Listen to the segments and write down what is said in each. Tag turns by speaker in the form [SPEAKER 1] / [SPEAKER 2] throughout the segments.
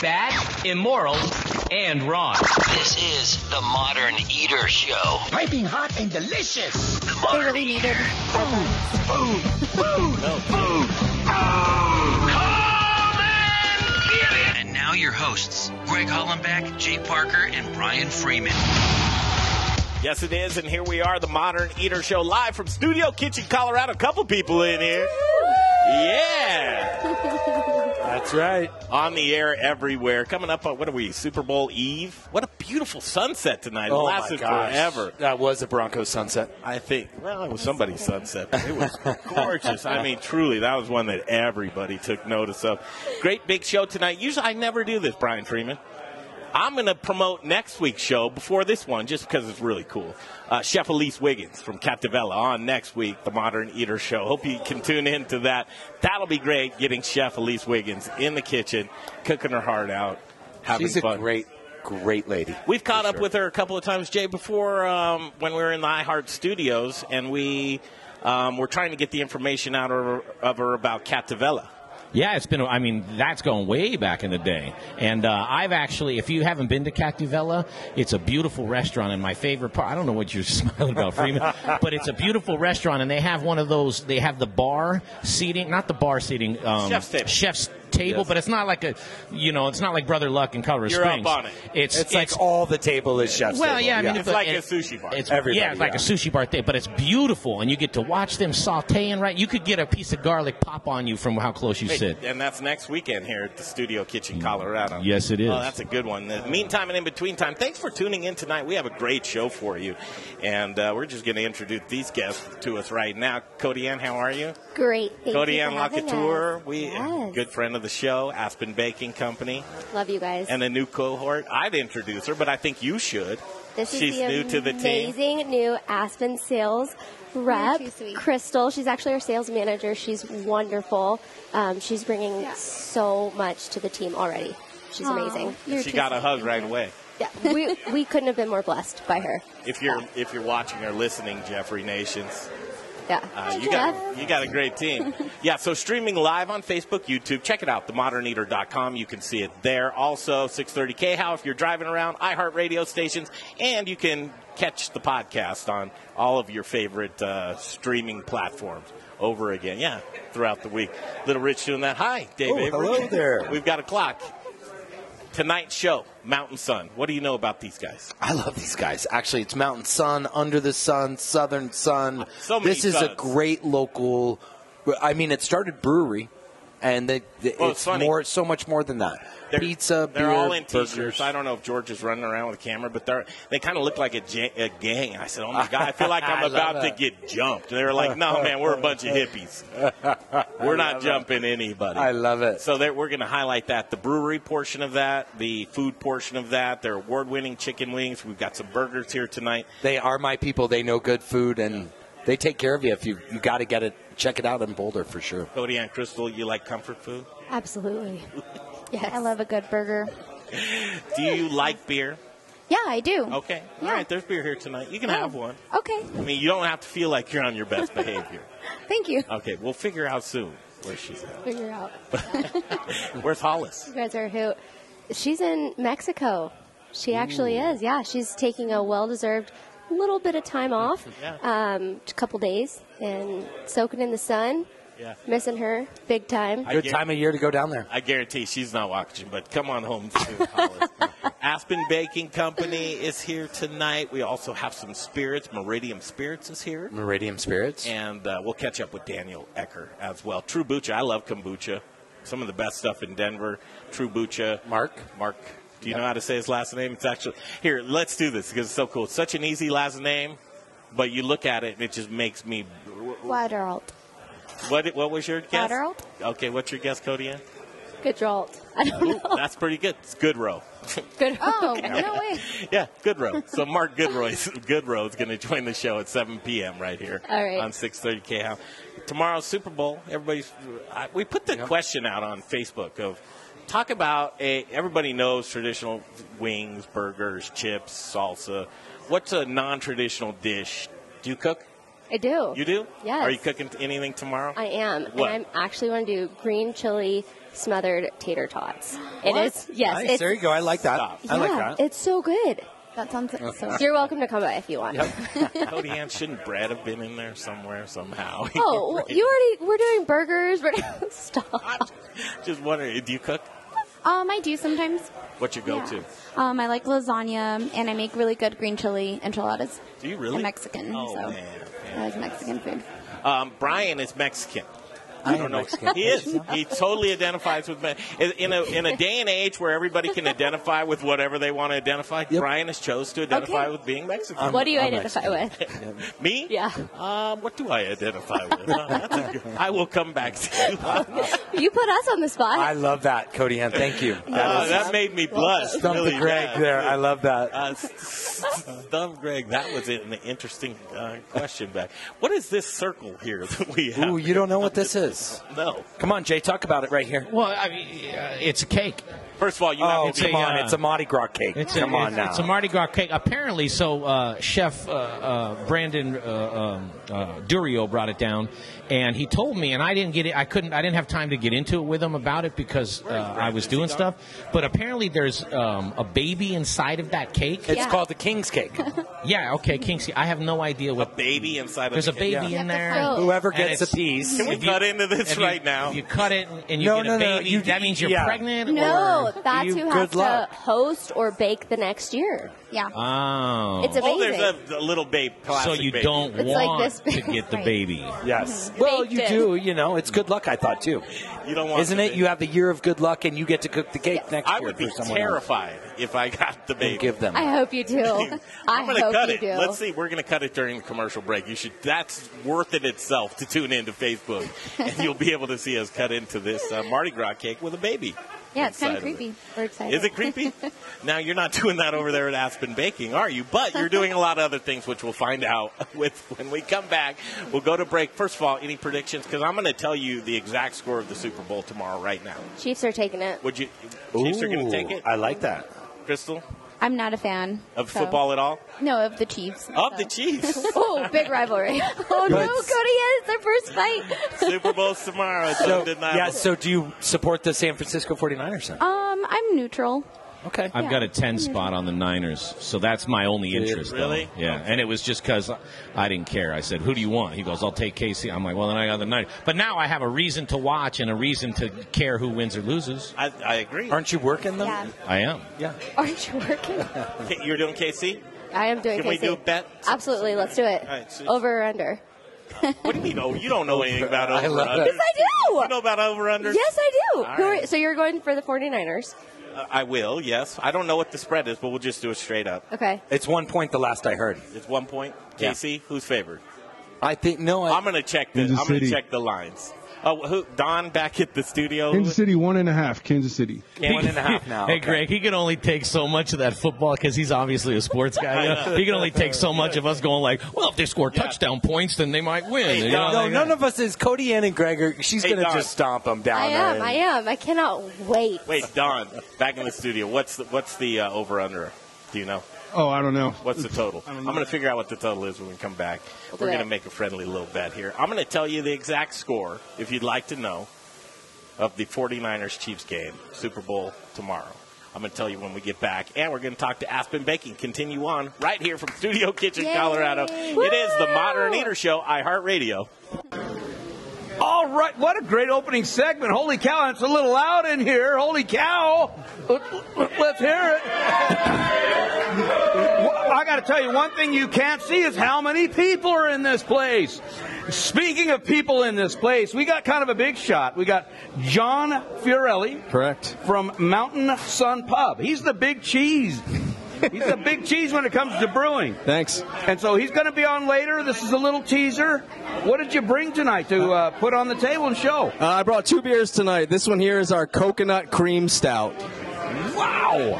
[SPEAKER 1] Bad, immoral, and wrong.
[SPEAKER 2] This is the Modern Eater Show.
[SPEAKER 3] Piping hot and delicious.
[SPEAKER 4] They really needed.
[SPEAKER 3] Boom, boom, boom.
[SPEAKER 2] And now your hosts, Greg Hollenbeck, Jake Parker, and Brian Freeman.
[SPEAKER 5] Oh Yes, it is, and here we are, the Modern Eater Show, live from Studio Kitchen, Colorado. A couple people in here. Yeah. That's right. On the air everywhere. Coming up on, what are we, Super Bowl Eve? What a beautiful sunset tonight. it lasted forever.
[SPEAKER 6] That was a Broncos sunset.
[SPEAKER 5] I think. Well, it was somebody's sunset. but It was gorgeous. I mean, truly, that was one that everybody took notice of. Great big show tonight. Usually, I never do this, Brian Freeman. I'm going to promote next week's show before this one just because it's really cool. Uh, Chef Elise Wiggins from Captivella on next week, the Modern Eater Show. Hope you can tune in to that. That'll be great getting Chef Elise Wiggins in the kitchen, cooking her heart out, having
[SPEAKER 6] She's a
[SPEAKER 5] fun.
[SPEAKER 6] great, great lady.
[SPEAKER 5] We've caught
[SPEAKER 6] For
[SPEAKER 5] up
[SPEAKER 6] sure.
[SPEAKER 5] with her a couple of times, Jay, before um, when we were in the iHeart studios, and we um, were trying to get the information out of her, of her about Captivella.
[SPEAKER 7] Yeah, it's been. I mean, that's going way back in the day. And uh, I've actually, if you haven't been to Cactivella, it's a beautiful restaurant. And my favorite part, I don't know what you're smiling about, Freeman, but it's a beautiful restaurant. And they have one of those. They have the bar seating, not the bar seating, um,
[SPEAKER 5] Chef's table.
[SPEAKER 7] chef's table, but it's not like a, you know, it's not like Brother Luck in Colorado
[SPEAKER 5] You're up
[SPEAKER 7] Springs.
[SPEAKER 5] on it.
[SPEAKER 7] It's
[SPEAKER 6] It's, like all the table is chef's
[SPEAKER 7] well,
[SPEAKER 6] table.
[SPEAKER 7] yeah, I mean,
[SPEAKER 5] It's
[SPEAKER 7] but
[SPEAKER 5] like
[SPEAKER 7] it-
[SPEAKER 5] a sushi bar.
[SPEAKER 7] It's,
[SPEAKER 6] Everybody,
[SPEAKER 7] yeah, it's like a
[SPEAKER 6] yeah.
[SPEAKER 7] sushi bar thing, but it's beautiful, and you get to watch them sauteing. Right, you could get a piece of garlic pop on you from how close you sit.
[SPEAKER 5] And that's next weekend here at the Studio Kitchen, Colorado.
[SPEAKER 7] Yes, it is.
[SPEAKER 5] Oh, that's a good one. The meantime and in between time, thanks for tuning in tonight. We have a great show for you. And uh, we're just going to introduce these guests to us right now. Cody Ann, how are you?
[SPEAKER 4] Great. Thank
[SPEAKER 5] Cody
[SPEAKER 4] you
[SPEAKER 5] Ann
[SPEAKER 4] for having
[SPEAKER 5] Locouture,
[SPEAKER 4] us.
[SPEAKER 5] we
[SPEAKER 4] Yes.
[SPEAKER 5] good friend of the show, Aspen Baking Company.
[SPEAKER 4] Love you guys.
[SPEAKER 5] and a new cohort. I'd introduce her, but I think you should.
[SPEAKER 8] This
[SPEAKER 5] She's
[SPEAKER 8] is the
[SPEAKER 5] new to the team.
[SPEAKER 8] Amazing new Aspen sales rep,
[SPEAKER 4] too sweet.
[SPEAKER 8] Crystal. She's actually our sales manager. She's wonderful. Um, she's bringing
[SPEAKER 4] Yeah.
[SPEAKER 8] so much to the team already. She's
[SPEAKER 4] Aw,
[SPEAKER 8] amazing.
[SPEAKER 4] you're
[SPEAKER 5] She
[SPEAKER 4] too
[SPEAKER 5] got a
[SPEAKER 4] sweet.
[SPEAKER 5] hug right away.
[SPEAKER 8] Yeah, we, we couldn't have been more blessed by her.
[SPEAKER 5] If you're if you're watching or listening, Jeffrey Nations,
[SPEAKER 8] Yeah.
[SPEAKER 5] uh, you got you got a great team. yeah, so streaming live on Facebook, YouTube. Check it out, themoderneater.com. You can see it there. Also, 630K How if you're driving around, iHeartRadio stations, and you can catch the podcast on all of your favorite uh, streaming platforms over again. Yeah, throughout the week. Little Rich doing that. Hi, Dave.
[SPEAKER 6] Oh,
[SPEAKER 5] Avery.
[SPEAKER 6] hello there.
[SPEAKER 5] We've got a clock. Tonight's show, Mountain Sun. What do you know about these guys?
[SPEAKER 6] I love these guys. Actually, it's Mountain Sun, Under the Sun, Southern Sun.
[SPEAKER 5] So many
[SPEAKER 6] this is a
[SPEAKER 5] suns.
[SPEAKER 6] great local. I mean, it started brewery, and they, they-
[SPEAKER 5] Well, it's
[SPEAKER 6] it's
[SPEAKER 5] funny.
[SPEAKER 6] more, so much more than that.
[SPEAKER 5] They're-
[SPEAKER 6] Pizza,
[SPEAKER 5] They're
[SPEAKER 6] beer,
[SPEAKER 5] all in
[SPEAKER 6] burgers.
[SPEAKER 5] t-shirts. I don't know if George is running around with a camera, but they're they kind of look like a, ja- a gang. I said, "Oh my god, I feel like
[SPEAKER 6] I
[SPEAKER 5] I'm
[SPEAKER 6] love
[SPEAKER 5] about to
[SPEAKER 6] that.
[SPEAKER 5] get jumped." They're like, "No, man, we're a bunch of hippies. We're not jumping anybody."
[SPEAKER 6] I love it.
[SPEAKER 5] So there, we're going to highlight that the brewery portion of that, the food portion of that, their award-winning chicken wings. We've got some burgers here tonight.
[SPEAKER 6] They are my people. They know good food, and they take care of you. If you you got to get it, check it out in Boulder for sure.
[SPEAKER 5] Cody and Crystal, you like comfort food?
[SPEAKER 8] Absolutely. Yes.
[SPEAKER 4] I love a good burger.
[SPEAKER 5] Do you like beer?
[SPEAKER 4] Yeah, I do.
[SPEAKER 5] Okay, all
[SPEAKER 4] Yeah.
[SPEAKER 5] right. There's beer here tonight. You can have one.
[SPEAKER 4] Okay.
[SPEAKER 5] I mean, you don't have to feel like you're on your best behavior.
[SPEAKER 4] Thank you.
[SPEAKER 5] Okay, we'll figure out soon where she's at.
[SPEAKER 8] Figure out.
[SPEAKER 5] Where's Hollis?
[SPEAKER 8] You guys are who? She's in Mexico. She actually is. Yeah, she's taking a well-deserved little bit of time off,
[SPEAKER 5] Yeah.
[SPEAKER 8] um, a couple days, and soaking in the sun.
[SPEAKER 5] Yeah.
[SPEAKER 8] Missing her big time.
[SPEAKER 5] I
[SPEAKER 6] Good
[SPEAKER 5] get-
[SPEAKER 6] time of year to go down there.
[SPEAKER 5] I guarantee she's not watching, but come on home soon, Hollis. Aspen Baking Company is here tonight. We also have some spirits. Meridium Spirits is here.
[SPEAKER 6] Meridium Spirits.
[SPEAKER 5] And uh, we'll catch up with Daniel Ecker as well. True Bucha. I love kombucha. Some of the best stuff in Denver. True Bucha.
[SPEAKER 6] Mark.
[SPEAKER 5] Mark. Do you know how to say his last name? It's actually here. Let's do this because it's so cool. It's such an easy last name, but you look at it and it just makes me.
[SPEAKER 4] Wateralt.
[SPEAKER 5] What? What was your guess?
[SPEAKER 4] Adderall?
[SPEAKER 5] Okay, what's your guess, Cody? Ann?
[SPEAKER 8] Good jolt. I don't
[SPEAKER 5] Ooh,
[SPEAKER 8] know.
[SPEAKER 5] that's pretty good. It's Goodrow.
[SPEAKER 8] Good.
[SPEAKER 4] Oh, no way.
[SPEAKER 5] Yeah, Goodrow. So Mark Goodroy's Goodrow's going to join the show at 7 p.m. right here
[SPEAKER 8] All right.
[SPEAKER 5] on 6:30 KHOW. Tomorrow's Super Bowl. Everybody's. I, we put the question out on Facebook of talk about a. Everybody knows traditional wings, burgers, chips, salsa. What's a non-traditional dish? Do you cook?
[SPEAKER 8] I do.
[SPEAKER 5] You do?
[SPEAKER 8] Yes.
[SPEAKER 5] Are you cooking anything tomorrow?
[SPEAKER 8] I am. and
[SPEAKER 5] What?
[SPEAKER 8] I'm actually going to do green chili smothered tater tots. It is. Yes.
[SPEAKER 6] Nice.
[SPEAKER 8] it's,
[SPEAKER 6] There you go. I like that.
[SPEAKER 8] yeah,
[SPEAKER 6] I like that.
[SPEAKER 8] It's so good.
[SPEAKER 4] That sounds so.
[SPEAKER 8] You're welcome to come by if you want.
[SPEAKER 5] Cody Ann, shouldn't Brad have been in there somewhere, somehow?
[SPEAKER 8] Oh, well, you already. We're doing burgers. We're stop.
[SPEAKER 5] I'm just wondering, do you cook?
[SPEAKER 9] Um, I do sometimes.
[SPEAKER 5] What's your
[SPEAKER 9] Yeah.
[SPEAKER 5] go-to?
[SPEAKER 9] Um, I like lasagna, and I make really good green chili enchiladas.
[SPEAKER 5] Do you really?
[SPEAKER 9] I'm Mexican,
[SPEAKER 5] Oh,
[SPEAKER 9] so
[SPEAKER 5] man,
[SPEAKER 9] I like Mexican food.
[SPEAKER 5] Um, Brian is Mexican.
[SPEAKER 6] I don't know.
[SPEAKER 5] He is. He totally identifies with me. In a, in a day and age where everybody can identify with whatever they want to identify,
[SPEAKER 6] Yep.
[SPEAKER 5] Brian has chose to identify
[SPEAKER 8] Okay.
[SPEAKER 5] with being Mexican.
[SPEAKER 8] What do you
[SPEAKER 6] I'm
[SPEAKER 8] identify with?
[SPEAKER 5] Me?
[SPEAKER 8] Yeah.
[SPEAKER 5] Um, what do I identify with? Uh, that's a good- I will come back to you.
[SPEAKER 8] You put us on the spot.
[SPEAKER 6] I love that, Cody Ann. Thank you.
[SPEAKER 5] Uh, that made me blush.
[SPEAKER 6] Stump the
[SPEAKER 5] really,
[SPEAKER 6] Greg
[SPEAKER 5] yeah.
[SPEAKER 6] there. I love that.
[SPEAKER 5] Uh, Stump Greg, that was an interesting uh, question back. What is this circle here that we have?
[SPEAKER 6] Ooh, you don't know what this is.
[SPEAKER 5] no.
[SPEAKER 6] Come on, Jay. Talk about it right here.
[SPEAKER 7] Well, I mean, uh, it's a cake.
[SPEAKER 5] First of all, you
[SPEAKER 6] Oh,
[SPEAKER 5] have to
[SPEAKER 7] a,
[SPEAKER 5] be
[SPEAKER 6] come on.
[SPEAKER 7] uh,
[SPEAKER 6] It's a Mardi Gras cake.
[SPEAKER 7] It's
[SPEAKER 6] come
[SPEAKER 7] a,
[SPEAKER 6] on
[SPEAKER 7] it's,
[SPEAKER 6] now.
[SPEAKER 7] It's a Mardi Gras cake. Apparently, so uh, Chef uh, uh, Brandon uh, um, uh, Durio brought it down, and he told me, and I didn't get it. I couldn't. I didn't have time to get into it with him about it because uh, I was doing stuff. But apparently, there's um, a baby inside of that cake.
[SPEAKER 6] It's called the King's Cake.
[SPEAKER 7] Yeah. Okay, Kingsley. I have no idea
[SPEAKER 5] a
[SPEAKER 7] what.
[SPEAKER 5] baby inside
[SPEAKER 7] There's a
[SPEAKER 5] of the cake.
[SPEAKER 7] baby in there.
[SPEAKER 8] fill-
[SPEAKER 6] Whoever
[SPEAKER 7] And
[SPEAKER 6] gets a
[SPEAKER 7] it's-
[SPEAKER 6] piece.
[SPEAKER 5] Can we
[SPEAKER 7] If you-
[SPEAKER 5] cut into this
[SPEAKER 7] If you-
[SPEAKER 5] right now?
[SPEAKER 7] if you cut it and- and you
[SPEAKER 6] No,
[SPEAKER 7] get a
[SPEAKER 6] no, no,
[SPEAKER 7] baby.
[SPEAKER 6] you-
[SPEAKER 7] that means you're
[SPEAKER 6] yeah.
[SPEAKER 7] pregnant.
[SPEAKER 8] no,
[SPEAKER 7] Or,
[SPEAKER 8] that's
[SPEAKER 6] you-
[SPEAKER 8] who
[SPEAKER 6] good
[SPEAKER 8] has
[SPEAKER 6] luck.
[SPEAKER 8] to host or bake the next year.
[SPEAKER 9] Yeah.
[SPEAKER 7] oh.
[SPEAKER 8] It's amazing.
[SPEAKER 5] Oh, there's a, a little babe.
[SPEAKER 7] so
[SPEAKER 5] plastic
[SPEAKER 7] you
[SPEAKER 5] baby.
[SPEAKER 7] don't
[SPEAKER 8] It's like
[SPEAKER 7] want
[SPEAKER 8] this
[SPEAKER 7] to
[SPEAKER 8] big.
[SPEAKER 7] get the
[SPEAKER 9] Right.
[SPEAKER 7] baby.
[SPEAKER 6] Yes. Well,
[SPEAKER 8] Baked
[SPEAKER 6] you
[SPEAKER 8] it.
[SPEAKER 6] do. You know, it's good luck. I thought too.
[SPEAKER 5] You don't want
[SPEAKER 6] Isn't
[SPEAKER 5] the
[SPEAKER 6] it?
[SPEAKER 5] baby.
[SPEAKER 6] You have the year of good luck, and you get to cook the cake
[SPEAKER 8] Yes.
[SPEAKER 6] next
[SPEAKER 5] I
[SPEAKER 6] year
[SPEAKER 5] would be
[SPEAKER 6] for someone else.
[SPEAKER 5] terrified if I got the baby.
[SPEAKER 6] And give them.
[SPEAKER 8] I hope you do. I
[SPEAKER 5] I'm gonna
[SPEAKER 8] hope
[SPEAKER 5] cut
[SPEAKER 8] you
[SPEAKER 5] it.
[SPEAKER 8] do.
[SPEAKER 5] Let's see. We're going to cut it during the commercial break. You should. That's worth it itself to tune into Facebook, and you'll be able to see us cut into this uh, Mardi Gras cake with a baby.
[SPEAKER 9] Yeah, it's
[SPEAKER 5] inside
[SPEAKER 9] kind of
[SPEAKER 5] of it.
[SPEAKER 9] creepy.
[SPEAKER 8] We're excited.
[SPEAKER 5] Is it creepy? now you're not doing that over there at Aspen Baking, are you? But you're doing a lot of other things, which we'll find out with when we come back. We'll go to break. First of all, any predictions? Because I'm going to tell you the exact score of the Super Bowl tomorrow, right now.
[SPEAKER 8] Chiefs are taking it.
[SPEAKER 5] Would you? Chiefs are going to
[SPEAKER 6] Ooh,
[SPEAKER 5] take it.
[SPEAKER 6] I like that.
[SPEAKER 5] Crystal
[SPEAKER 9] I'm not a fan
[SPEAKER 5] of
[SPEAKER 9] so-
[SPEAKER 5] football at all?
[SPEAKER 9] No, of the Chiefs.
[SPEAKER 5] Of the Chiefs.
[SPEAKER 8] Oh, big rivalry. oh no,
[SPEAKER 6] But-
[SPEAKER 8] Cody is their first fight.
[SPEAKER 5] Super Bowl tomorrow.
[SPEAKER 6] So,
[SPEAKER 5] So,
[SPEAKER 6] yeah. So, do you support the San Francisco 49ers? Then?
[SPEAKER 9] Um, I'm neutral.
[SPEAKER 6] Okay.
[SPEAKER 7] I've got a 10 spot on the Niners, so that's my only
[SPEAKER 6] Did it
[SPEAKER 7] interest.
[SPEAKER 5] really?
[SPEAKER 7] Though. Yeah, and it was just because I didn't care. I said, Who do you want? He goes, I'll take KC. I'm like, Well, then I got the Niners. But now I have a reason to watch and a reason to care who wins or loses.
[SPEAKER 5] I, I agree.
[SPEAKER 6] Aren't you working them?
[SPEAKER 9] Yeah.
[SPEAKER 7] I am.
[SPEAKER 6] Yeah.
[SPEAKER 8] Aren't you working?
[SPEAKER 5] K- You're doing KC?
[SPEAKER 8] I am doing.
[SPEAKER 5] Can we
[SPEAKER 8] KC.
[SPEAKER 5] do a bet?
[SPEAKER 8] Absolutely, let's do it.
[SPEAKER 5] right, so-
[SPEAKER 8] Over or under?
[SPEAKER 5] What do you know? You don't know anything about
[SPEAKER 6] I
[SPEAKER 5] over
[SPEAKER 6] love
[SPEAKER 5] under.
[SPEAKER 6] it.
[SPEAKER 8] Yes, I
[SPEAKER 5] Uh, You know about over under?
[SPEAKER 8] do. Yes, I do.
[SPEAKER 5] All
[SPEAKER 8] Who are-
[SPEAKER 5] right.
[SPEAKER 8] so you're going for the 49ers?
[SPEAKER 5] Uh, I will, yes. I don't know what the spread is, but we'll just do it straight up.
[SPEAKER 8] Okay.
[SPEAKER 6] It's one point. The last I heard.
[SPEAKER 5] It's one point.
[SPEAKER 6] Yeah.
[SPEAKER 5] KC, who's favored?
[SPEAKER 6] I think no. I,
[SPEAKER 5] I'm gonna check the.
[SPEAKER 10] Kansas
[SPEAKER 5] I'm gonna
[SPEAKER 10] City.
[SPEAKER 5] check the lines. Oh, who, Don back at the studio.
[SPEAKER 10] Kansas City, one and a half. Kansas City.
[SPEAKER 6] one and a half now.
[SPEAKER 7] Hey,
[SPEAKER 6] okay.
[SPEAKER 7] Greg, he can only take so much of that football because he's obviously a sports guy. you know? He can only take so much of us going like, well, if they score touchdown points, then they might win. you know,
[SPEAKER 6] No,
[SPEAKER 7] like
[SPEAKER 6] none
[SPEAKER 7] that.
[SPEAKER 6] of us is. Cody Ann and Greg are. She's
[SPEAKER 5] Hey,
[SPEAKER 6] gonna
[SPEAKER 5] Don.
[SPEAKER 6] just stomp them down.
[SPEAKER 8] I am.
[SPEAKER 6] there.
[SPEAKER 8] I am. I cannot wait.
[SPEAKER 5] Wait, Don back in the studio. What's the what's the uh, over under? Do you know?
[SPEAKER 10] Oh, I don't know.
[SPEAKER 5] What's the total?
[SPEAKER 10] I don't
[SPEAKER 5] I'm
[SPEAKER 10] know.
[SPEAKER 5] going to figure out what the total is when we come back.
[SPEAKER 8] We'll do
[SPEAKER 5] We're going to
[SPEAKER 8] it.
[SPEAKER 5] make a friendly little bet here. I'm going to tell you the exact score, if you'd like to know, of the 49ers Chiefs game, Super Bowl tomorrow. I'm going to tell you when we get back. And we're going to talk to Aspen Baking. Continue on right here from Studio Kitchen, Colorado. It is the Modern Eater Show, iHeartRadio.
[SPEAKER 11] All right, what a great opening segment. Holy cow, it's a little loud in here. Holy cow. Let's hear it. Well, I got to tell you, one thing you can't see is how many people are in this place. Speaking of people in this place, we got kind of a big shot. We got John Fiorelli
[SPEAKER 10] Correct.
[SPEAKER 11] from Mountain Sun Pub. He's the big cheese. He's the big cheese when it comes to brewing.
[SPEAKER 10] Thanks.
[SPEAKER 11] And so he's going to be on later. This is a little teaser. What did you bring tonight to uh, put on the table and show?
[SPEAKER 10] Uh, I brought two beers tonight. This one here is our coconut cream stout.
[SPEAKER 11] Wow!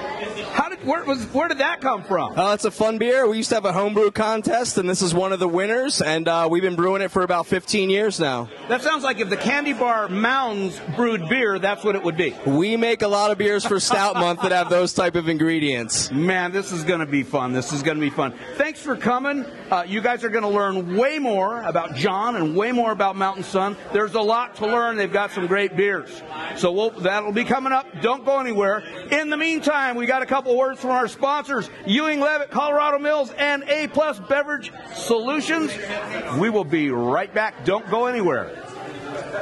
[SPEAKER 11] How did
[SPEAKER 12] did where was where did that come from?
[SPEAKER 13] Uh, it's a fun beer. We used to have a homebrew contest, and this is one of the winners. And uh, we've been brewing it for about 15 years now.
[SPEAKER 12] That sounds like if the Candy Bar Mounds brewed beer, that's what it would be.
[SPEAKER 13] We make a lot of beers for Stout Month that have those type of ingredients.
[SPEAKER 12] Man, this is going to be fun. This is going to be fun. Thanks for coming. Uh, you guys are going to learn way more about John and way more about Mountain Sun. There's a lot to learn. They've got some great beers. So we'll, that'll be coming up. Don't go anywhere. In the meantime, we got a couple words from our sponsors, Ewing Levitt, Colorado Mills, and A Plus Beverage Solutions. We will be right back. Don't go anywhere.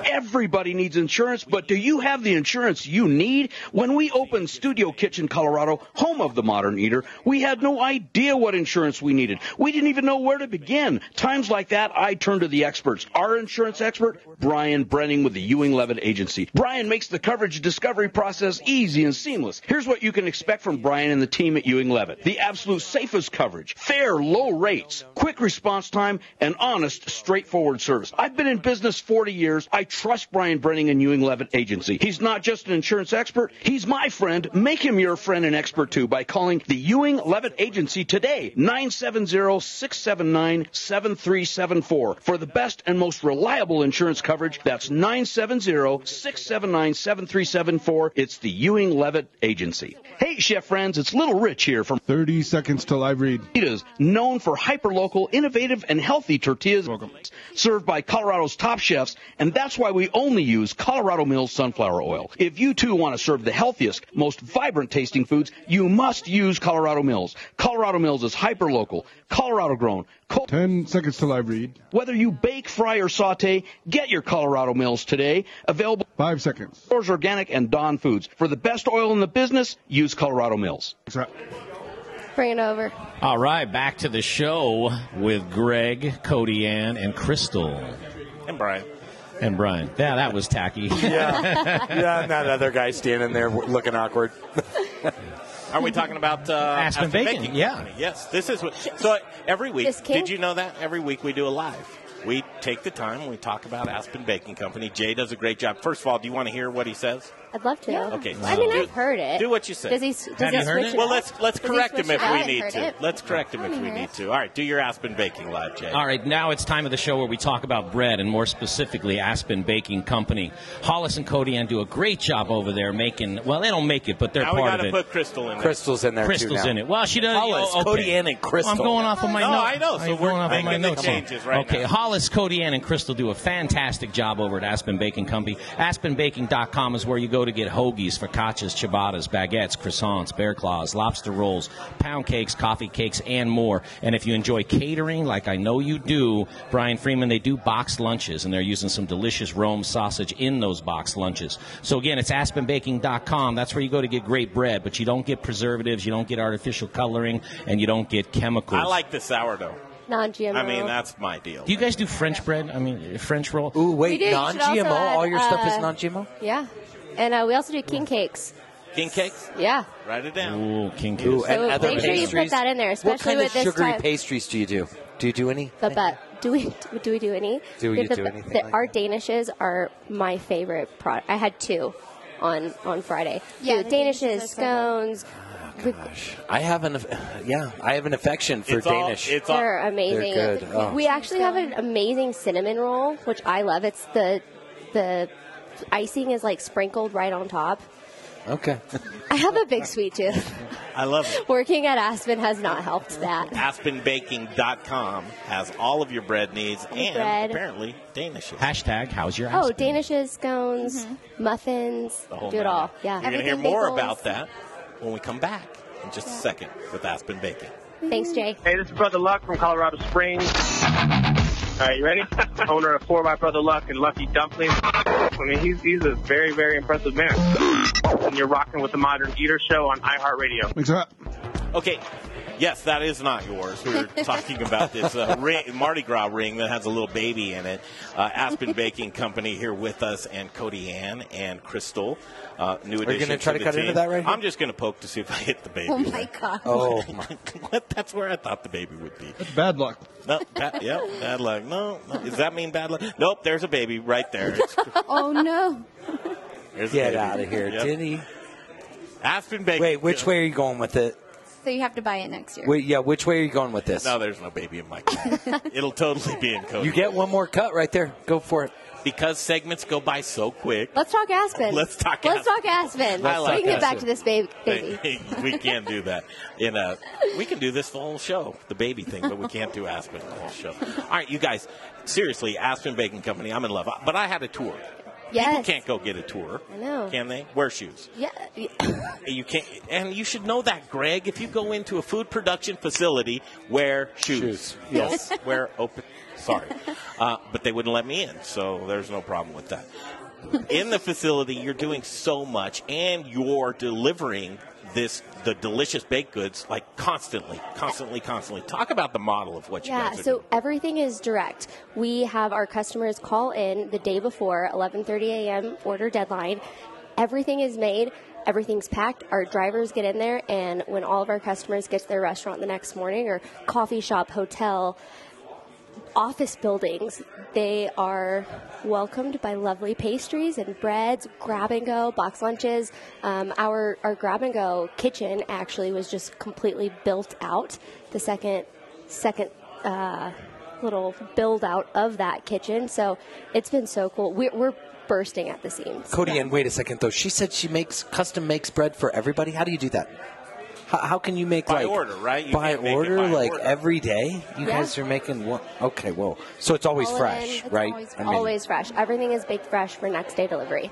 [SPEAKER 11] Everybody needs insurance, but do you have the insurance you need? When we opened Studio Kitchen Colorado, home of the modern eater, we had no idea what insurance we needed. We didn't even know where to begin. Times like that, I turn to the experts. Our insurance expert, Brian Brenning with the Ewing Levitt Agency. Brian makes the coverage discovery process easy and seamless. Here's what you can expect from Brian and the team at Ewing Levitt. The absolute safest coverage, fair, low rates, quick response time, and honest, straightforward service. I've been in business 40 years. I trust Brian Brenning and Ewing Levitt Agency. He's not just an insurance expert, he's my friend. Make him your friend and expert too by calling the Ewing Levitt Agency today, 970 679 7374. For the best and most reliable insurance coverage, that's 970 679 7374. It's the Ewing Levitt Agency. Hey, chef friends, it's Little Rich here from
[SPEAKER 1] 30 seconds till I read.
[SPEAKER 11] Tortillas, known for hyperlocal, innovative, and healthy tortillas served by Colorado's top chefs, and that's why we only use Colorado Mills sunflower oil. If you too want to serve the healthiest, most vibrant tasting foods, you must use Colorado Mills. Colorado Mills is hyperlocal, Colorado grown,
[SPEAKER 1] 10 seconds till I read.
[SPEAKER 11] whether you bake, fry, or saute, get your Colorado Mills today. Available.
[SPEAKER 1] Five seconds.
[SPEAKER 11] Stores Organic and Don Foods. For the best oil in the business, use Colorado Mills.
[SPEAKER 8] Bring it over.
[SPEAKER 7] All right, back to the show with Greg, Cody Ann, and Crystal.
[SPEAKER 5] And Brian.
[SPEAKER 7] And Brian. Yeah, that was tacky.
[SPEAKER 6] yeah, yeah, and that other guy standing there w- looking awkward.
[SPEAKER 5] Are we talking about uh,
[SPEAKER 6] Aspen Bacon, yeah.
[SPEAKER 5] Company? Yes. This is what. So every week,
[SPEAKER 6] This kid?
[SPEAKER 5] did you know that every week we do a live. We take the time. We talk about Aspen Baking Company. Jay does a great job. First of all, do you want to hear what he says?
[SPEAKER 8] I'd love to.
[SPEAKER 5] Okay. so
[SPEAKER 8] I mean,
[SPEAKER 5] do-
[SPEAKER 8] I've heard it.
[SPEAKER 5] Do what you say.
[SPEAKER 8] Eh, Does he, does he switch it
[SPEAKER 5] Well,
[SPEAKER 8] up?
[SPEAKER 5] let's let's
[SPEAKER 8] Does he
[SPEAKER 5] correct him
[SPEAKER 8] switch
[SPEAKER 5] if
[SPEAKER 8] it up?
[SPEAKER 5] we
[SPEAKER 8] I've
[SPEAKER 5] need
[SPEAKER 8] heard
[SPEAKER 5] to.
[SPEAKER 8] it.
[SPEAKER 5] Let's correct him if we need to. All right, do your Aspen Baking live, Jay.
[SPEAKER 7] All right, now it's time of the show where we talk about bread and more specifically Aspen Baking Company. Hollis and Cody Ann do a great job over there making, well, they don't make it, but they're
[SPEAKER 5] now we
[SPEAKER 7] part
[SPEAKER 5] got to
[SPEAKER 7] of it.
[SPEAKER 5] put Crystal in. there.
[SPEAKER 6] Crystal's in there too
[SPEAKER 7] Crystal's
[SPEAKER 6] now.
[SPEAKER 7] in it. Well, she doesn't.
[SPEAKER 6] Hollis,
[SPEAKER 7] oh, okay.
[SPEAKER 6] Cody Ann, and Crystal.
[SPEAKER 7] I'm going off of my
[SPEAKER 5] No,
[SPEAKER 7] notes.
[SPEAKER 5] I know, so
[SPEAKER 7] I'm
[SPEAKER 5] we're
[SPEAKER 7] going off
[SPEAKER 5] making
[SPEAKER 7] of my
[SPEAKER 5] the
[SPEAKER 7] notes. here.
[SPEAKER 5] changes right
[SPEAKER 7] okay,
[SPEAKER 5] now.
[SPEAKER 7] Hollis, Cody Ann, and Crystal do a fantastic job over at Aspen Baking Company. AspenBaking.com is where you go to get hoagies, focaccias, ciabattas, baguettes, croissants, bear claws, lobster rolls, pound cakes, coffee cakes, and more. And if you enjoy catering, like I know you do, Brian Freeman, they do boxed lunches, and they're using some delicious Rome sausage in those boxed lunches. So again, it's aspenbaking.com. That's where you go to get great bread, but you don't get preservatives, you don't get artificial coloring, and you don't get chemicals.
[SPEAKER 5] I like the sourdough.
[SPEAKER 8] Non-GMO.
[SPEAKER 5] I mean, that's my deal.
[SPEAKER 7] Do you guys do French bread? I mean, French roll.
[SPEAKER 6] Ooh,
[SPEAKER 8] wait, We do. You should also non-GMO? add, All your stuff is uh,
[SPEAKER 6] non-GMO.
[SPEAKER 8] Yeah. And uh, we also do king cakes.
[SPEAKER 5] King cakes.
[SPEAKER 8] Yeah.
[SPEAKER 5] Write it down.
[SPEAKER 7] Ooh, king
[SPEAKER 6] Ooh,
[SPEAKER 8] So
[SPEAKER 6] and other
[SPEAKER 8] make sure you
[SPEAKER 6] pastries.
[SPEAKER 8] put that in there,
[SPEAKER 6] what
[SPEAKER 8] especially
[SPEAKER 6] kind
[SPEAKER 8] with
[SPEAKER 6] of
[SPEAKER 8] this
[SPEAKER 6] sugary
[SPEAKER 8] time.
[SPEAKER 6] pastries do you do? Do you do any?
[SPEAKER 8] The but do we do we do any?
[SPEAKER 6] Do
[SPEAKER 8] We
[SPEAKER 6] you
[SPEAKER 8] have
[SPEAKER 6] do
[SPEAKER 8] the,
[SPEAKER 6] anything
[SPEAKER 8] The,
[SPEAKER 6] like
[SPEAKER 8] our danishes are my favorite product. I had two on on Friday.
[SPEAKER 9] Yeah,
[SPEAKER 8] Two
[SPEAKER 9] the danishes
[SPEAKER 8] danishes,
[SPEAKER 9] are so
[SPEAKER 8] scones.
[SPEAKER 6] Ah,
[SPEAKER 8] We-
[SPEAKER 6] I have an, yeah, I have an affection for
[SPEAKER 5] It's all-
[SPEAKER 6] Danish.
[SPEAKER 5] it's
[SPEAKER 8] they're amazing.
[SPEAKER 6] They're good. Oh.
[SPEAKER 8] We actually have an amazing cinnamon roll, which I love. It's the the icing is like sprinkled right on top.
[SPEAKER 6] okay.
[SPEAKER 8] I have a big sweet tooth.
[SPEAKER 5] I love it.
[SPEAKER 8] Working at Aspen has not helped that.
[SPEAKER 5] AspenBaking.com has all of your bread needs and
[SPEAKER 8] Bread.
[SPEAKER 5] apparently Danish.
[SPEAKER 7] Hashtag, how's your
[SPEAKER 8] Oh, danishes, scones, muffins,
[SPEAKER 5] The whole
[SPEAKER 8] do it
[SPEAKER 5] nine.
[SPEAKER 8] all. Yeah.
[SPEAKER 5] You're going to hear more about that when we come back in just a second with Aspen Baking.
[SPEAKER 8] Thanks, Jay.
[SPEAKER 14] Hey, this is Brother Luck from Colorado Springs. All right, you ready? Owner of Four by Brother Luck and Lucky Dumplings. I mean, he's, he's a very, very impressive man. And you're rocking with the Modern Eater Show on iHeartRadio.
[SPEAKER 1] Thanks a lot.
[SPEAKER 5] Okay. Yes, that is not yours. We were talking about this uh, ring, Mardi Gras ring that has a little baby in it. Uh, Aspen Baking Company here with us, and Cody Ann and Crystal. Uh, new
[SPEAKER 6] Are you
[SPEAKER 5] addition.
[SPEAKER 6] gonna try to
[SPEAKER 5] the
[SPEAKER 6] cut into
[SPEAKER 5] team.
[SPEAKER 6] that right here?
[SPEAKER 5] I'm just going to poke to see if I hit the baby.
[SPEAKER 15] Oh, my God.
[SPEAKER 6] Oh,
[SPEAKER 5] what? That's where I thought the baby would be.
[SPEAKER 1] Bad luck.
[SPEAKER 5] No, bad, yep, bad luck. No, no, does that mean bad luck? Nope, there's a baby right there. It's-
[SPEAKER 9] oh no.
[SPEAKER 5] there's a
[SPEAKER 6] Get
[SPEAKER 5] baby.
[SPEAKER 6] out of here,
[SPEAKER 5] Yep.
[SPEAKER 6] Denny.
[SPEAKER 5] Aspen Baking.
[SPEAKER 6] Wait, which way are you going with it?
[SPEAKER 9] so you have to buy it next year.
[SPEAKER 6] Wait, yeah, which way are you going with this?
[SPEAKER 5] No, there's no baby in my cat. It'll totally be in code.
[SPEAKER 6] You get one more cut right there. Go for it.
[SPEAKER 5] Because segments go by so quick.
[SPEAKER 4] Let's talk Aspen.
[SPEAKER 5] Let's talk
[SPEAKER 4] Let's talk Aspen.
[SPEAKER 5] I like
[SPEAKER 4] we can get back
[SPEAKER 5] Aspen.
[SPEAKER 4] to this baby. baby.
[SPEAKER 5] we can't do that. In a, we can do this the whole show, the baby thing, but we can't do Aspen the whole show. All right, you guys, seriously, Aspen Baking Company, I'm in love. But I had a tour. People
[SPEAKER 4] Yes.
[SPEAKER 5] can't go get a tour.
[SPEAKER 4] I know.
[SPEAKER 5] Can they? Wear shoes.
[SPEAKER 4] Yeah.
[SPEAKER 5] You can't, and you should know that, Greg. If you go into a food production facility, wear shoes. Yes, wear open. Sorry, uh, but they wouldn't let me in, so there's no problem with that. In the facility, you're doing so much, and you're delivering this the delicious baked goods like constantly, constantly, constantly. Talk about the model of what you
[SPEAKER 8] Yeah,
[SPEAKER 5] guys are
[SPEAKER 8] so everything is direct. We have our customers call in the day before 11:30 a.m. order deadline. Everything is made, everything's packed. Our drivers get in there and when all of our customers get to their restaurant the next morning or coffee shop, hotel, office buildings, they are welcomed by lovely pastries and breads, grab and go, box lunches. Um, our our grab and go kitchen actually was just completely built out. The second second uh, little build out of that kitchen, so it's been so cool. We're, we're bursting at the seams.
[SPEAKER 6] Cody, and wait a second though. She said she makes custom makes bread for everybody. How do you do that? How, how can you make
[SPEAKER 5] By
[SPEAKER 6] like,
[SPEAKER 5] order, right? You
[SPEAKER 6] by
[SPEAKER 5] can't make it
[SPEAKER 6] order,
[SPEAKER 5] by
[SPEAKER 6] like
[SPEAKER 5] order.
[SPEAKER 6] every day. You
[SPEAKER 8] Yeah.
[SPEAKER 6] guys are making one. Okay, whoa. So it's always
[SPEAKER 8] All
[SPEAKER 6] fresh,
[SPEAKER 8] in.
[SPEAKER 6] right?
[SPEAKER 8] Always,
[SPEAKER 6] I mean,
[SPEAKER 8] always fresh. Everything is baked fresh for next day delivery.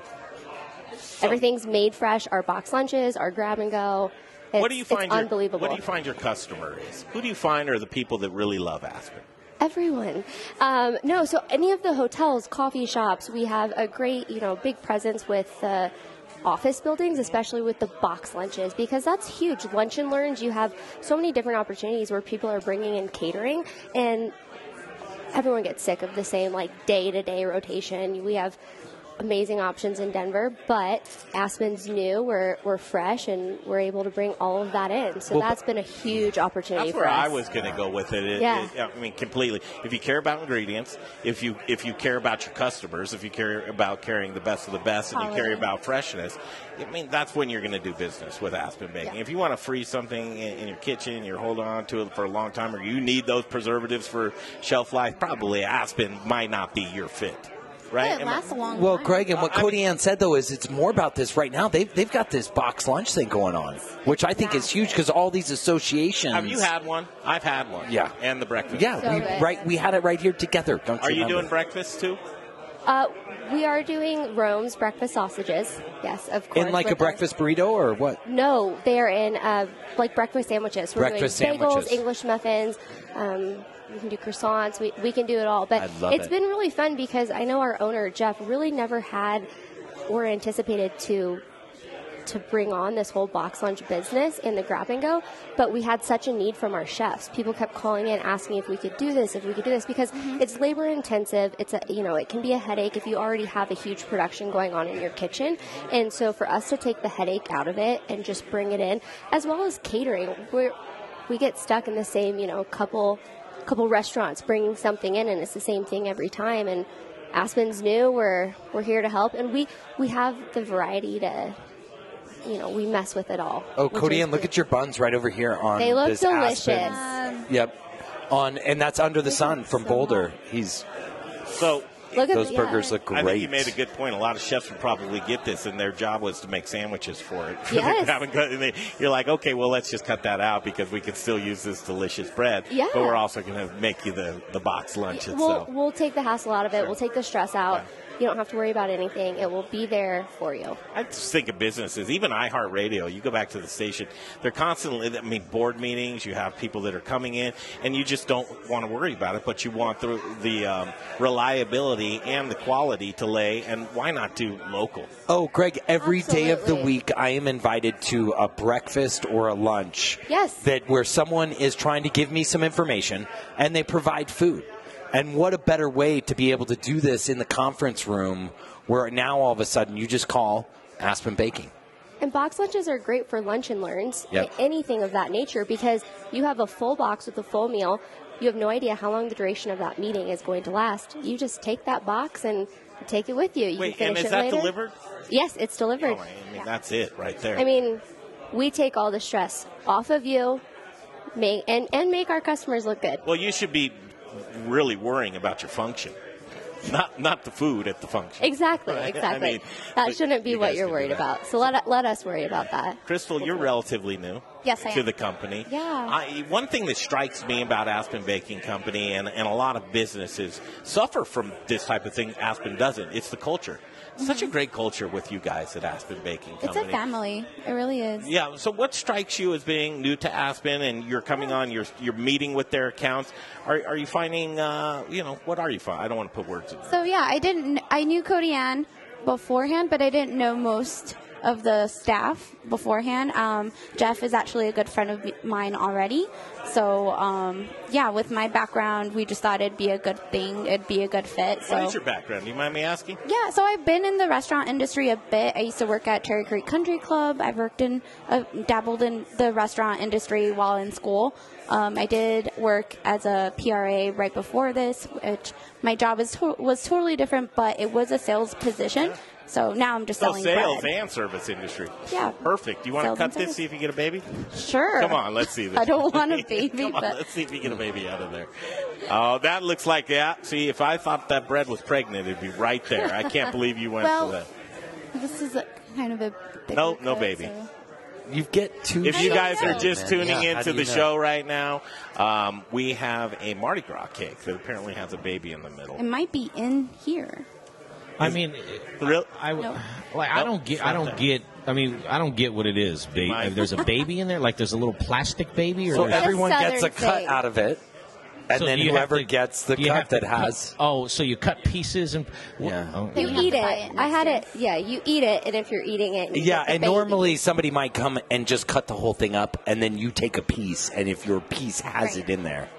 [SPEAKER 8] Everything's made fresh. Our box lunches, our grab and go. It's,
[SPEAKER 5] what do you find?
[SPEAKER 8] It's
[SPEAKER 5] your,
[SPEAKER 8] unbelievable.
[SPEAKER 5] What do you find your customer is? Who do you find are the people that really love Aspen?
[SPEAKER 8] Everyone. Um, no, so any of the hotels, coffee shops, we have a great, you know, big presence with uh, office buildings, especially with the box lunches, because that's huge. Lunch and learns, you have so many different opportunities where people are bringing in catering, and everyone gets sick of the same, like, day to day rotation. We have amazing options in Denver, but Aspen's new, we're, we're fresh, and we're able to bring all of that in. So
[SPEAKER 5] Well,
[SPEAKER 8] that's been a huge opportunity
[SPEAKER 5] That's
[SPEAKER 8] for
[SPEAKER 5] where
[SPEAKER 8] us.
[SPEAKER 5] I was going to go with it. It-
[SPEAKER 8] Yeah.
[SPEAKER 5] it- I mean, completely. If you care about ingredients, if you if you care about your customers, if you care about carrying the best of the best, and you
[SPEAKER 13] Quality.
[SPEAKER 5] care about freshness, I mean, that's when you're going to do business with Aspen Baking. If you want to freeze something in, in your kitchen, you're holding on to it for a long time, or you need those preservatives for shelf life, probably Aspen might not be your fit. Right? Am I-
[SPEAKER 6] Well, Greg, and what Cody Ann said though is it's more about this right now. They've they've got this box lunch thing going on, which I think is huge because all these associations.
[SPEAKER 5] Have you had one? I've had one.
[SPEAKER 6] Yeah.
[SPEAKER 5] And the breakfast.
[SPEAKER 6] Yeah, we, right. We had it right here together. Don't
[SPEAKER 5] Are
[SPEAKER 6] you?
[SPEAKER 5] you
[SPEAKER 6] remember?
[SPEAKER 5] doing breakfast too?
[SPEAKER 8] Uh, we are doing Rome's breakfast sausages. Yes, of course.
[SPEAKER 6] in like a
[SPEAKER 8] with our-
[SPEAKER 6] breakfast burrito or what?
[SPEAKER 8] No, they are in uh, like breakfast sandwiches. We're
[SPEAKER 6] Breakfast
[SPEAKER 8] doing bagels,
[SPEAKER 6] sandwiches.
[SPEAKER 8] English muffins. Um, we can do croissants. We, we can do it all. But
[SPEAKER 6] I
[SPEAKER 8] it's
[SPEAKER 6] love it.
[SPEAKER 8] been really fun because I know our owner Jeff really never had or anticipated to to bring on this whole box lunch business in the grab and go, but we had such a need from our chefs. People kept calling in asking if we could do this, if we could do this, because it's labor intensive. It's a, you know, it can be a headache if you already have a huge production going on in your kitchen. And so for us to take the headache out of it and just bring it in, as well as catering, we're, we get stuck in the same, you know, couple, couple restaurants bringing something in and it's the same thing every time. And Aspen's new. We're, we're here to help. And we, we have the variety to, you know, we mess with it all.
[SPEAKER 6] Oh,
[SPEAKER 8] which
[SPEAKER 6] Cody
[SPEAKER 8] is
[SPEAKER 6] Ann, look at your buns right over here on.
[SPEAKER 8] They look
[SPEAKER 6] this
[SPEAKER 8] delicious.
[SPEAKER 6] Aspen. Yep. On and that's under the sun from Boulder. He's
[SPEAKER 5] So
[SPEAKER 6] Look at Those the- burgers look
[SPEAKER 5] I think you
[SPEAKER 6] great.
[SPEAKER 5] made a good point. A lot of chefs would probably get this, and their job was to make sandwiches for it. For
[SPEAKER 8] Yes.
[SPEAKER 5] the grab and go. And they, you're like, okay, well, let's just cut that out because we can still use this delicious bread.
[SPEAKER 8] Yeah.
[SPEAKER 5] But we're also going to make you the, the box lunch
[SPEAKER 8] We'll,
[SPEAKER 5] itself.
[SPEAKER 8] we'll take the hassle out of it. We'll take the stress out. You don't have to worry about anything. It will be there for you.
[SPEAKER 5] I just think of businesses, even iHeartRadio. You go back to the station; they're constantly. I mean, board meetings. You have people that are coming in, and you just don't want to worry about it, but you want the the um, reliability and the quality to lay. And why not do local?
[SPEAKER 6] Oh, Greg, every day of the
[SPEAKER 5] Absolutely.
[SPEAKER 6] week I am invited to a breakfast or a lunch.
[SPEAKER 8] Yes.
[SPEAKER 6] That where someone is trying to give me some information and they provide food. And what a better way to be able to do this in the conference room where now all of a sudden you just call Aspen Baking.
[SPEAKER 8] And box lunches are great for lunch and learns,
[SPEAKER 6] Yep.
[SPEAKER 8] anything of that nature, because you have a full box with a full meal. You have no idea how long the duration of that meeting is going to last. You just take that box and take it with you. You
[SPEAKER 5] Wait,
[SPEAKER 8] can
[SPEAKER 5] and
[SPEAKER 8] finish
[SPEAKER 5] is
[SPEAKER 8] it
[SPEAKER 5] that
[SPEAKER 8] later.
[SPEAKER 5] delivered?
[SPEAKER 8] Yes,
[SPEAKER 5] Oh,
[SPEAKER 8] it's delivered.
[SPEAKER 5] I mean, that's it right there.
[SPEAKER 8] I mean, we take all the stress off of you. make and, and make our customers look good.
[SPEAKER 5] Well, you should be really worrying about your function, not not the food at the function.
[SPEAKER 8] Exactly,
[SPEAKER 5] Right? I
[SPEAKER 8] exactly.
[SPEAKER 5] mean,
[SPEAKER 8] that shouldn't be what
[SPEAKER 5] guys
[SPEAKER 8] you're
[SPEAKER 5] can do
[SPEAKER 8] worried
[SPEAKER 5] that.
[SPEAKER 8] about. So let let us worry about that.
[SPEAKER 5] Crystal, you're relatively new.
[SPEAKER 8] Yes, I
[SPEAKER 5] to
[SPEAKER 8] am.
[SPEAKER 5] the company.
[SPEAKER 8] Yeah.
[SPEAKER 5] I, one thing that strikes me about Aspen Baking Company and, and a lot of businesses suffer from this type of thing. Aspen doesn't. It's the culture. Such a great culture with you guys at Aspen Baking
[SPEAKER 9] It's
[SPEAKER 5] Company.
[SPEAKER 9] a family. It really is.
[SPEAKER 5] Yeah. So, what strikes you as being new to Aspen, and you're coming on, you're you're meeting with their accounts? Are are you finding, uh, you know, what are you finding? I don't want to put words in.
[SPEAKER 9] So yeah, I didn't. I knew Cody Ann beforehand, but I didn't know most of the staff beforehand. Um, Jeff is actually a good friend of mine already. So um, yeah, with my background, we just thought it'd be a good thing. It'd be a good fit. So.
[SPEAKER 5] What is your background? Do you mind me asking?
[SPEAKER 9] Yeah, so I've been in the restaurant industry a bit. I used to work at Cherry Creek Country Club. I've worked in, uh, dabbled in the restaurant industry while in school. Um, I did work as a PRA right before this, which my job is to- was totally different, but it was a sales position. So now I'm just
[SPEAKER 5] So
[SPEAKER 9] selling
[SPEAKER 5] Oh, sales
[SPEAKER 9] bread.
[SPEAKER 5] and service industry.
[SPEAKER 9] Yeah.
[SPEAKER 5] Perfect. You want
[SPEAKER 9] Sales
[SPEAKER 5] to cut
[SPEAKER 9] and
[SPEAKER 5] this?
[SPEAKER 9] service.
[SPEAKER 5] See if you get a baby.
[SPEAKER 9] Sure.
[SPEAKER 5] Come on, let's see this.
[SPEAKER 9] I don't want a baby,
[SPEAKER 5] Come on,
[SPEAKER 9] but
[SPEAKER 5] let's see if you get a baby out of there. Oh, that looks like yeah. See, if I thought that bread was pregnant, it'd be right there. I can't believe you went
[SPEAKER 9] Well,
[SPEAKER 5] for that.
[SPEAKER 9] this is a, kind of a bigger
[SPEAKER 5] No, no
[SPEAKER 9] cut,
[SPEAKER 5] baby.
[SPEAKER 9] so-
[SPEAKER 6] You get two.
[SPEAKER 5] If you
[SPEAKER 6] shows
[SPEAKER 5] guys are
[SPEAKER 6] out,
[SPEAKER 5] just
[SPEAKER 6] man.
[SPEAKER 5] tuning
[SPEAKER 6] Yeah, how
[SPEAKER 5] into
[SPEAKER 6] do you
[SPEAKER 5] the
[SPEAKER 6] know?
[SPEAKER 5] show right now, um, we have a Mardi Gras cake that apparently has a baby in the middle.
[SPEAKER 9] It might be in here.
[SPEAKER 7] I mean,
[SPEAKER 5] Real?
[SPEAKER 7] I
[SPEAKER 9] No.
[SPEAKER 7] like I don't get I don't get. I mean, I don't get what it is. Ba-
[SPEAKER 6] Mine.
[SPEAKER 7] There's a baby in there, like there's a little plastic baby, or
[SPEAKER 6] So
[SPEAKER 7] is-
[SPEAKER 6] everyone gets a cut out of it, and
[SPEAKER 7] So
[SPEAKER 6] then
[SPEAKER 7] you have
[SPEAKER 6] whoever
[SPEAKER 7] to-
[SPEAKER 6] gets the
[SPEAKER 7] you have to
[SPEAKER 6] cut that has.
[SPEAKER 7] cut- oh, so you cut pieces and yeah.
[SPEAKER 8] You eat it. I had it. Yeah, you eat it, and if you're eating it, you
[SPEAKER 6] Yeah,
[SPEAKER 8] get the
[SPEAKER 6] and
[SPEAKER 8] baby.
[SPEAKER 6] normally somebody might come and just cut the whole thing up, and then you take a piece, and if your piece has it in there,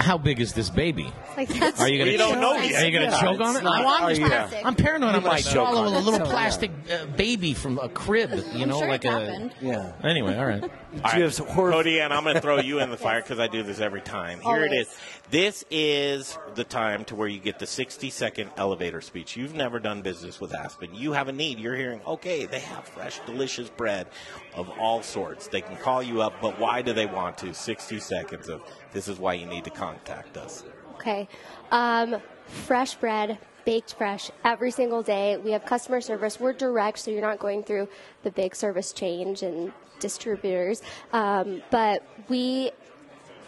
[SPEAKER 7] How big is this baby?
[SPEAKER 8] like
[SPEAKER 6] that's-
[SPEAKER 7] Are you gonna
[SPEAKER 6] We don't
[SPEAKER 7] choke-
[SPEAKER 6] know
[SPEAKER 7] Are
[SPEAKER 6] yet.
[SPEAKER 7] you gonna
[SPEAKER 6] Yeah,
[SPEAKER 7] choke on
[SPEAKER 6] it's
[SPEAKER 7] it?
[SPEAKER 6] not-
[SPEAKER 7] Oh, I'm,
[SPEAKER 6] are
[SPEAKER 7] just-
[SPEAKER 6] you- yeah.
[SPEAKER 7] I'm paranoid.
[SPEAKER 6] You
[SPEAKER 7] I'm gonna
[SPEAKER 6] might choke
[SPEAKER 7] swallow
[SPEAKER 6] on
[SPEAKER 7] a
[SPEAKER 6] it.
[SPEAKER 7] little
[SPEAKER 6] So, yeah.
[SPEAKER 7] plastic uh, baby from a crib. You
[SPEAKER 6] I'm
[SPEAKER 7] know,
[SPEAKER 6] sure
[SPEAKER 7] like
[SPEAKER 6] it
[SPEAKER 7] a
[SPEAKER 6] happened. Yeah.
[SPEAKER 7] Anyway, all right.
[SPEAKER 5] All right. Cody, and I'm going to throw you in the fire because I do this every time. Here it
[SPEAKER 7] Always.
[SPEAKER 5] is. This is the time to where you get the 60 second elevator speech. You've never done business with Aspen. You have a need. You're hearing, okay, they have fresh, delicious bread of all sorts. They can call you up, but why do they want to? 60 seconds of this is why you need to contact us.
[SPEAKER 8] Okay. Um, fresh bread, baked fresh, every single day. We have customer service. We're direct, so you're not going through the big service change and distributors. Um, but we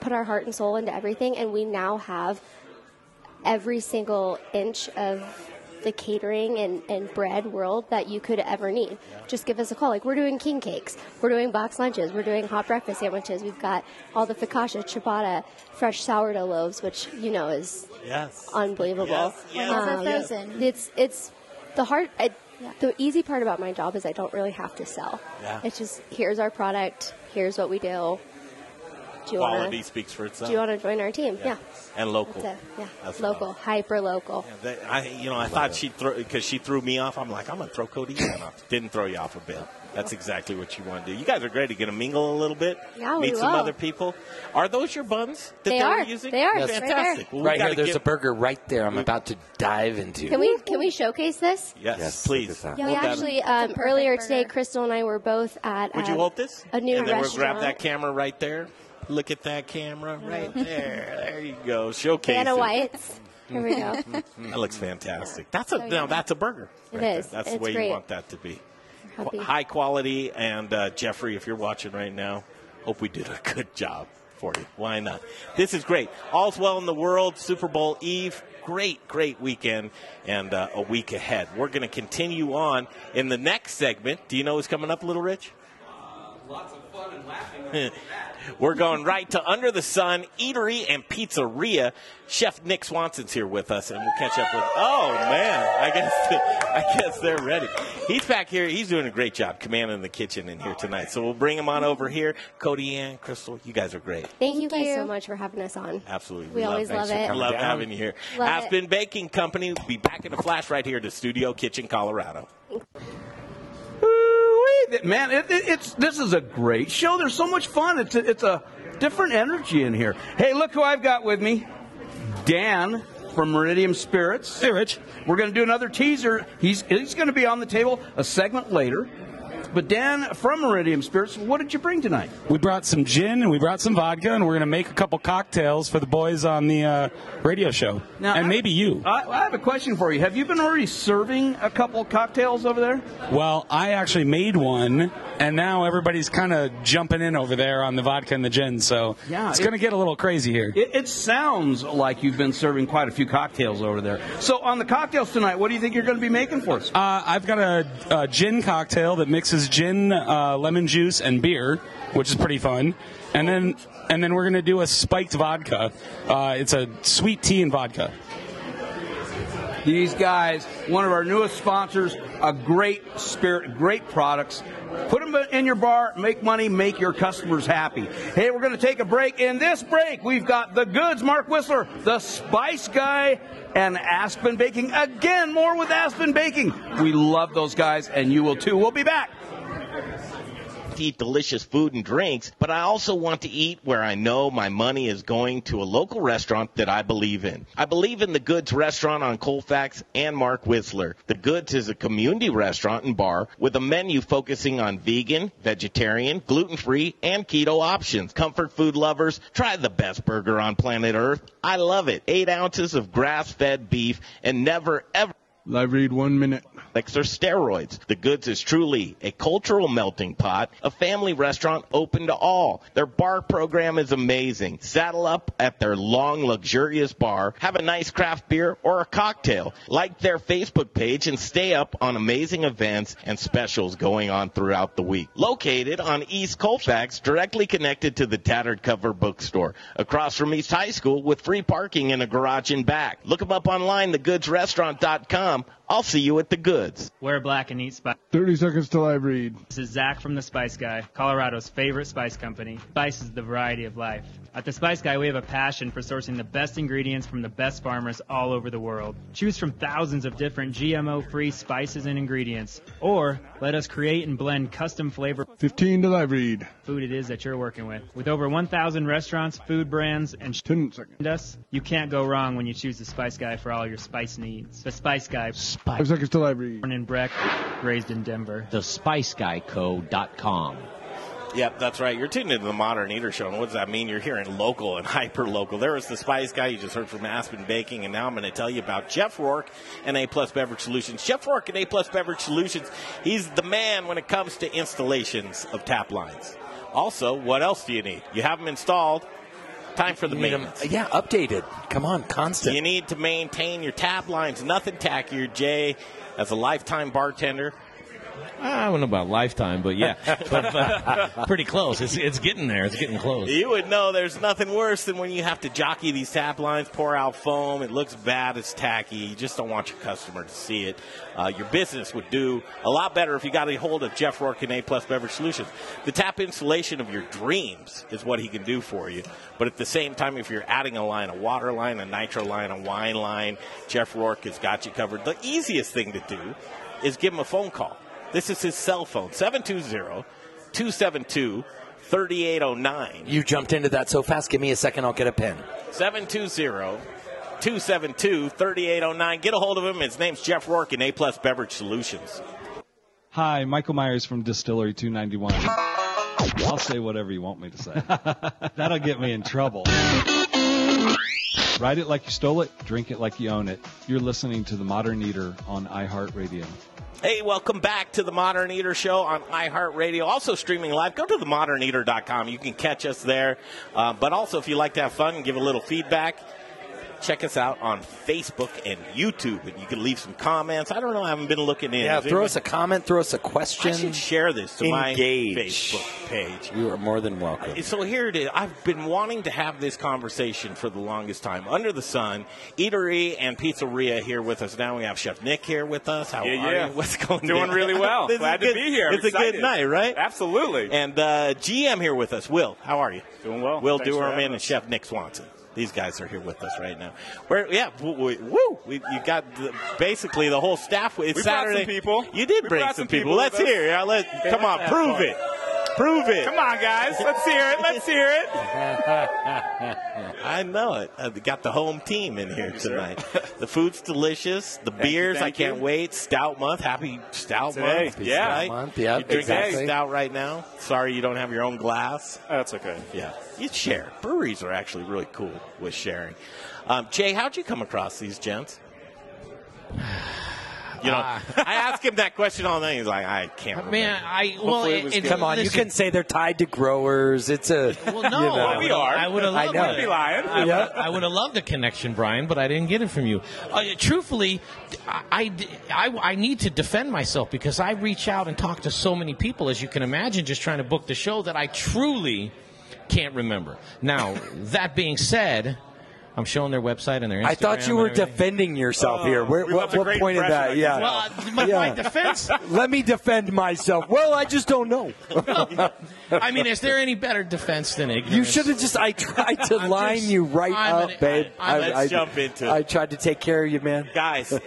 [SPEAKER 8] put our heart and soul into everything, and we now have every single inch of the catering and, and bread world that you could ever need. Just give us a call. Like, we're doing king cakes, we're doing box lunches, we're doing hot breakfast sandwiches. We've got all the focaccia, ciabatta, fresh sourdough loaves, which, you know, is
[SPEAKER 5] Yes.
[SPEAKER 8] unbelievable. Um,
[SPEAKER 5] Yes, yes,
[SPEAKER 9] Whenever frozen.
[SPEAKER 8] It's, it's the hard, I, the easy part about my job is I don't really have to sell.
[SPEAKER 5] Yeah.
[SPEAKER 8] It's just, here's our product, here's what we do. Do you wanna-
[SPEAKER 5] Quality speaks for itself.
[SPEAKER 8] do you want to join our team?
[SPEAKER 5] Yeah.
[SPEAKER 8] Yeah.
[SPEAKER 5] And local.
[SPEAKER 8] That's it. Yeah.
[SPEAKER 5] That's what I
[SPEAKER 8] local. Hyper local.
[SPEAKER 5] That- I, you know, I thought she'd throw because she threw me off. I'm like, I'm gonna throw Cody Ann off. Didn't throw you off a bit. That's exactly what you want to do. You guys are great. You're gonna mingle a little bit,
[SPEAKER 8] Yeah, we
[SPEAKER 5] meet some
[SPEAKER 8] will.
[SPEAKER 5] other people. Are those your buns that
[SPEAKER 8] They
[SPEAKER 5] they, were
[SPEAKER 8] are.
[SPEAKER 5] using?
[SPEAKER 8] They are. Yes. Right there.
[SPEAKER 5] fantastic. Well, we
[SPEAKER 6] right here,
[SPEAKER 5] gotta
[SPEAKER 6] there's
[SPEAKER 5] give-
[SPEAKER 6] a burger right there. I'm about to dive into.
[SPEAKER 8] Can we can we showcase this?
[SPEAKER 5] Yes, please.
[SPEAKER 8] Yeah, we
[SPEAKER 5] Well done.
[SPEAKER 8] actually um, earlier today, Crystal and I were both at.
[SPEAKER 5] Would you
[SPEAKER 8] um,
[SPEAKER 5] hold this?
[SPEAKER 8] A new
[SPEAKER 5] and then
[SPEAKER 8] restaurant.
[SPEAKER 5] we'll grab that camera right there. Look at that camera right there. There you go. Showcase.
[SPEAKER 8] Hannah
[SPEAKER 5] it.
[SPEAKER 8] White's. Here we go.
[SPEAKER 5] That looks fantastic. That's a
[SPEAKER 8] So
[SPEAKER 5] now
[SPEAKER 8] yummy.
[SPEAKER 5] that's a burger.
[SPEAKER 8] Oh, It
[SPEAKER 5] there.
[SPEAKER 8] is.
[SPEAKER 5] That's the
[SPEAKER 8] It's
[SPEAKER 5] way you
[SPEAKER 8] great.
[SPEAKER 5] want that to be.
[SPEAKER 8] happy.
[SPEAKER 5] Qu- High quality. And uh, Jeffrey, if you're watching right now, hope we did a good job for you. Why not? This is great. All's well in the world. Super Bowl Eve. Great, great weekend and uh, a week ahead. We're going to continue on in the next segment. Do you know who's coming up, Little Rich? We're going right to Under the Sun Eatery and Pizzeria. Chef Nick Swanson's here with us, and we'll catch up with. Oh man, I guess I guess they're ready. He's back here. He's doing a great job commanding the kitchen in here tonight. So we'll bring him on over here. Cody and Crystal, you guys are great.
[SPEAKER 8] Thank you guys so much for having us on.
[SPEAKER 5] Absolutely,
[SPEAKER 8] We always
[SPEAKER 5] thanks
[SPEAKER 8] love
[SPEAKER 5] for
[SPEAKER 8] it.
[SPEAKER 5] coming Love having you here.
[SPEAKER 8] Love it.
[SPEAKER 5] Aspen Baking Company. We'll be back in a flash right here to Studio Kitchen, Colorado.
[SPEAKER 11] Wait, man, it, it, it's this is a great show. There's so much fun. It's a, it's a different energy in here. Hey, look who I've got with me, Dan from Meridium Spirits. Hey, Rich. We're going to do another teaser. He's he's going to be on the table a segment later. But Dan from Meridian Spirits, what did you bring tonight?
[SPEAKER 16] We brought some gin and we brought some vodka, and we're going to make a couple cocktails for the boys on the uh, radio show.
[SPEAKER 11] Now,
[SPEAKER 16] and
[SPEAKER 11] I-
[SPEAKER 16] maybe you.
[SPEAKER 11] I, I have a question for you. Have you been already serving a couple cocktails over there?
[SPEAKER 16] Well, I actually made one, and now everybody's kind of jumping in over there on the vodka and the gin, so
[SPEAKER 11] Yeah,
[SPEAKER 16] it's
[SPEAKER 11] it-
[SPEAKER 16] going to get a little crazy here.
[SPEAKER 11] It, it sounds like you've been serving quite a few cocktails over there. So on the cocktails tonight, what do you think you're going to be making for us?
[SPEAKER 16] Uh, I've got a, a gin cocktail that mixes gin, uh, lemon juice, and beer, which is pretty fun. And then, and then we're going to do a spiked vodka. Uh, it's a sweet tea and vodka.
[SPEAKER 11] These guys, one of our newest sponsors, a great spirit, great products. Put them in your bar, make money, make your customers happy. Hey, we're going to take a break. In this break, we've got the goods, Mark Whistler, the Spice Guy, and Aspen Baking. Again, more with Aspen Baking. We love those guys, and you will too. We'll be back.
[SPEAKER 5] to eat delicious food and drinks, but I also want to eat where I know my money is going to a local restaurant that I believe in. I believe in the Goods restaurant on Colfax and Mark Whistler. The Goods is a community restaurant and bar with a menu focusing on vegan, vegetarian, gluten free, and keto options. Comfort food lovers, try the best burger on planet Earth. I love it. Eight ounces of grass fed beef and never ever.
[SPEAKER 17] Live read one minute.
[SPEAKER 5] Netflix or steroids. The Goods is truly a cultural melting pot, a family restaurant open to all. Their bar program is amazing. Saddle up at their long, luxurious bar, have a nice craft beer or a cocktail. Like their Facebook page and stay up on amazing events and specials going on throughout the week. Located on East Colfax, directly connected to the Tattered Cover Bookstore, across from East High School with free parking and a garage in back. Look them up online, thegoodsrestaurant.com. I'll see you at the goods.
[SPEAKER 18] Wear black and eat spice.
[SPEAKER 17] 30 seconds till I read.
[SPEAKER 18] This is Zach from The Spice Guy, Colorado's favorite spice company. Spice is the variety of life. At The Spice Guy, we have a passion for sourcing the best ingredients from the best farmers all over the world. Choose from thousands of different GMO free spices and ingredients, or let us create and blend custom flavor
[SPEAKER 17] 15 till I read.
[SPEAKER 18] food it is that you're working with. With over 1,000 restaurants, food brands, and sh- us, you can't go wrong when you choose The Spice Guy for all your spice needs. The Spice Guy.
[SPEAKER 17] Five seconds till I read.
[SPEAKER 18] Born in Breck, raised in Denver.
[SPEAKER 5] TheSpiceGuyCo.com. Yep, that's right. You're tuned into the Modern Eater Show, and what does that mean? You're hearing local and hyper local. There was the Spice Guy you just heard from Aspen Baking, and now I'm going to tell you about Jeff Rourke and A Plus Beverage Solutions. Jeff Rourke and A Plus Beverage Solutions, he's the man when it comes to installations of tap lines. Also, what else do you need? You have them installed. Time for the
[SPEAKER 6] You need 'em- uh,
[SPEAKER 5] maintenance.
[SPEAKER 6] yeah, updated. Come on, constant.
[SPEAKER 5] You need to maintain your tap lines. Nothing tackier, Jay, as a lifetime bartender.
[SPEAKER 7] Ah, I don't know about lifetime, but yeah, But, uh, pretty close. It's it's getting there. It's getting close.
[SPEAKER 5] You would know there's nothing worse than when you have to jockey these tap lines, pour out foam. It looks bad, it's tacky. You just don't want your customer to see it. Uh, your business would do a lot better if you got a hold of Jeff Rourke and A Plus Beverage Solutions. The tap installation of your dreams is what he can do for you. But at the same time, if you're adding a line, a water line, a nitro line, a wine line, Jeff Rourke has got you covered. The easiest thing to do is give him a phone call. This is his cell phone, 720 272 3809.
[SPEAKER 6] You jumped into that so fast. Give me a second. I'll get a pen.
[SPEAKER 5] 720-272-3809. Get a hold of him. His name's Jeff Rourke and A Plus Beverage Solutions.
[SPEAKER 19] Hi, Michael Myers from Distillery 291. I'll say whatever you want me to say. That'll get me in trouble. Ride it like you stole it, drink it like you own it. You're listening to The Modern Eater on iHeartRadio.
[SPEAKER 5] Hey, welcome back to the Modern Eater Show on iHeartRadio. Also streaming live. Go to themoderneater.com. You can catch us there. Uh, but also, if you like to have fun and give a little feedback, check us out on Facebook and YouTube. And you can leave some comments. I don't know. I haven't been looking in.
[SPEAKER 6] Yeah,
[SPEAKER 5] Has
[SPEAKER 6] throw
[SPEAKER 5] anybody-
[SPEAKER 6] us a comment. Throw us a question.
[SPEAKER 5] I should share this to
[SPEAKER 6] Engage.
[SPEAKER 5] my Facebook page.
[SPEAKER 6] You are more than welcome.
[SPEAKER 5] So here it is. I've been wanting to have this conversation for the longest time. Under the sun, eatery and pizzeria here with us. Now we have Chef Nick here with us. How
[SPEAKER 20] Yeah,
[SPEAKER 5] are
[SPEAKER 20] yeah.
[SPEAKER 5] you? What's going
[SPEAKER 20] Doing
[SPEAKER 5] on?
[SPEAKER 20] really well.
[SPEAKER 5] This is
[SPEAKER 20] Glad to
[SPEAKER 5] good-
[SPEAKER 20] be here. I'm
[SPEAKER 5] It's a
[SPEAKER 20] excited.
[SPEAKER 5] good night, right?
[SPEAKER 20] Absolutely.
[SPEAKER 5] And uh, GM here with us. Will, how are you?
[SPEAKER 20] Doing well.
[SPEAKER 5] Will
[SPEAKER 20] Thanks for
[SPEAKER 5] Durham
[SPEAKER 20] having
[SPEAKER 5] and Chef Nick Swanson. These guys are here with us right now. We're, yeah, we, we, woo! We, you got the, basically the whole staff. It's
[SPEAKER 20] We brought some
[SPEAKER 5] Saturday.
[SPEAKER 20] people.
[SPEAKER 5] You did
[SPEAKER 20] We
[SPEAKER 5] bring
[SPEAKER 20] brought
[SPEAKER 5] some
[SPEAKER 20] some people
[SPEAKER 5] Let's
[SPEAKER 20] with us.
[SPEAKER 5] hear. Yeah, let
[SPEAKER 20] They
[SPEAKER 5] come
[SPEAKER 20] like
[SPEAKER 5] on,
[SPEAKER 20] that
[SPEAKER 5] prove
[SPEAKER 20] part.
[SPEAKER 5] it. Prove it.
[SPEAKER 3] Come on, guys. Let's hear it. Let's hear it.
[SPEAKER 5] I know it. I've got the home team in here tonight. The food's delicious. The
[SPEAKER 3] Thank you,
[SPEAKER 5] beers, I
[SPEAKER 3] thank
[SPEAKER 5] can't
[SPEAKER 3] you.
[SPEAKER 5] wait. Stout month. Happy Stout
[SPEAKER 3] Today,
[SPEAKER 5] month.
[SPEAKER 3] yeah.
[SPEAKER 5] Right?
[SPEAKER 3] Stout month, yeah,
[SPEAKER 5] You drinking
[SPEAKER 3] exactly. Uh,
[SPEAKER 5] Stout right now. Sorry you don't have your own glass.
[SPEAKER 21] That's okay.
[SPEAKER 5] Yeah. You share. Breweries are actually really cool with sharing. Um, Jay, how'd you come across these gents? You know, I ask him that question all night. He's like, I can't. Remember.
[SPEAKER 7] Man, I- well, Hopefully it was it- good.
[SPEAKER 6] come on, you
[SPEAKER 7] listen.
[SPEAKER 6] can say they're tied to growers. It's a
[SPEAKER 7] Well, no,
[SPEAKER 6] you know.
[SPEAKER 7] I would- I would have
[SPEAKER 6] I
[SPEAKER 7] loved
[SPEAKER 6] know.
[SPEAKER 7] it. I would, I would have loved the connection, Brian, but I didn't get it from you. Uh, truthfully, I, I d- I- I need to defend myself because I reach out and talk to so many people, as you can imagine, just trying to book the show that I truly can't remember. Now, that being said, I'm showing their website and their Instagram.
[SPEAKER 6] I thought you
[SPEAKER 7] and
[SPEAKER 6] were
[SPEAKER 7] everything.
[SPEAKER 6] defending yourself here. Where,
[SPEAKER 7] we
[SPEAKER 6] what
[SPEAKER 7] left a
[SPEAKER 6] what
[SPEAKER 7] great
[SPEAKER 6] point of
[SPEAKER 7] impression, I
[SPEAKER 6] that?
[SPEAKER 7] can
[SPEAKER 6] Yeah.
[SPEAKER 7] tell. Well, my- my defense-
[SPEAKER 6] Let me defend myself. Well, I just don't know.
[SPEAKER 7] I mean, is there any better defense than ignorance?
[SPEAKER 6] You should have just. I tried to
[SPEAKER 7] I'm
[SPEAKER 6] line
[SPEAKER 7] just-
[SPEAKER 6] you right
[SPEAKER 7] I'm
[SPEAKER 6] up,
[SPEAKER 7] an-
[SPEAKER 6] babe.
[SPEAKER 7] I'm
[SPEAKER 6] I,
[SPEAKER 7] an-
[SPEAKER 5] Let's
[SPEAKER 6] I-
[SPEAKER 5] jump into it.
[SPEAKER 6] I tried to take care of you, man.
[SPEAKER 5] guys. uh,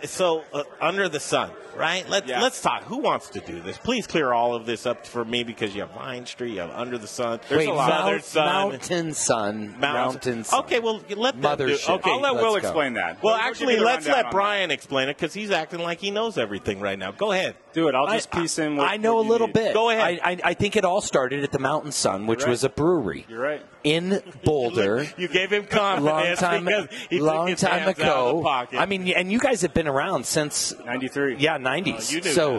[SPEAKER 5] the, so uh, under the sun, right? Let Let's talk. Who wants to do this? Please clear all of this up for me because you have Vine Street, you have Under the Sun,
[SPEAKER 6] Wait,
[SPEAKER 5] Southern
[SPEAKER 6] Mount,
[SPEAKER 5] Sun,
[SPEAKER 6] Mountain Sun. Mountain Sun.
[SPEAKER 5] Okay, well let them
[SPEAKER 6] Mothership.
[SPEAKER 5] do. Okay,
[SPEAKER 6] I'll let Will Let's go. explain that.
[SPEAKER 5] Well,
[SPEAKER 6] We'll- we'll
[SPEAKER 5] actually,
[SPEAKER 6] give you the
[SPEAKER 5] let's
[SPEAKER 6] rundown
[SPEAKER 5] let
[SPEAKER 6] on
[SPEAKER 5] Brian explain it because he's acting like he knows everything right now. Go ahead,
[SPEAKER 21] do it. I'll
[SPEAKER 6] just
[SPEAKER 21] piece in.
[SPEAKER 6] I know a little bit.
[SPEAKER 5] Go ahead.
[SPEAKER 6] I, I, I think it all started at the Mountain Sun, which
[SPEAKER 5] You're right.
[SPEAKER 6] was a brewery
[SPEAKER 21] You're right.
[SPEAKER 6] in Boulder.
[SPEAKER 5] You gave him
[SPEAKER 6] long
[SPEAKER 5] confidence
[SPEAKER 6] time,
[SPEAKER 5] because he took
[SPEAKER 6] long
[SPEAKER 5] his
[SPEAKER 6] time
[SPEAKER 5] hands
[SPEAKER 6] ago.
[SPEAKER 5] out of the pocket.
[SPEAKER 6] I mean, and you guys have been around since
[SPEAKER 21] '93.
[SPEAKER 6] Yeah, '90s.
[SPEAKER 5] Oh, you knew
[SPEAKER 6] so,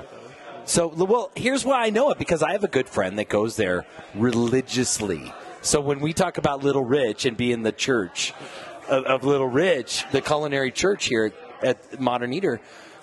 [SPEAKER 5] that,
[SPEAKER 6] so well, here's why I know it because I have a good friend that goes there religiously. So when we talk about Little Rich and being the church of, of Little Rich, the culinary church here at Modern Eater,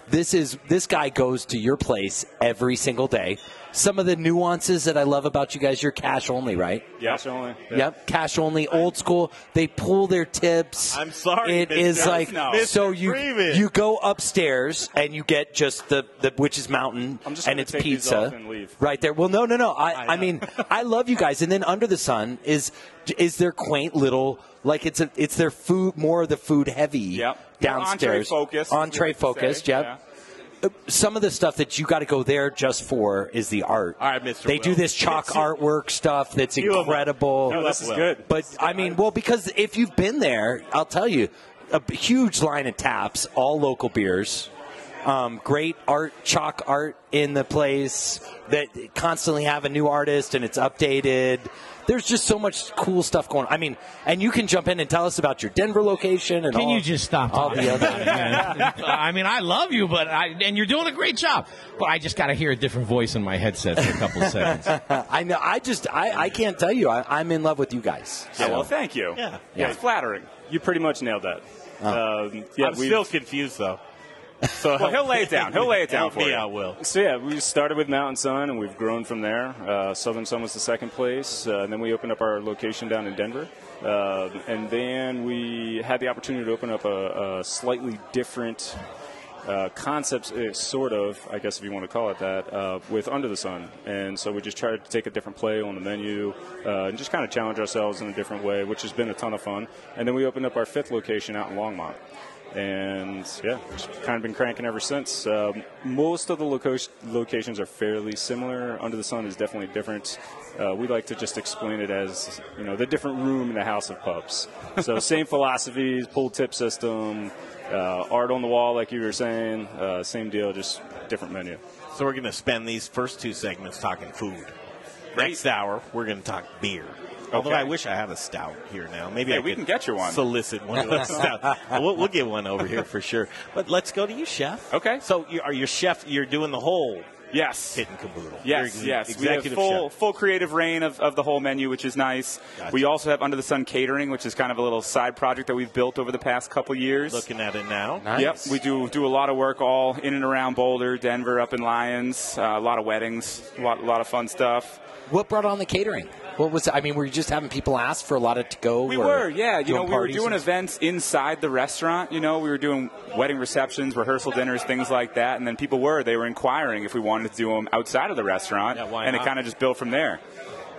[SPEAKER 6] this is this guy goes to your place every single day. Some of the nuances that I love about you guys, you're cash only, right?
[SPEAKER 21] Cash only.
[SPEAKER 6] Yep, cash only, old school. They pull their tips.
[SPEAKER 5] I'm sorry,
[SPEAKER 6] It
[SPEAKER 5] Mr.
[SPEAKER 6] is like
[SPEAKER 5] Fresno.
[SPEAKER 6] so
[SPEAKER 5] Mr.
[SPEAKER 6] you
[SPEAKER 5] Freeman.
[SPEAKER 6] you go upstairs and you get just the, the which is mountain
[SPEAKER 21] I'm just
[SPEAKER 6] and
[SPEAKER 21] gonna
[SPEAKER 6] it's
[SPEAKER 21] take these
[SPEAKER 6] pizza
[SPEAKER 21] off and leave.
[SPEAKER 6] right there. Well, no, no, no. I I, mean I love you guys. And then under the sun is is their quaint little like it's a it's their food more of the food heavy downstairs
[SPEAKER 21] Entree focused, is what
[SPEAKER 6] entree
[SPEAKER 21] they say,
[SPEAKER 6] focused. Yep.
[SPEAKER 21] yeah.
[SPEAKER 6] Uh, Some of the stuff that you got to go there just for is the art. All
[SPEAKER 5] right, Mr.
[SPEAKER 6] They do
[SPEAKER 5] Will.
[SPEAKER 6] this chalk artwork stuff that's
[SPEAKER 5] You love it.
[SPEAKER 6] incredible.
[SPEAKER 5] You No, this love is it. good.
[SPEAKER 6] But I mean, well, because if you've been there, I'll tell you, a b- huge line of taps, all local beers. Um, great art, chalk art in the place that constantly have a new artist and it's updated. There's just so much cool stuff going. on. I mean, and you can jump in and tell us about your Denver location and
[SPEAKER 7] Can
[SPEAKER 6] all-
[SPEAKER 7] you just stop
[SPEAKER 6] all
[SPEAKER 7] talking?
[SPEAKER 6] the other.
[SPEAKER 7] man? I mean, I love you, but I, and you're doing a great job. But I just got to hear a different voice in my headset for a couple of seconds.
[SPEAKER 6] I know. I just I, I can't tell you. I, I'm in love with you guys.
[SPEAKER 21] Yeah,
[SPEAKER 6] So.
[SPEAKER 21] well, thank you. Yeah.
[SPEAKER 6] Yeah.
[SPEAKER 21] It's flattering. You pretty much nailed that. Um, yeah,
[SPEAKER 5] I'm
[SPEAKER 21] we-
[SPEAKER 5] still confused though. So
[SPEAKER 21] well, he'll lay it down. He'll lay it down
[SPEAKER 5] Help
[SPEAKER 21] for
[SPEAKER 5] me
[SPEAKER 21] you.
[SPEAKER 5] out, Will.
[SPEAKER 21] So yeah, we started with Mountain Sun, and we've grown from there. Uh, Southern Sun was the second place, uh, and then we opened up our location down in Denver, uh, and then we had the opportunity to open up a, a slightly different. Uh, concepts, uh, sort of, I guess if you want to call it that, uh, with Under the Sun. And so we just tried to take a different play on the menu uh, and just kind of challenge ourselves in a different way, which has been a ton of fun. And then we opened up our fifth location out in Longmont and yeah, just kind of been cranking ever since. Um, most of the loco- locations are fairly similar. Under the Sun is definitely different. Uh, we like to just explain it as you know the different room in the house of pups. So same philosophies, pull tip system, uh, art on the wall, like you were saying, uh, same deal, just different menu.
[SPEAKER 5] So we're going to spend these first two segments talking food. Next hour, we're going to talk beer. Although
[SPEAKER 21] Okay.
[SPEAKER 5] I wish I had a stout here now. Maybe
[SPEAKER 21] Hey,
[SPEAKER 5] I
[SPEAKER 21] we
[SPEAKER 5] could
[SPEAKER 21] can get you one.
[SPEAKER 5] Solicit one of those stout. We'll, we'll get one over here for sure. But let's go to you, chef. Okay. So you are your chef. You're doing the whole
[SPEAKER 21] yes
[SPEAKER 5] kit and caboodle.
[SPEAKER 21] Yes,
[SPEAKER 5] You're
[SPEAKER 21] yes.
[SPEAKER 5] Executive
[SPEAKER 21] we have full,
[SPEAKER 5] chef.
[SPEAKER 21] full creative reign of, of the whole menu, which is nice. We also have Under the Sun Catering, which is kind of a little side project that we've built over the past couple years.
[SPEAKER 5] Looking at it now.
[SPEAKER 21] Yep, we do do a lot of work all in and around Boulder, Denver, up in Lyons. Uh, a lot of weddings, a lot, lot of fun stuff.
[SPEAKER 6] What brought on the catering? What was? I mean, were you just having people ask for a lot of to go?
[SPEAKER 21] We were, yeah. You know, we were doing events inside the restaurant. You know, we were doing wedding receptions, rehearsal dinners, things like that. And then people were they were inquiring if we wanted to do them outside of the restaurant.
[SPEAKER 5] Yeah, why
[SPEAKER 21] and
[SPEAKER 5] not?
[SPEAKER 21] it kind of just built from there.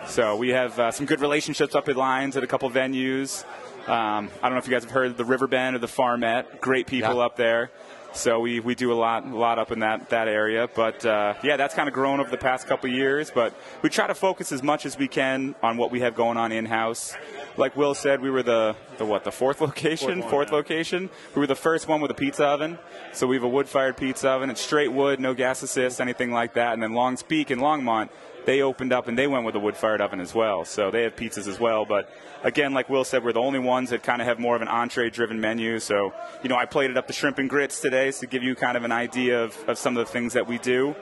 [SPEAKER 21] So we have uh, some good relationships up at Lyons at a couple venues. Um, I don't know if you guys have heard of the River Bend or the Farmette. Great people up there.
[SPEAKER 20] So we, we do a lot a lot up in that that area, but uh, yeah, that's kind of grown over the past couple of years. But we try to focus as much as we can on what we have going on in house. Like Will said, we were the, the what the fourth location,
[SPEAKER 16] Fourth
[SPEAKER 20] fourth,
[SPEAKER 16] one,
[SPEAKER 20] location. We were the first one with a pizza oven, so we have a wood fired pizza oven. It's straight wood, no gas assist, anything like that. And then Long's Peak and Longmont, they opened up and they went with a wood fired oven as well. So they have pizzas as well. But again, like Will said, we're the only ones that kind of have more of an entree driven menu. So, you know, I plated up the shrimp and grits today so to give you kind of an idea of, of some of the things that we do.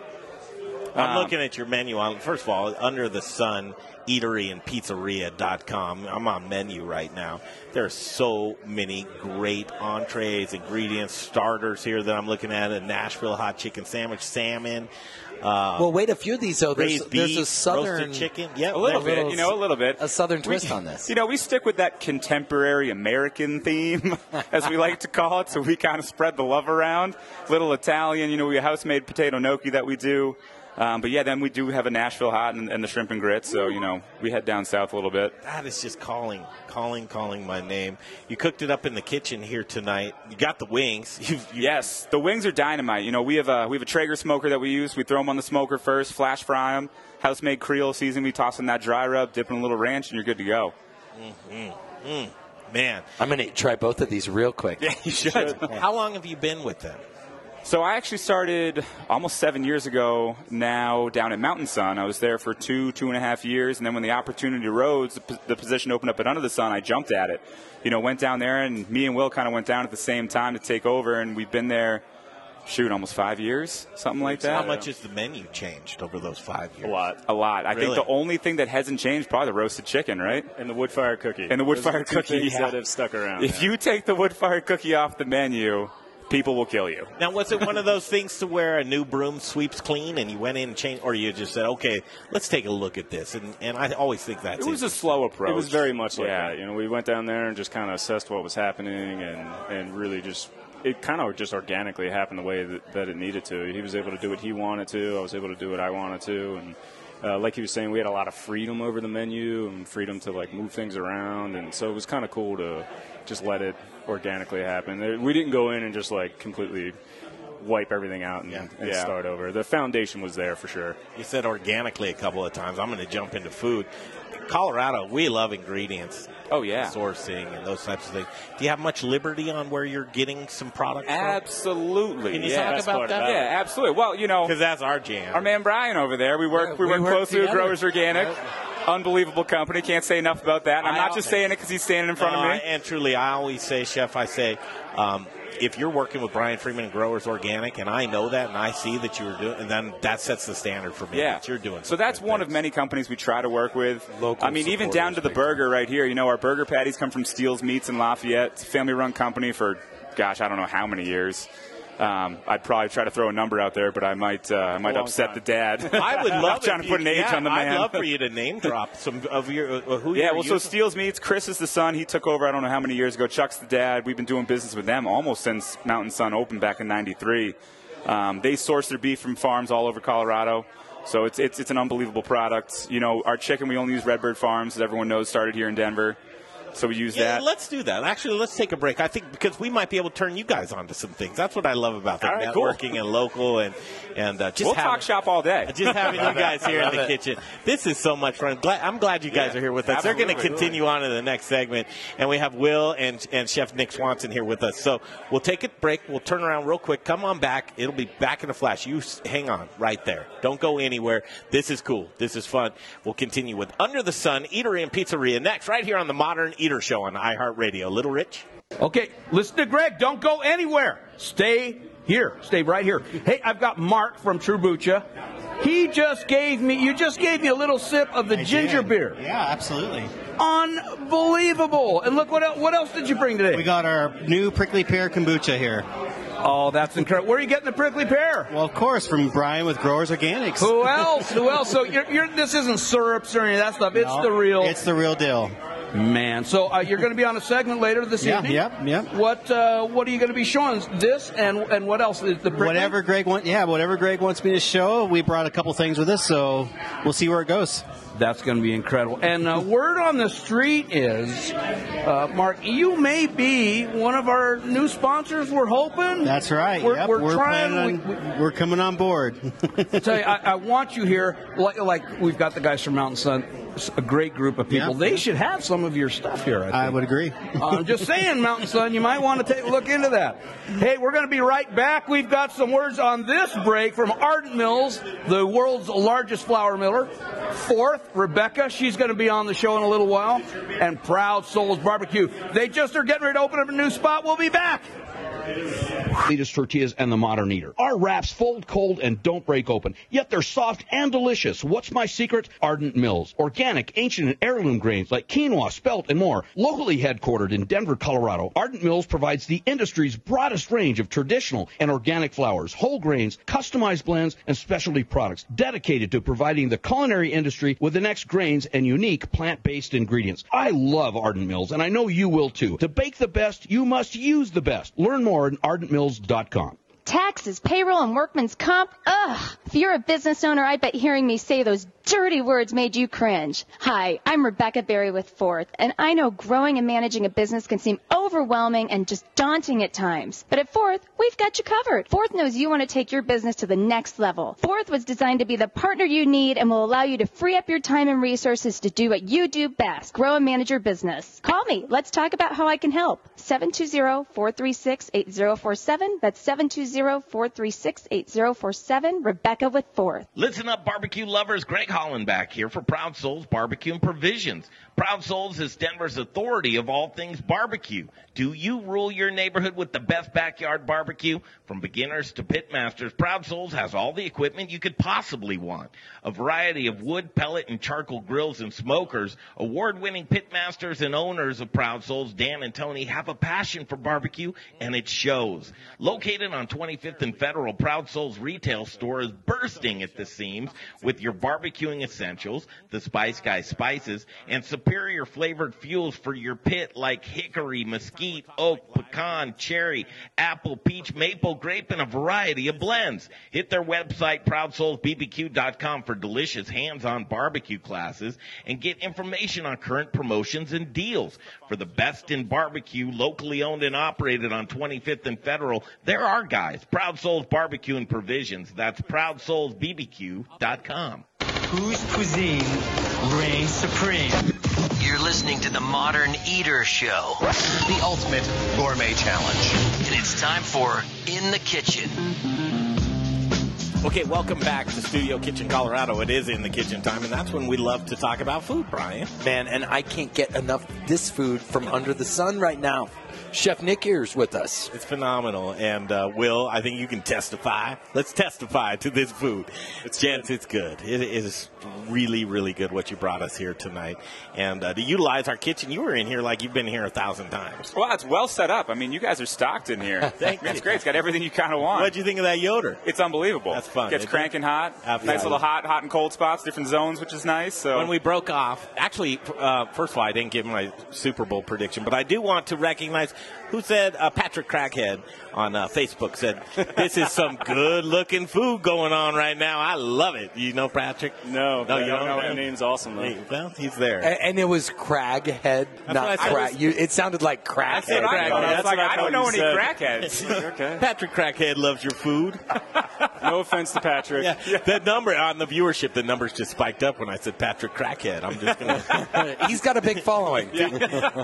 [SPEAKER 5] I'm
[SPEAKER 20] Um,
[SPEAKER 5] looking at your menu. On, first of all, under the sun, eatery and pizzeria.com. I'm on menu right now. There are so many great entrees, ingredients, starters here that I'm looking at. A Nashville hot chicken sandwich, salmon. Uh,
[SPEAKER 6] Well, wait a few of these though. There's,
[SPEAKER 5] raised
[SPEAKER 6] there's
[SPEAKER 5] beef,
[SPEAKER 6] a
[SPEAKER 5] roasted
[SPEAKER 6] southern
[SPEAKER 5] chicken. Yeah,
[SPEAKER 20] a little bit, you know, a little bit.
[SPEAKER 6] A southern
[SPEAKER 20] We-
[SPEAKER 6] twist on this.
[SPEAKER 20] You know, we stick with that contemporary American theme, as we like to call it. So we kind of spread the love around. Little Italian, you know, we have house-made potato gnocchi that we do. Um, but yeah, then we do have a Nashville hot and, and the shrimp and grits. So you know, we head down south a little bit.
[SPEAKER 5] That is just calling, calling, calling my name. You cooked it up in the kitchen here tonight. You got the wings. You've,
[SPEAKER 20] yes, the wings are dynamite. You know, we have a we have a Traeger smoker that we use. We throw them on the smoker first, flash fry them, house-made Creole season. We toss in that dry rub, dip in a little ranch, and you're good to go.
[SPEAKER 5] Mm-hmm. Mm. Man,
[SPEAKER 6] I'm gonna try both of these real quick.
[SPEAKER 5] Yeah, you should. How long have you been with them?
[SPEAKER 20] So I actually started almost seven years ago now down at Mountain Sun. I was there for two, two and a half years, and then when the opportunity arose, the pos- the position opened up at Under the Sun. I jumped at it. You know, went down there, and me and Will kind of went down at the same time to take over, and we've been there, shoot, almost five years, something like that.
[SPEAKER 5] How much has the menu changed over those five years?
[SPEAKER 20] A lot. A lot. I
[SPEAKER 5] Really?
[SPEAKER 20] think the only thing that hasn't changed probably the roasted chicken, right?
[SPEAKER 5] And the wood fire cookie.
[SPEAKER 20] And the wood fired
[SPEAKER 5] Those are the two
[SPEAKER 20] cookie
[SPEAKER 5] things
[SPEAKER 20] yeah.
[SPEAKER 5] that have stuck around,
[SPEAKER 20] If
[SPEAKER 5] yeah.
[SPEAKER 20] you take the wood fired cookie off the menu, people will kill you.
[SPEAKER 5] Now, was it one of those things to where a new broom sweeps clean and you went in and changed, or you just said, okay, let's take a look at this? And, and I always think that's
[SPEAKER 20] It was a slow approach.
[SPEAKER 5] It
[SPEAKER 20] Roach.
[SPEAKER 5] was
[SPEAKER 20] was
[SPEAKER 5] very.
[SPEAKER 20] very-
[SPEAKER 5] much.
[SPEAKER 20] much
[SPEAKER 5] like
[SPEAKER 20] that. You know, we went down there and just kind of assessed what was happening, and and really just it kind of just organically happened the way that, that it needed to. He was able to do what he wanted to. I was able to do what I wanted to, and. Uh, like he was saying, we had a lot of freedom over the menu and freedom to like move things around, and so it was kind of cool to just let it organically happen. There, we didn't go in and just like completely wipe everything out and, and
[SPEAKER 5] Yeah.
[SPEAKER 20] start over. The foundation was there for sure.
[SPEAKER 5] You said organically a couple of times. I'm going to jump into food. Colorado, we love ingredients.
[SPEAKER 20] Oh yeah,
[SPEAKER 5] sourcing and those types of things. Do you have much liberty on where you're getting some products?
[SPEAKER 20] Absolutely.
[SPEAKER 5] Can you
[SPEAKER 20] yeah.
[SPEAKER 5] talk about that?
[SPEAKER 20] Yeah, absolutely. Well, you know, because
[SPEAKER 5] that's our jam.
[SPEAKER 20] Our man Brian over there. We work. we,
[SPEAKER 5] we
[SPEAKER 20] work,
[SPEAKER 5] work
[SPEAKER 20] closely
[SPEAKER 5] together.
[SPEAKER 20] with Growers Organic. Unbelievable company. Can't say enough about that. And I'm
[SPEAKER 5] I
[SPEAKER 20] not just saying it because he's standing in front
[SPEAKER 5] No,
[SPEAKER 20] of me.
[SPEAKER 5] I- Uh, and truly, I always say, Chef, I say, um, if you're working with Brian Freeman and Growers Organic, and I know that, and I see that you were doing, and then that sets the standard for me.
[SPEAKER 20] Yeah.
[SPEAKER 5] that you're doing.
[SPEAKER 20] So that's one of many companies we try to work with.
[SPEAKER 5] Local
[SPEAKER 20] I mean, even
[SPEAKER 5] support
[SPEAKER 20] down
[SPEAKER 5] is
[SPEAKER 20] to the burger right here. You know, our burger patties come from Steele's Meats in Lafayette. It's a family-run company for, gosh, I don't know how many years. Um, I'd probably try to throw a number out there, but I might, uh, I might
[SPEAKER 5] long
[SPEAKER 20] upset
[SPEAKER 5] time.
[SPEAKER 20] the dad.
[SPEAKER 5] I would
[SPEAKER 20] I'm
[SPEAKER 5] love
[SPEAKER 20] trying
[SPEAKER 5] if
[SPEAKER 20] to put an
[SPEAKER 5] you-
[SPEAKER 20] age
[SPEAKER 5] yeah,
[SPEAKER 20] on the
[SPEAKER 5] I'd
[SPEAKER 20] man.
[SPEAKER 5] love for you to name drop some of your uh, who.
[SPEAKER 20] yeah,
[SPEAKER 5] you're
[SPEAKER 20] well, so
[SPEAKER 5] using.
[SPEAKER 20] Steele's Meats, Chris is the son. He took over, I don't know how many years ago. Chuck's the dad. We've been doing business with them almost since Mountain Sun opened back in 93. Um, they source their beef from farms all over Colorado. So it's, it's, it's an unbelievable product. You know, our chicken, we only use Redbird Farms, as everyone knows, started here in Denver. So we use
[SPEAKER 5] Yeah,
[SPEAKER 20] that.
[SPEAKER 5] let's do that. Actually, let's take a break. I think because we might be able to turn you guys on to some things. That's what I love about that
[SPEAKER 20] All right, cool.
[SPEAKER 5] networking and local and and uh, just
[SPEAKER 20] we'll
[SPEAKER 5] having,
[SPEAKER 20] talk shop all day.
[SPEAKER 5] just having you guys here in the kitchen. This is so much fun. Glad, I'm glad you guys
[SPEAKER 20] Yeah,
[SPEAKER 5] are here with us. They're going to
[SPEAKER 20] absolutely.
[SPEAKER 5] continue on to the next segment, and we have Will and and Chef Nick Swanson here with us. So we'll take a break. We'll turn around real quick. Come on back. It'll be back in a flash. You s- hang on right there. Don't go anywhere. This is cool. This is fun. We'll continue with Under the Sun Eatery and Pizzeria next, right here on the Modern Eater Show on iHeartRadio. Little Rich.
[SPEAKER 11] Okay, listen to Greg. Don't go anywhere. Stay here. Stay right here. Hey, I've got Mark from Trubucha. He just gave me, you just gave me a little sip of the ginger beer.
[SPEAKER 14] Yeah, absolutely.
[SPEAKER 11] Unbelievable. And look, what else, what else did you bring today?
[SPEAKER 14] We got our new prickly pear kombucha here.
[SPEAKER 11] Oh, that's incredible. Where are you getting the prickly pear?
[SPEAKER 14] Well, of course, from Brian with Growers Organics.
[SPEAKER 11] Who else? Who else? So you're, you're, this isn't syrups or any of that stuff. It's
[SPEAKER 14] No,
[SPEAKER 11] the real.
[SPEAKER 14] It's the real deal.
[SPEAKER 11] Man, so uh, you're going to be on a segment later this
[SPEAKER 14] Yeah,
[SPEAKER 11] evening.
[SPEAKER 14] yep,
[SPEAKER 11] yep. What uh, what are you going to be showing? This and and what else? The prickly?
[SPEAKER 14] Whatever Greg wants, yeah, whatever Greg wants me to show, we brought a couple things with us, so we'll see where it goes.
[SPEAKER 11] That's going to be incredible. And uh, word on the street is, uh, Mark, you may be one of our new sponsors. We're hoping.
[SPEAKER 14] That's right.
[SPEAKER 11] We're,
[SPEAKER 14] Yep,
[SPEAKER 11] we're,
[SPEAKER 14] we're
[SPEAKER 11] trying.
[SPEAKER 14] planning
[SPEAKER 11] we,
[SPEAKER 14] on- we're coming on board.
[SPEAKER 11] I tell you, I, I want you here. Like, like we've got the guys from Mountain Sun, s- a great group of people.
[SPEAKER 14] Yeah.
[SPEAKER 11] They should have some of your stuff here. I, think.
[SPEAKER 14] I would agree.
[SPEAKER 11] Uh, I'm just saying, Mountain Sun, you might want to take a look into that. Hey, we're going to be right back. We've got some words on this break from Ardent Mills, the world's largest flour miller. Fourth, Rebecca, she's going to be on the show in a little while. And Proud Souls Barbecue. They just are getting ready to open up a new spot. We'll be back.
[SPEAKER 18] Leaders tortillas and the modern eater. Our wraps fold cold and don't break open, yet they're soft and delicious. What's my secret? Ardent Mills. Organic, ancient, and heirloom grains like quinoa, spelt, and more. Locally headquartered in Denver, Colorado, Ardent Mills provides the industry's broadest range of traditional and organic flours, whole grains, customized blends, and specialty products dedicated to providing the culinary industry with the next grains and unique plant-based ingredients. I love Ardent Mills, and I know you will too. To bake the best, you must use the best. Learn more at ardentmills.com.
[SPEAKER 22] Taxes, payroll, and workman's comp. Ugh. If you're a business owner, I bet hearing me say those dirty words made you cringe. Hi, I'm Rebecca Berry with Fourth, and I know growing and managing a business can seem overwhelming and just daunting at times. But at Fourth, we've got you covered. Fourth knows you want to take your business to the next level. Fourth was designed to be the partner you need and will allow you to free up your time and resources to do what you do best, grow and manage your business. Call me. Let's talk about how I can help. 720-436-8047. That's 720-436-8047. Rebecca with Fourth.
[SPEAKER 5] Listen up, barbecue lovers. Greg Holland back here for Proud Souls Barbecue and Provisions. Proud Souls is Denver's authority of all things barbecue. Do you rule your neighborhood with the best backyard barbecue? From beginners to pitmasters, Proud Souls has all the equipment you could possibly want. A variety of wood, pellet, and charcoal grills and smokers. Award-winning pitmasters and owners of Proud Souls, Dan and Tony, have a passion for barbecue, and it shows. Located on 25th and Federal, Proud Souls retail store is bursting at the seams with your barbecuing essentials, the Spice Guy spices, and superior flavored fuels for your pit like hickory, mesquite, oak, pecan, cherry, apple, peach, maple, grape, and a variety of blends. Hit their website, proudsoulsbbq.com, for delicious hands-on barbecue classes and get information on current promotions and deals. For the best in barbecue, locally owned and operated on 25th and Federal, there are guys. Proud Souls Barbecue and Provisions. That's proudsoulsbbq.com.
[SPEAKER 1] Whose cuisine reigns supreme?
[SPEAKER 2] You're listening to the Modern Eater Show, the ultimate gourmet challenge. And it's time for In the Kitchen.
[SPEAKER 5] Okay, welcome back to Studio Kitchen Colorado. It is in the kitchen time, and that's when we love to talk about food, Brian.
[SPEAKER 6] Man, and I can't get enough of this food from under the sun right now. Chef Nick here's with us.
[SPEAKER 5] It's phenomenal. And uh, Will, I think you can testify. Let's testify to this food. It's Gents, it's good. It is really, really good what you brought us here tonight. And uh, to utilize our kitchen, you were in here like you've been here a thousand times.
[SPEAKER 20] Well, it's well set up. I mean, you guys are stocked in here.
[SPEAKER 5] Thank
[SPEAKER 20] It's
[SPEAKER 5] you.
[SPEAKER 20] great. It's got everything you kind of want.
[SPEAKER 5] What'd you think of that Yoder?
[SPEAKER 20] It's unbelievable. That's
[SPEAKER 5] fun,
[SPEAKER 20] Gets
[SPEAKER 5] isn't it?
[SPEAKER 20] cranking hot.
[SPEAKER 5] Absolutely.
[SPEAKER 20] Nice little hot, hot and cold spots, different zones, which is nice. So
[SPEAKER 5] When we broke off, actually, uh, first of all, I didn't give my Super Bowl prediction, but I do want to recognize who said uh, Patrick Crackhead on uh, Facebook said this is some good-looking food going on right now. I love it. You know Patrick?
[SPEAKER 20] No,
[SPEAKER 5] no,
[SPEAKER 20] I
[SPEAKER 5] you
[SPEAKER 20] don't
[SPEAKER 5] don't
[SPEAKER 20] know. That name's awesome, though.
[SPEAKER 5] Hey, well, he's there.
[SPEAKER 6] And, and it was Craghead,
[SPEAKER 5] what
[SPEAKER 6] not
[SPEAKER 5] I said.
[SPEAKER 6] Crack. You, it sounded like Crack.
[SPEAKER 5] That's what I thought. I was like, I don't know any
[SPEAKER 20] crackheads. okay.
[SPEAKER 5] Patrick Crackhead loves your food.
[SPEAKER 20] no offense to Patrick.
[SPEAKER 5] Yeah, the number on the viewership, the numbers just spiked up when I said Patrick Crackhead. I'm just gonna.
[SPEAKER 6] He's got a big following.
[SPEAKER 5] do,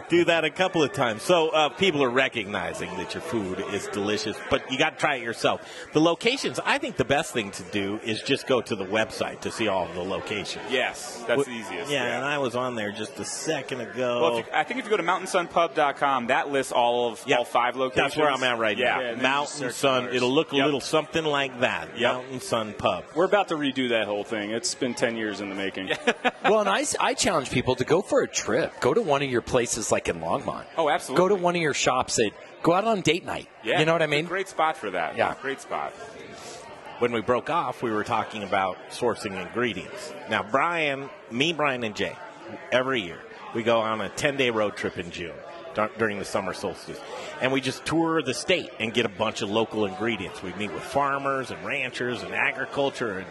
[SPEAKER 5] do that a couple of times. So uh, people are recognizing that your food is delicious, but you got to try it yourself. The locations, I think the best thing to do is just go to the website to see all of the locations.
[SPEAKER 20] Yes, that's the
[SPEAKER 5] Well,
[SPEAKER 20] easiest.
[SPEAKER 5] Yeah, and I was on there just a second ago.
[SPEAKER 20] Well, if you, I think if you go to mountainsunpub.com, that lists all of all five locations.
[SPEAKER 5] That's where I'm at right now.
[SPEAKER 20] Yeah,
[SPEAKER 5] Mountain Sun. It'll look a little something like that. Mountain Sun Pub.
[SPEAKER 20] We're about to redo that whole thing. It's been 10 years in the making.
[SPEAKER 6] well, and I, s- I challenge people to go for a trip. Go to one of your places like in Longmont.
[SPEAKER 20] Oh, absolutely.
[SPEAKER 6] Go to one of your shops. That, go out on date night.
[SPEAKER 20] Yeah,
[SPEAKER 6] You know what I
[SPEAKER 20] it's a
[SPEAKER 6] mean?
[SPEAKER 20] Great spot for that.
[SPEAKER 6] Yeah.
[SPEAKER 20] Great spot.
[SPEAKER 5] when we broke off, we were talking about sourcing ingredients. Now, Brian, me, Brian, and Jay, every year we go on a 10 day road trip in June. dur- during the summer solstice. And we just tour the state and get a bunch of local ingredients. We meet with farmers and ranchers and agriculture and,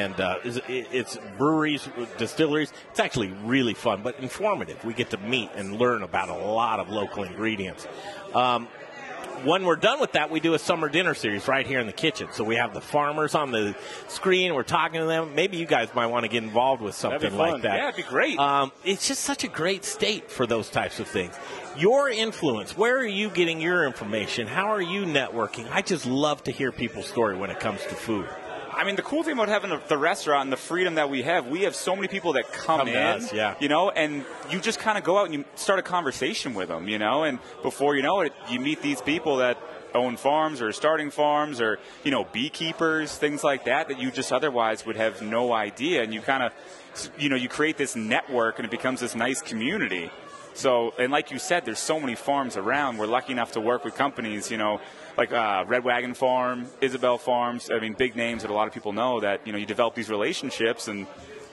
[SPEAKER 5] and uh, it's, it's breweries, distilleries. It's actually really fun, but informative. We get to meet and learn about a lot of local ingredients. Um, when we're done with that, we do a summer dinner series right here in the kitchen. So we have the farmers on the screen. We're talking to them. Maybe you guys might want to get involved with something
[SPEAKER 20] That'd be fun.
[SPEAKER 5] like that.
[SPEAKER 20] Yeah, it'd be great.
[SPEAKER 5] Um, it's just such a great state for those types of things. Your influence. Where are you getting your information? How are you networking? I just love to hear people's story when it comes to food.
[SPEAKER 20] I mean, the cool thing about having the- the restaurant and the freedom that we have, we have so many people that come,
[SPEAKER 5] Come to
[SPEAKER 20] in,
[SPEAKER 5] us, yeah.
[SPEAKER 20] you know, and you just kind of go out and you start a conversation with them, you know, and before you know it, you meet these people that own farms or starting farms or you know beekeepers, things like that that you just otherwise would have no idea, and you kind of, you know, you create this network and it becomes this nice community. So, and like you said, there's so many farms around. We're lucky enough to work with companies, you know, like uh, Red Wagon Farm, Isabel Farms. I mean, big names that a lot of people know. That you know, you develop these relationships, and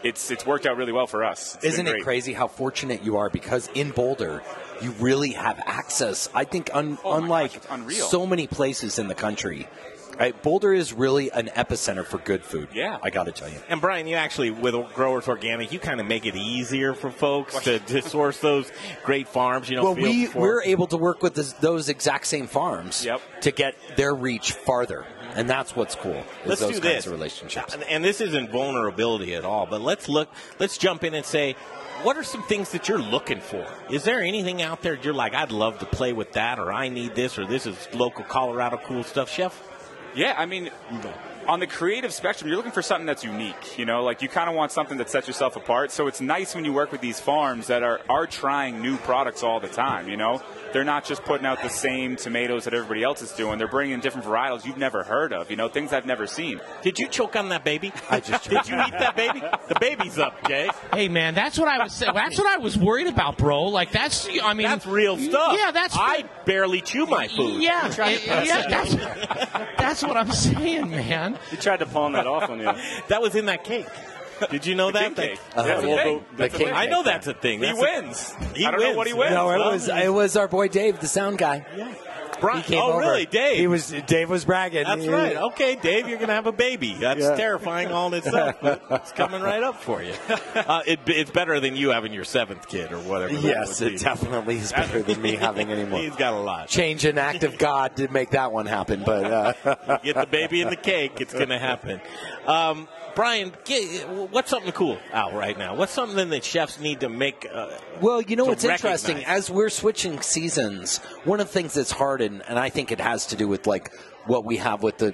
[SPEAKER 20] it's it's worked out really well for us. It's been
[SPEAKER 6] Isn't it
[SPEAKER 20] great.
[SPEAKER 6] crazy how fortunate you are because in Boulder, you really have access. I think, un-
[SPEAKER 5] Oh
[SPEAKER 6] unlike
[SPEAKER 20] unreal.
[SPEAKER 6] so many places in the country, right, Boulder is really an epicenter for good food. Yeah. I got to tell you.
[SPEAKER 5] And Brian, you actually with Growers Organic, you kind of make it easier for folks to, to source those great farms. You know,
[SPEAKER 6] well,
[SPEAKER 5] field
[SPEAKER 6] we,
[SPEAKER 5] for-
[SPEAKER 6] we're able to work with this, those exact same farms to get their reach farther. And that's what's cool. Is
[SPEAKER 5] Let's
[SPEAKER 6] those
[SPEAKER 5] do
[SPEAKER 6] kinds
[SPEAKER 5] this.
[SPEAKER 6] of relationships.
[SPEAKER 5] And, and this isn't vulnerability at all, but let's look, let's jump in and say, what are some things that you're looking for? Is there anything out there you're like, I'd love to play with that, or I need this, or this is local Colorado cool stuff, Chef?
[SPEAKER 20] Yeah, I mean, on the creative spectrum, you're looking for something that's unique. You know, like you kind of want something that sets yourself apart. So it's nice when you work with these farms that are are trying new products all the time. You know, they're not just putting out the same tomatoes that everybody else is doing. They're bringing in different varietals you've never heard of. You know, things I've never seen.
[SPEAKER 5] Did you choke on that baby? I just
[SPEAKER 20] did you
[SPEAKER 5] eat that baby? The baby's up, Jay.
[SPEAKER 7] Hey man, that's what I was. That's what I was worried about, bro. Like that's. I mean, that's
[SPEAKER 5] real stuff.
[SPEAKER 7] Yeah, that's.
[SPEAKER 5] I barely chew my food.
[SPEAKER 7] Yeah,
[SPEAKER 5] You tried to pass
[SPEAKER 7] yeah,
[SPEAKER 5] that
[SPEAKER 7] that's, that's what I'm saying, man.
[SPEAKER 5] You tried to pawn that off on you. that was in that cake. Did you know that?
[SPEAKER 20] cake.
[SPEAKER 5] That-
[SPEAKER 20] That's a
[SPEAKER 5] local-
[SPEAKER 20] thing. That's a thing.
[SPEAKER 5] I know that's a thing.
[SPEAKER 20] He
[SPEAKER 5] That's a-
[SPEAKER 20] wins.
[SPEAKER 5] he
[SPEAKER 20] I don't know
[SPEAKER 5] wins.
[SPEAKER 20] what he wins.
[SPEAKER 6] No, it was it was our boy Dave, the sound guy. Yeah.
[SPEAKER 5] Brian- oh, really, Dave?
[SPEAKER 6] He was Dave was bragging.
[SPEAKER 5] That's
[SPEAKER 6] He-
[SPEAKER 5] right. Okay, Dave, you're going to have a baby. That's
[SPEAKER 6] Yeah.
[SPEAKER 5] terrifying all in itself, but it's coming right up for you. Uh, it, it's better than you having your seventh kid or whatever. that
[SPEAKER 6] Yes,
[SPEAKER 5] would
[SPEAKER 6] it
[SPEAKER 5] be.
[SPEAKER 6] definitely is better than me having any more.
[SPEAKER 5] He's got a lot.
[SPEAKER 6] Change an act of God to make that one happen, but uh,
[SPEAKER 5] Get the baby in the cake. It's going to happen. Um, Brian, get, what's something cool out right now? What's something that chefs need to make? Uh,
[SPEAKER 6] Well, you know
[SPEAKER 5] to
[SPEAKER 6] what's interesting?
[SPEAKER 5] recognize?
[SPEAKER 6] As we're switching seasons, one of the things that's hard, and, and I think it has to do with like what we have with the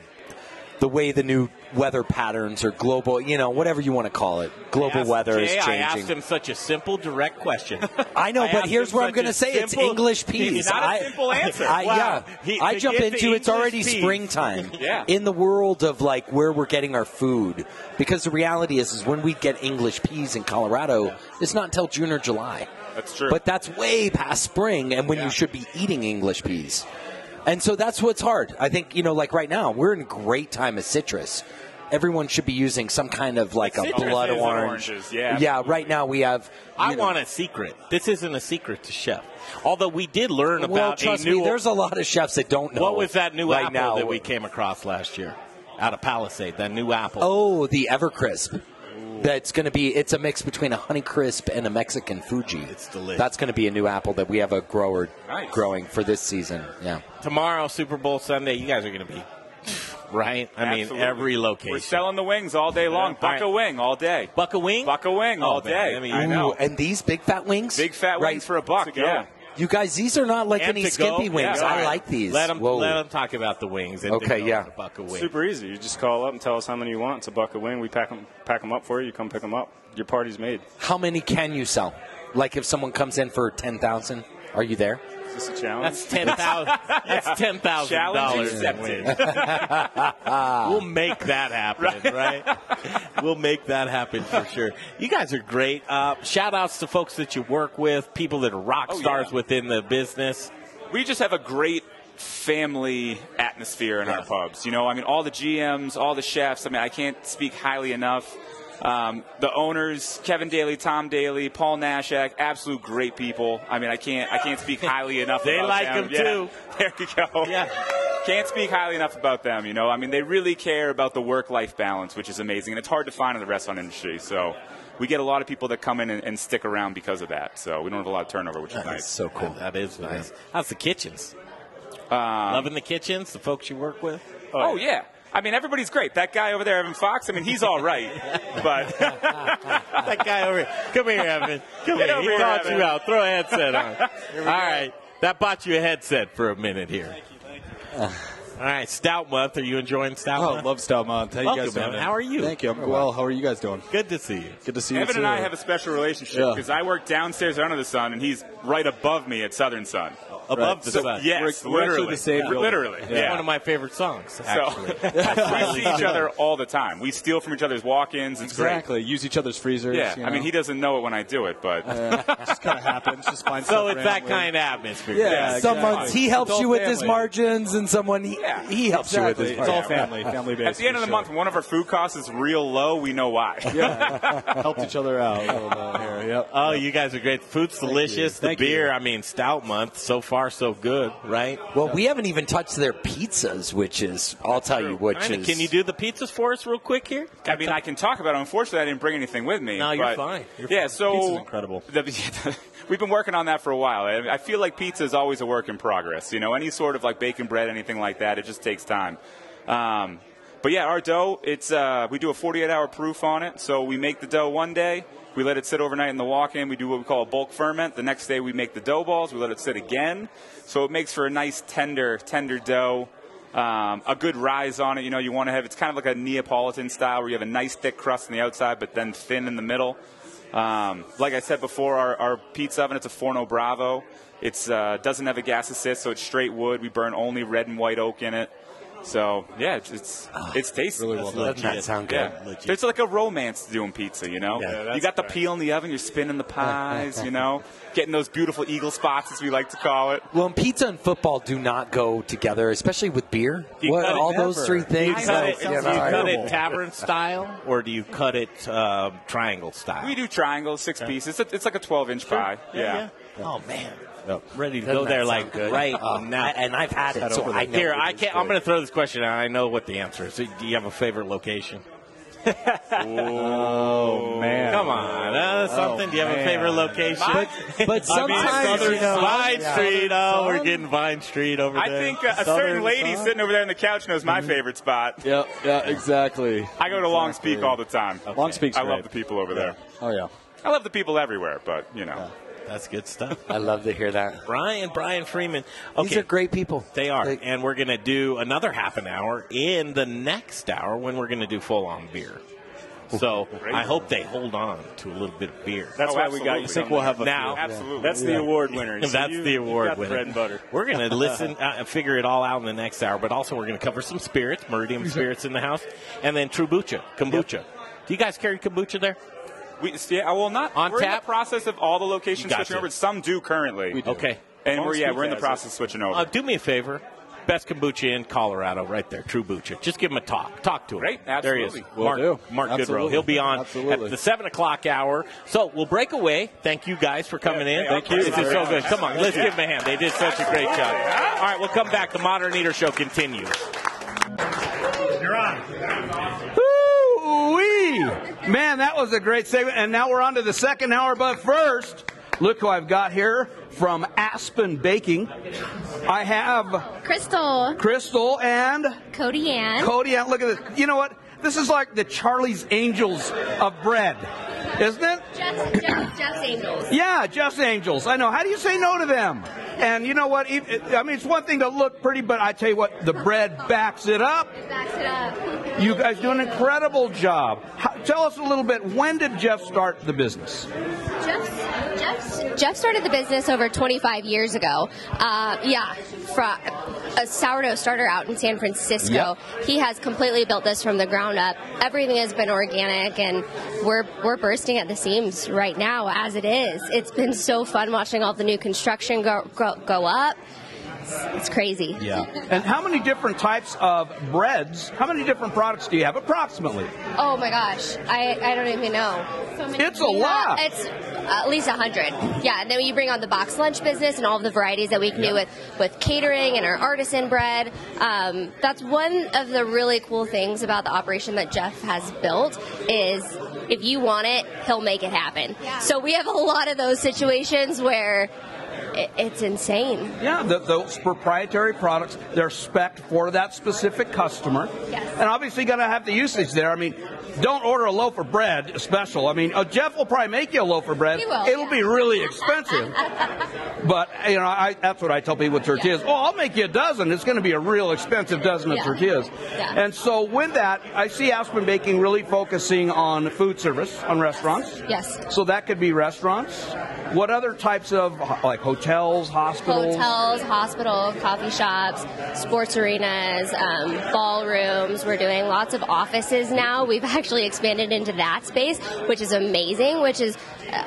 [SPEAKER 6] the way the new weather patterns or global, you know, whatever you want to call it, global
[SPEAKER 5] I asked
[SPEAKER 6] weather
[SPEAKER 5] Jay,
[SPEAKER 6] is
[SPEAKER 5] I asked
[SPEAKER 6] changing.
[SPEAKER 5] him such a simple, direct question.
[SPEAKER 6] I know, but
[SPEAKER 5] asked
[SPEAKER 6] here's
[SPEAKER 5] him
[SPEAKER 6] where I'm
[SPEAKER 5] such
[SPEAKER 6] going
[SPEAKER 5] a
[SPEAKER 6] to say it's
[SPEAKER 5] simple-
[SPEAKER 6] English peas.
[SPEAKER 5] Not a
[SPEAKER 6] I-
[SPEAKER 5] simple answer.
[SPEAKER 6] I,
[SPEAKER 5] Wow.
[SPEAKER 6] Yeah,
[SPEAKER 5] He-
[SPEAKER 6] I
[SPEAKER 5] to
[SPEAKER 6] jump
[SPEAKER 5] get the
[SPEAKER 6] into
[SPEAKER 5] English
[SPEAKER 6] it's already
[SPEAKER 5] peas.
[SPEAKER 6] springtime.
[SPEAKER 5] Yeah.
[SPEAKER 6] In the world of like where we're getting our food, because the reality is, is when we get English peas in Colorado, it's not until June or July.
[SPEAKER 20] That's true.
[SPEAKER 6] But that's way past spring and when you should be eating English peas. And so that's what's hard. I think, you know, like right now, we're in great time of citrus. Everyone should be using some kind of like a
[SPEAKER 5] Citruses
[SPEAKER 6] blood
[SPEAKER 5] and
[SPEAKER 6] orange.
[SPEAKER 5] oranges, yeah,
[SPEAKER 6] yeah, right now we have.
[SPEAKER 5] I
[SPEAKER 6] you know-
[SPEAKER 5] want a secret. This isn't a secret to chef. Although we did learn
[SPEAKER 6] well,
[SPEAKER 5] about
[SPEAKER 6] trust
[SPEAKER 5] a new.
[SPEAKER 6] me, there's a lot of chefs that don't know.
[SPEAKER 5] What was that new
[SPEAKER 6] right
[SPEAKER 5] apple
[SPEAKER 6] now.
[SPEAKER 5] that we came across last year out of Palisade? That new apple.
[SPEAKER 6] Oh, the Evercrisp. That's going to be. It's a mix between a Honeycrisp and a Mexican Fuji. It's
[SPEAKER 5] delicious.
[SPEAKER 6] That's going to be a new apple that we have a grower
[SPEAKER 5] Nice.
[SPEAKER 6] growing for this season. Yeah.
[SPEAKER 5] Tomorrow, Super Bowl Sunday, you guys are going to be right. I mean,
[SPEAKER 20] Absolutely.
[SPEAKER 5] every location.
[SPEAKER 20] We're selling the wings all day long.
[SPEAKER 5] Yeah.
[SPEAKER 20] Buck a wing all day.
[SPEAKER 5] Buck a wing.
[SPEAKER 20] Buck a wing
[SPEAKER 5] Oh,
[SPEAKER 20] all
[SPEAKER 5] man,
[SPEAKER 20] day.
[SPEAKER 5] I mean-
[SPEAKER 20] I
[SPEAKER 6] Ooh,
[SPEAKER 20] know.
[SPEAKER 6] and these big fat wings.
[SPEAKER 20] Big fat
[SPEAKER 6] Right.
[SPEAKER 20] wings for a buck. Yeah.
[SPEAKER 6] You guys, these are not like any skimpy wings. I like these.
[SPEAKER 5] Let them
[SPEAKER 6] Whoa.
[SPEAKER 5] talk about the wings.
[SPEAKER 6] and Okay, then yeah. the
[SPEAKER 5] buck a wing.
[SPEAKER 20] Super easy. You just call up and tell us how many you want. It's a buck a wing. We pack them, pack 'em up for you. You come pick them up. Your party's made.
[SPEAKER 6] How many can you sell? Like if someone comes in for ten thousand, are you there?
[SPEAKER 20] Is this a challenge?
[SPEAKER 5] That's ten thousand.
[SPEAKER 20] Yeah.
[SPEAKER 5] That's ten thousand
[SPEAKER 20] Challenge
[SPEAKER 5] dollars. we'll make that happen, right? we'll make that happen for sure. You guys are great. Uh, shout outs to folks that you work with, people that are rock
[SPEAKER 20] Oh, yeah.
[SPEAKER 5] stars within the business.
[SPEAKER 20] we just have a great family atmosphere in our pubs. You know, I mean, all the GMs, all the chefs. I mean, I can't speak highly enough Um, the owners, Kevin Daly, Tom Daly, Paul Nashak, absolute great people. I mean, I can't I can't speak highly enough.
[SPEAKER 5] They
[SPEAKER 20] about
[SPEAKER 5] like
[SPEAKER 20] them.
[SPEAKER 5] him,
[SPEAKER 20] Yeah.
[SPEAKER 5] too.
[SPEAKER 20] There you go. Yeah. Can't speak highly enough about them. You know, I mean, they really care about the work-life balance, which is amazing, and it's hard to find in the restaurant industry. So. We get a lot of people that come in and, and stick around because of that. So we don't have a lot of turnover, which is
[SPEAKER 5] That is
[SPEAKER 20] nice.
[SPEAKER 5] so cool. That is nice. How's the kitchens?
[SPEAKER 20] Um,
[SPEAKER 5] Loving the kitchens, the folks you work with.
[SPEAKER 20] Oh, yeah. I mean, everybody's great. That guy over there, Evan Fox. I mean, he's all right, but that
[SPEAKER 5] guy over here. Come here, Evan. Come
[SPEAKER 20] Get
[SPEAKER 5] here.
[SPEAKER 20] over
[SPEAKER 5] He
[SPEAKER 20] here,
[SPEAKER 5] called
[SPEAKER 20] Evan.
[SPEAKER 5] you out. Throw a headset on.
[SPEAKER 20] Here
[SPEAKER 5] All
[SPEAKER 20] we go.
[SPEAKER 5] right. That bought you a headset for a minute here. All right, Stout Month. Are you enjoying Stout
[SPEAKER 23] Uh. Oh,
[SPEAKER 5] Month?
[SPEAKER 23] love Stout Month. How you
[SPEAKER 5] Welcome,
[SPEAKER 23] guys doing?
[SPEAKER 5] Evan. How are you?
[SPEAKER 23] Thank you. I'm
[SPEAKER 5] Oh,
[SPEAKER 23] well.
[SPEAKER 5] wow.
[SPEAKER 23] How are you guys doing?
[SPEAKER 5] Good to see you.
[SPEAKER 23] Good to see you.
[SPEAKER 20] Evan
[SPEAKER 23] too.
[SPEAKER 20] and I have a special relationship
[SPEAKER 23] Yeah.
[SPEAKER 20] because I work downstairs under the sun, and he's right above me at Southern Sun.
[SPEAKER 5] Above the
[SPEAKER 20] So,
[SPEAKER 5] sun. We're-
[SPEAKER 20] Yes,
[SPEAKER 5] we're actually
[SPEAKER 20] literally.
[SPEAKER 5] the same building.
[SPEAKER 20] literally.
[SPEAKER 5] It's
[SPEAKER 20] Yeah.
[SPEAKER 5] one of my favorite songs, actually.
[SPEAKER 20] So, we see each other all the time. We steal from each other's walk-ins. It's
[SPEAKER 23] Exactly. Use each other's freezers.
[SPEAKER 20] great. Yeah.
[SPEAKER 23] you
[SPEAKER 20] I mean,
[SPEAKER 23] know.
[SPEAKER 20] he doesn't know it when I do it, but
[SPEAKER 5] so it's that kind of atmosphere.
[SPEAKER 23] Yeah,
[SPEAKER 5] Some
[SPEAKER 23] exactly.
[SPEAKER 5] months
[SPEAKER 23] He helps
[SPEAKER 5] It's
[SPEAKER 23] you
[SPEAKER 5] all
[SPEAKER 23] with his
[SPEAKER 5] family.
[SPEAKER 23] margins, and someone he, he helps you with his
[SPEAKER 20] Exactly.
[SPEAKER 23] margins.
[SPEAKER 20] At the end of the month, when one of our food costs is real low. We know why.
[SPEAKER 23] helped each other out. a little bit here. Yep.
[SPEAKER 5] Oh, you guys are great. Food's delicious. The
[SPEAKER 6] Thank
[SPEAKER 5] beer, I mean, Stout Month. So far, so good, right?
[SPEAKER 6] Well, we haven't even touched their pizzas, which is, I'll tell you, which
[SPEAKER 5] Kinda.
[SPEAKER 6] is.
[SPEAKER 5] Can you do the pizzas for us real quick here?
[SPEAKER 20] I mean, I can talk about it. Unfortunately, I didn't bring anything with me.
[SPEAKER 5] No, you're
[SPEAKER 20] but-
[SPEAKER 5] fine. You're
[SPEAKER 20] yeah,
[SPEAKER 5] fine.
[SPEAKER 20] so
[SPEAKER 5] Pizza's incredible.
[SPEAKER 20] the- we've been working on that for a while. I, I feel like pizza is always a work in progress. You know, any sort of like bacon bread, anything like that, it just takes time. Um, but yeah, our dough, it's uh, we do a 48-hour proof on it. So we make the dough one day. We let it sit overnight in the walk-in. We do what we call a bulk ferment. The next day, we make the dough balls. We let it sit again, so it makes for a nice tender, tender dough um, a good rise on it. You know, you want to have it's kind of like a Neapolitan style where you have a nice thick crust on the outside, but then thin in the middle. Um, like I said before, our, our pizza oven it's a Forno Bravo. It uh, doesn't have a gas assist, so it's straight wood. We burn only red and white oak in it. So yeah, it's it's, it's tasty.
[SPEAKER 6] Ah, Really well That's done. legit. Doesn't that sound good?
[SPEAKER 20] Yeah.
[SPEAKER 6] Legit.
[SPEAKER 20] There's like a romance to doing pizza, you know.
[SPEAKER 6] Yeah. Yeah, that's
[SPEAKER 20] you got the peel in the oven, you're spinning the pies, you know, getting those beautiful eagle spots as we like to call it.
[SPEAKER 6] Well, and pizza and football do not go together, especially with beer. What,
[SPEAKER 5] cut it
[SPEAKER 6] all those
[SPEAKER 5] never.
[SPEAKER 6] three things.
[SPEAKER 5] You cut
[SPEAKER 6] like-
[SPEAKER 5] it, do you cut it tavern style or do you cut it um, triangle style?
[SPEAKER 20] We do triangles, six pieces. It's, a, it's like a 12 inch pie.
[SPEAKER 5] Yeah, Oh man, ready to go there like right
[SPEAKER 6] Oh,
[SPEAKER 5] now.
[SPEAKER 6] and I've had it, so I know
[SPEAKER 5] Here,
[SPEAKER 6] it
[SPEAKER 5] I
[SPEAKER 6] is
[SPEAKER 5] can't. I'm going to throw this question out. I know what the answer is. Do you have a favorite location?
[SPEAKER 20] oh
[SPEAKER 5] man! Come on, uh, something. Do you have a
[SPEAKER 6] Oh, man.
[SPEAKER 5] favorite location?
[SPEAKER 6] But-
[SPEAKER 5] I
[SPEAKER 6] but
[SPEAKER 5] mean,
[SPEAKER 6] sometimes,
[SPEAKER 5] Southern
[SPEAKER 6] you know-
[SPEAKER 5] Vine
[SPEAKER 6] Yeah.
[SPEAKER 5] Street. Oh, we're
[SPEAKER 20] Sun?
[SPEAKER 5] getting Vine Street over
[SPEAKER 20] I
[SPEAKER 5] there.
[SPEAKER 20] think uh, a certain lady sitting over there on the couch knows my favorite spot.
[SPEAKER 23] Yeah, Mm-hmm. yeah, exactly.
[SPEAKER 20] I go to Long
[SPEAKER 23] Exactly.
[SPEAKER 20] Speak all the time.
[SPEAKER 23] Long Speak's
[SPEAKER 20] I love
[SPEAKER 23] great.
[SPEAKER 20] the people over there.
[SPEAKER 23] Oh yeah.
[SPEAKER 20] I love the people everywhere, but you know.
[SPEAKER 5] That's good stuff.
[SPEAKER 6] I love to hear that.
[SPEAKER 5] Brian, Brian Freeman. Okay.
[SPEAKER 6] These are great people.
[SPEAKER 5] They are. and we're going to do another half an hour in the next hour when we're going to do full on beer. So I hope they hold on to a little bit of beer.
[SPEAKER 23] That's Oh, why we got you. absolutely. I think we'll have a
[SPEAKER 5] now.
[SPEAKER 23] few. Absolutely. That's the award winner. So
[SPEAKER 5] That's
[SPEAKER 23] you-
[SPEAKER 5] the
[SPEAKER 23] you've
[SPEAKER 5] award
[SPEAKER 23] got the
[SPEAKER 5] winner.
[SPEAKER 23] bread and butter.
[SPEAKER 5] We're going to listen, uh, figure it all out in the next hour. But also, we're going to cover some spirits, Meridian spirits in the house, and then Trubucha, kombucha. Do you guys carry kombucha there?
[SPEAKER 20] We, yeah, well, not
[SPEAKER 5] on
[SPEAKER 20] we're in
[SPEAKER 5] tap.
[SPEAKER 20] the process of all the locations
[SPEAKER 5] Gotcha.
[SPEAKER 20] switching over. Some do currently.
[SPEAKER 5] Okay.
[SPEAKER 20] And we're yeah, we're in the process of switching over.
[SPEAKER 5] Uh, do me a favor. Best kombucha in Colorado, right there, True Bucha. Just give him a talk. Talk to him.
[SPEAKER 20] Great,
[SPEAKER 5] There
[SPEAKER 20] absolutely.
[SPEAKER 5] he is.
[SPEAKER 20] Will
[SPEAKER 5] Mark,
[SPEAKER 20] do.
[SPEAKER 5] Mark Goodrow.
[SPEAKER 20] Absolutely.
[SPEAKER 5] He'll be on
[SPEAKER 20] Absolutely.
[SPEAKER 5] at the 7 o'clock hour. So we'll break away. Thank you guys for coming in.
[SPEAKER 20] Yeah, thank you.
[SPEAKER 5] This is so good. Come on, let's give him a hand. They did such a great job. All right, we'll come back. The Modern Eater Show continues.
[SPEAKER 1] You're on.
[SPEAKER 11] Woo-wee. Man, that was a great segment. And now we're on to the second hour, but first, look who I've got here from Aspen Baking. I have
[SPEAKER 24] Crystal.
[SPEAKER 11] Crystal and
[SPEAKER 24] Cody Ann.
[SPEAKER 11] Cody. And look at this. You know what? This is like the Charlie's Angels of bread, isn't it?
[SPEAKER 24] Just, just, just angels.
[SPEAKER 11] Yeah, just angels. I know. How do you say no to them? And you know what? Ev- I mean, it's one thing to look pretty, but I tell you what, the bread backs it up.
[SPEAKER 24] Backs it up.
[SPEAKER 11] You guys do an incredible job. How, tell us a little bit. When did Jeff start the business?
[SPEAKER 24] Jeff, Jeff, Jeff started the business over 25 years ago. Uh, yeah, from a sourdough starter out in San Francisco. He has completely built this from the ground up. Everything has been organic, and we're we're bursting at the seams right now as it is. It's been so fun watching all the new construction go go, go up.
[SPEAKER 8] It's, it's crazy.
[SPEAKER 11] Yeah. And how many different types of breads? How many different products do you have approximately?
[SPEAKER 8] Oh my gosh, I, I don't even know.
[SPEAKER 11] It's a
[SPEAKER 8] We have-
[SPEAKER 11] lot.
[SPEAKER 8] It's at least a hundred. Yeah, and then you bring on the box lunch business and all of the varieties that we can do with with catering and our artisan bread. Um, that's one of the really cool things about the operation that Jeff has built is if you want it, he'll make it happen. So we have a lot of those situations where it, it's insane.
[SPEAKER 11] Yeah, the, those proprietary products, they're spec for that specific customer. And obviously, you got to have the usage there. I mean, don't order a loaf of bread special. I mean, uh, Jeff will probably make you a loaf of bread.
[SPEAKER 25] He will,
[SPEAKER 11] It'll be really expensive. but, you know, I, that's what I tell people with tortillas. Oh, I'll make you a dozen. It's going to be a real expensive dozen of
[SPEAKER 25] Yeah.
[SPEAKER 11] tortillas.
[SPEAKER 25] Yeah.
[SPEAKER 11] And so, with that, I see Aspen Baking really focusing on food service, on restaurants.
[SPEAKER 8] Yes.
[SPEAKER 11] So, that could be restaurants. What other types of, like hotels, hospitals?
[SPEAKER 8] Hotels, hospitals, coffee shops, sports arenas, um, ballrooms. We're doing lots of offices now. We've actually expanded into that space, which is amazing, which is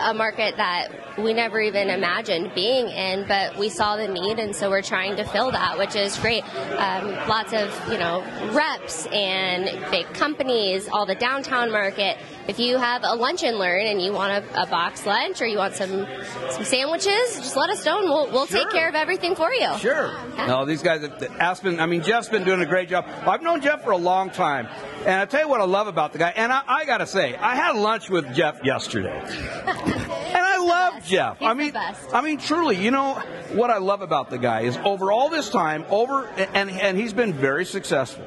[SPEAKER 8] a market that we never even imagined being in, but we saw the need, and so we're trying to fill that, which is great. Um, lots of, you know, reps and big companies, all the downtown market. If you have a lunch and learn and you want a, a box lunch or you want some, some sandwiches, just let us know and we'll, we'll take care of everything for you.
[SPEAKER 11] Sure. No, these guys, have- Aspen, I mean, Jeff's been doing a great job. I've known Jeff for a long time. And I tell you what I love about the guy. And I, I got to say, I had lunch with Jeff yesterday. And I love Jeff. I mean, I mean, truly, you know what I love about the guy is over all this time, over and and he's been very successful.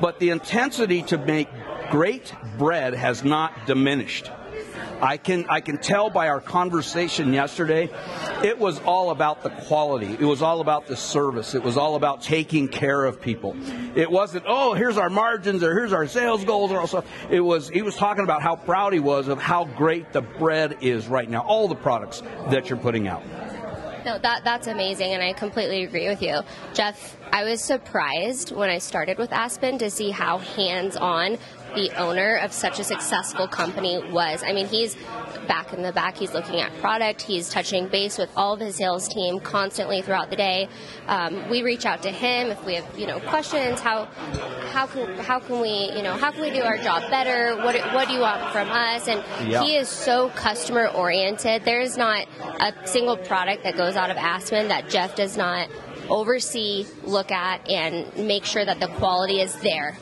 [SPEAKER 11] But the intensity to make great bread has not diminished. I can I can tell by our conversation yesterday, it was all about the quality. It was all about the service. It was all about taking care of people. It wasn't oh here's our margins or here's our sales goals or all stuff. It was he was talking about how proud he was of how great the bread is right now. All the products that you're putting out.
[SPEAKER 8] No, that that's amazing, and I completely agree with you, Jeff. I was surprised when I started with Aspen to see how hands-on the owner of such a successful company was. I mean, he's back in the back. He's looking at product. He's touching base with all of his sales team constantly throughout the day. Um, we reach out to him if we have you know questions. How how can how can we you know how can we do our job better? What what do you want from us? And
[SPEAKER 4] Yeah.
[SPEAKER 8] he is is so customer oriented. There is not a single product that goes out of Aspen that Jeff does not oversee, look at, and make sure that the quality is there.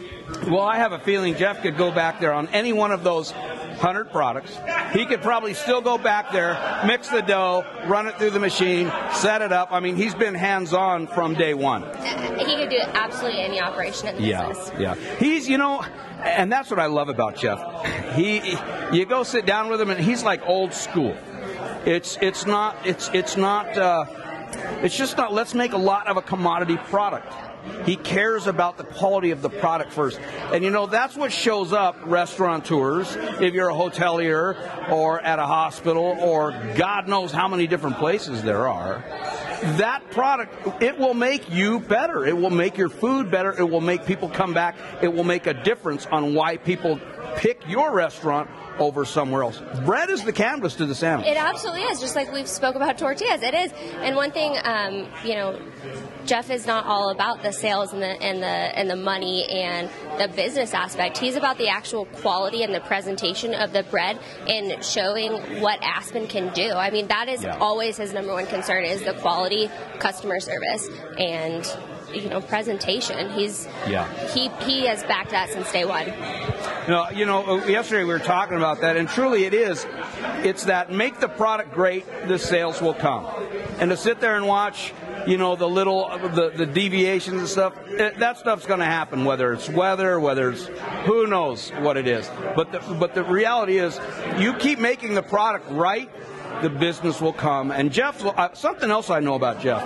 [SPEAKER 11] Well, I have a feeling Jeff could go back there on any one of those 100 products. He could probably still go back there, mix the dough, run it through the machine, set it up. I mean, he's been hands on from day one.
[SPEAKER 8] He could do absolutely any operation in the
[SPEAKER 11] Yeah,
[SPEAKER 8] business.
[SPEAKER 11] yeah. He's, you know, and that's what I love about Jeff. He, you go sit down with him, and he's like old school. It's, it's not, it's, it's not, uh, it's just not. Let's make a lot of a commodity product. He cares about the quality of the product first, and you know that's what shows up restaurateurs. If you're a hotelier or at a hospital or God knows how many different places there are, that product it will make you better it will make your food better it will make people come back it will make a difference on why people pick your restaurant over somewhere else bread is the canvas to the sandwich
[SPEAKER 8] It absolutely is, just like we've spoke about tortillas. It is, and one thing, um, you know, Jeff is not all about the sales and the and the and the money and the business aspect. He's about the actual quality and the presentation of the bread and showing what Aspen can do. I mean, that is
[SPEAKER 26] Yeah.
[SPEAKER 8] always his number one concern is the quality, customer service, and you know, presentation. He's
[SPEAKER 11] yeah
[SPEAKER 8] he he has backed that since day one.
[SPEAKER 11] No, you know, uh, yesterday we were talking about that, and truly it is. It's that make the product great, the sales will come. And to sit there and watch, you know, the little, uh, the, the deviations and stuff, it, that stuff's going to happen, whether it's weather, whether it's who knows what it is. But the, but the reality is, you keep making the product right, the business will come. And Jeff, uh, something else I know about Jeff,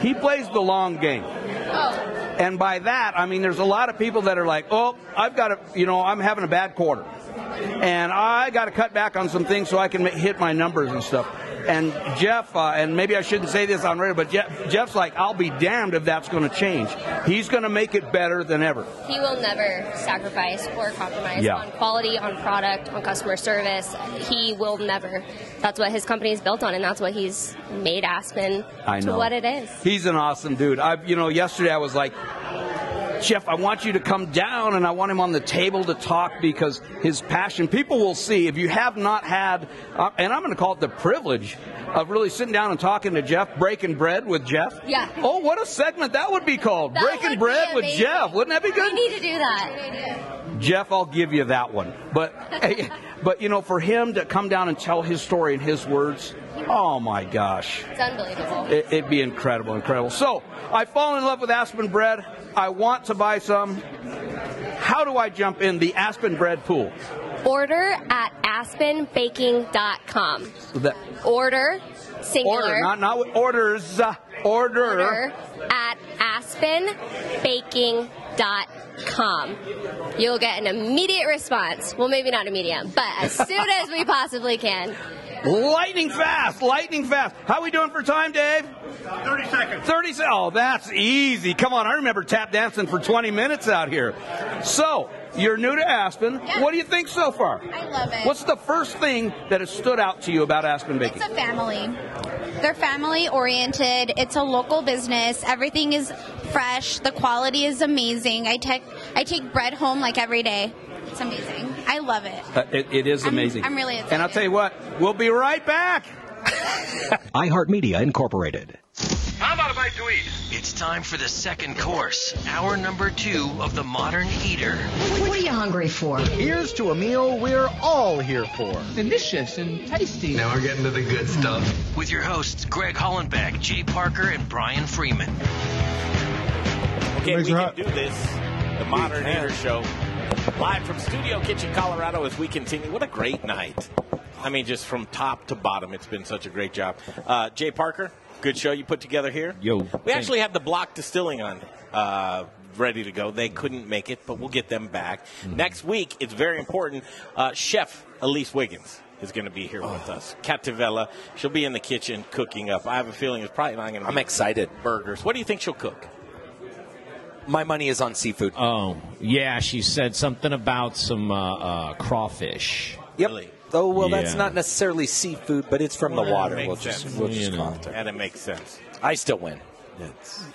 [SPEAKER 11] he plays the long game. And by that, I mean there's a lot of people that are like, oh, I've got a, you know, I'm having a bad quarter. and I got to cut back on some things so I can ma- hit my numbers and stuff. And Jeff, uh, and maybe I shouldn't say this on radio, but Jeff, Jeff's like, I'll be damned if that's going to change. He's going to make it better than ever.
[SPEAKER 8] He will never sacrifice or compromise
[SPEAKER 11] Yeah.
[SPEAKER 8] on quality, on product, on customer service. He will never. That's what his company is built on, and that's what he's made Aspen
[SPEAKER 11] I
[SPEAKER 8] to
[SPEAKER 11] know.
[SPEAKER 8] what it is.
[SPEAKER 11] He's an awesome dude. I, you know, yesterday I was like, Jeff, I want you to come down and I want him on the table to talk because his passion, people will see. If you have not had, uh, and I'm going to call it the privilege of really sitting down and talking to Jeff, breaking bread with Jeff.
[SPEAKER 8] Yeah.
[SPEAKER 11] Oh, what a segment that would be called.
[SPEAKER 8] That
[SPEAKER 11] breaking
[SPEAKER 8] would be
[SPEAKER 11] bread with
[SPEAKER 8] amazing.
[SPEAKER 11] Jeff. Wouldn't that be good?
[SPEAKER 8] We need to do that.
[SPEAKER 11] Jeff, I'll give you that one. But but you know, for him to come down and tell his story in his words, oh my gosh.
[SPEAKER 8] It's unbelievable.
[SPEAKER 11] It, it'd be incredible, incredible. So I fall in love with Aspen bread. I want to buy some. How do I jump in the Aspen bread pool?
[SPEAKER 8] Order at aspenbaking.com.
[SPEAKER 11] The
[SPEAKER 8] Order, singular.
[SPEAKER 11] order, not not with orders. uh, Order.
[SPEAKER 8] order at aspenbaking.com. You'll get an immediate response. Well, maybe not immediate, but as soon as we possibly can.
[SPEAKER 11] Lightning fast, lightning fast. How we doing for time, Dave? 30 seconds. 30 seconds. Oh, that's easy. Come on, I remember tap dancing for 20 minutes out here. So, you're new to Aspen. What do you think so far?
[SPEAKER 9] I love it.
[SPEAKER 11] What's the first thing that has stood out to you about Aspen Baking?
[SPEAKER 9] It's a family. They're family oriented. It's a local business. Everything is fresh. The quality is amazing. I take I take bread home like every day. It's amazing. I love it.
[SPEAKER 11] Uh, it, it is amazing.
[SPEAKER 9] I'm really
[SPEAKER 11] And I'll tell you what, we'll be right back.
[SPEAKER 27] iHeartMedia Incorporated.
[SPEAKER 28] I'm out of bite to eat. It's time for the second course, hour number two of the Modern Eater.
[SPEAKER 13] What are you hungry for? Here's to a meal we're all here for. Delicious and tasty.
[SPEAKER 28] Now we're getting to the good stuff. With your hosts, Greg Hollenbeck, Jay Parker, and Brian Freeman.
[SPEAKER 5] Okay, we can do this. The Modern Eater Show, live from Studio Kitchen, Colorado, as we continue. What a great night! I mean, just from top to bottom, it's been such a great job. Uh, Jay Parker, good show you put together here.
[SPEAKER 7] Yo,
[SPEAKER 5] We actually have the block distilling on uh, ready to go. They couldn't make it, but we'll get them back. Next week, it's very important. Uh, Chef Elise Wiggins is going to be here with us. Cativella, she'll be in the kitchen cooking up. I have a feeling it's probably not going to be
[SPEAKER 6] I'm excited.
[SPEAKER 5] burgers. What do you think she'll cook?
[SPEAKER 6] My money is on seafood.
[SPEAKER 7] Oh, yeah, she said something about some uh, uh, crawfish.
[SPEAKER 6] Yep. Oh well, that's
[SPEAKER 7] Yeah.
[SPEAKER 6] not necessarily seafood, but it's from the
[SPEAKER 5] Well,
[SPEAKER 6] water.
[SPEAKER 5] that
[SPEAKER 6] We'll
[SPEAKER 5] makes
[SPEAKER 6] just
[SPEAKER 5] sense.
[SPEAKER 6] we'll just
[SPEAKER 5] You
[SPEAKER 6] call
[SPEAKER 5] know.
[SPEAKER 6] it that.
[SPEAKER 5] And it makes sense.
[SPEAKER 6] I still win.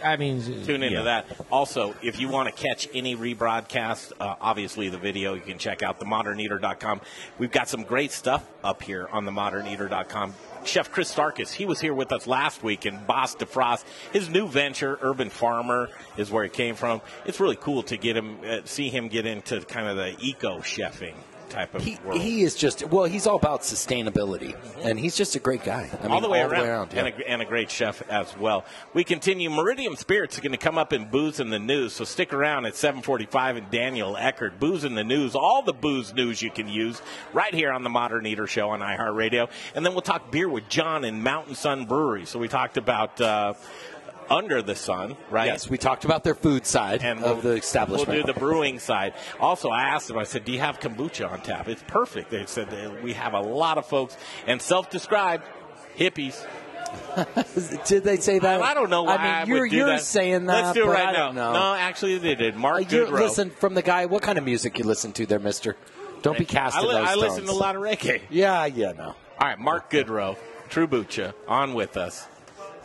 [SPEAKER 7] I mean,
[SPEAKER 5] Tune into
[SPEAKER 7] yeah.
[SPEAKER 5] that. Also, if you want to catch any rebroadcast, uh, obviously the video, you can check out themoderneater.com. We've got some great stuff up here on themoderneater.com. Chef Chris Starkis, he was here with us last week in Boss DeFrost. His new venture, Urban Farmer, is where it came from. It's really cool to get him, uh, see him get into kind of the eco chefing type of world. Mm-hmm.
[SPEAKER 6] He is just well. He's all about sustainability, and he's just a great guy. I mean,
[SPEAKER 5] all the way around,
[SPEAKER 6] yeah.
[SPEAKER 5] and, a, and a great chef as well. We continue. Meridium Spirits is going to come up in booze in the news, so stick around at 7:45. And Daniel Eckert, booze in the news, all the booze news you can use right here on the Modern Eater Show on iHeartRadio, and then we'll talk beer with John in Mountain Sun Brewery. So we talked about. Uh, under the sun, right?
[SPEAKER 6] Yes, we talked about their food side
[SPEAKER 5] and
[SPEAKER 6] of
[SPEAKER 5] we'll-
[SPEAKER 6] the establishment.
[SPEAKER 5] We'll do the brewing side. Also, I asked them. I said, "Do you have kombucha on tap?" It's perfect. They said "Uh, we have a lot of folks and self-described hippies.
[SPEAKER 6] Did they say that?
[SPEAKER 5] I don't know why
[SPEAKER 6] I mean,
[SPEAKER 5] I would
[SPEAKER 6] you're
[SPEAKER 5] do
[SPEAKER 6] you're
[SPEAKER 5] that.
[SPEAKER 6] saying that.
[SPEAKER 5] Let's do it
[SPEAKER 6] but
[SPEAKER 5] right
[SPEAKER 6] I don't
[SPEAKER 5] now.
[SPEAKER 6] know.
[SPEAKER 5] No, actually, they did. Mark
[SPEAKER 6] You
[SPEAKER 5] Goodrow.
[SPEAKER 6] listen from the guy. What kind of music you listen to, there, Mister? Don't be casting
[SPEAKER 5] I, li-
[SPEAKER 6] those
[SPEAKER 5] I listen
[SPEAKER 6] stones.
[SPEAKER 5] to a lot of reggae.
[SPEAKER 6] Yeah, yeah, no.
[SPEAKER 5] All right, Mark Goodrow, True Bucha, on with us.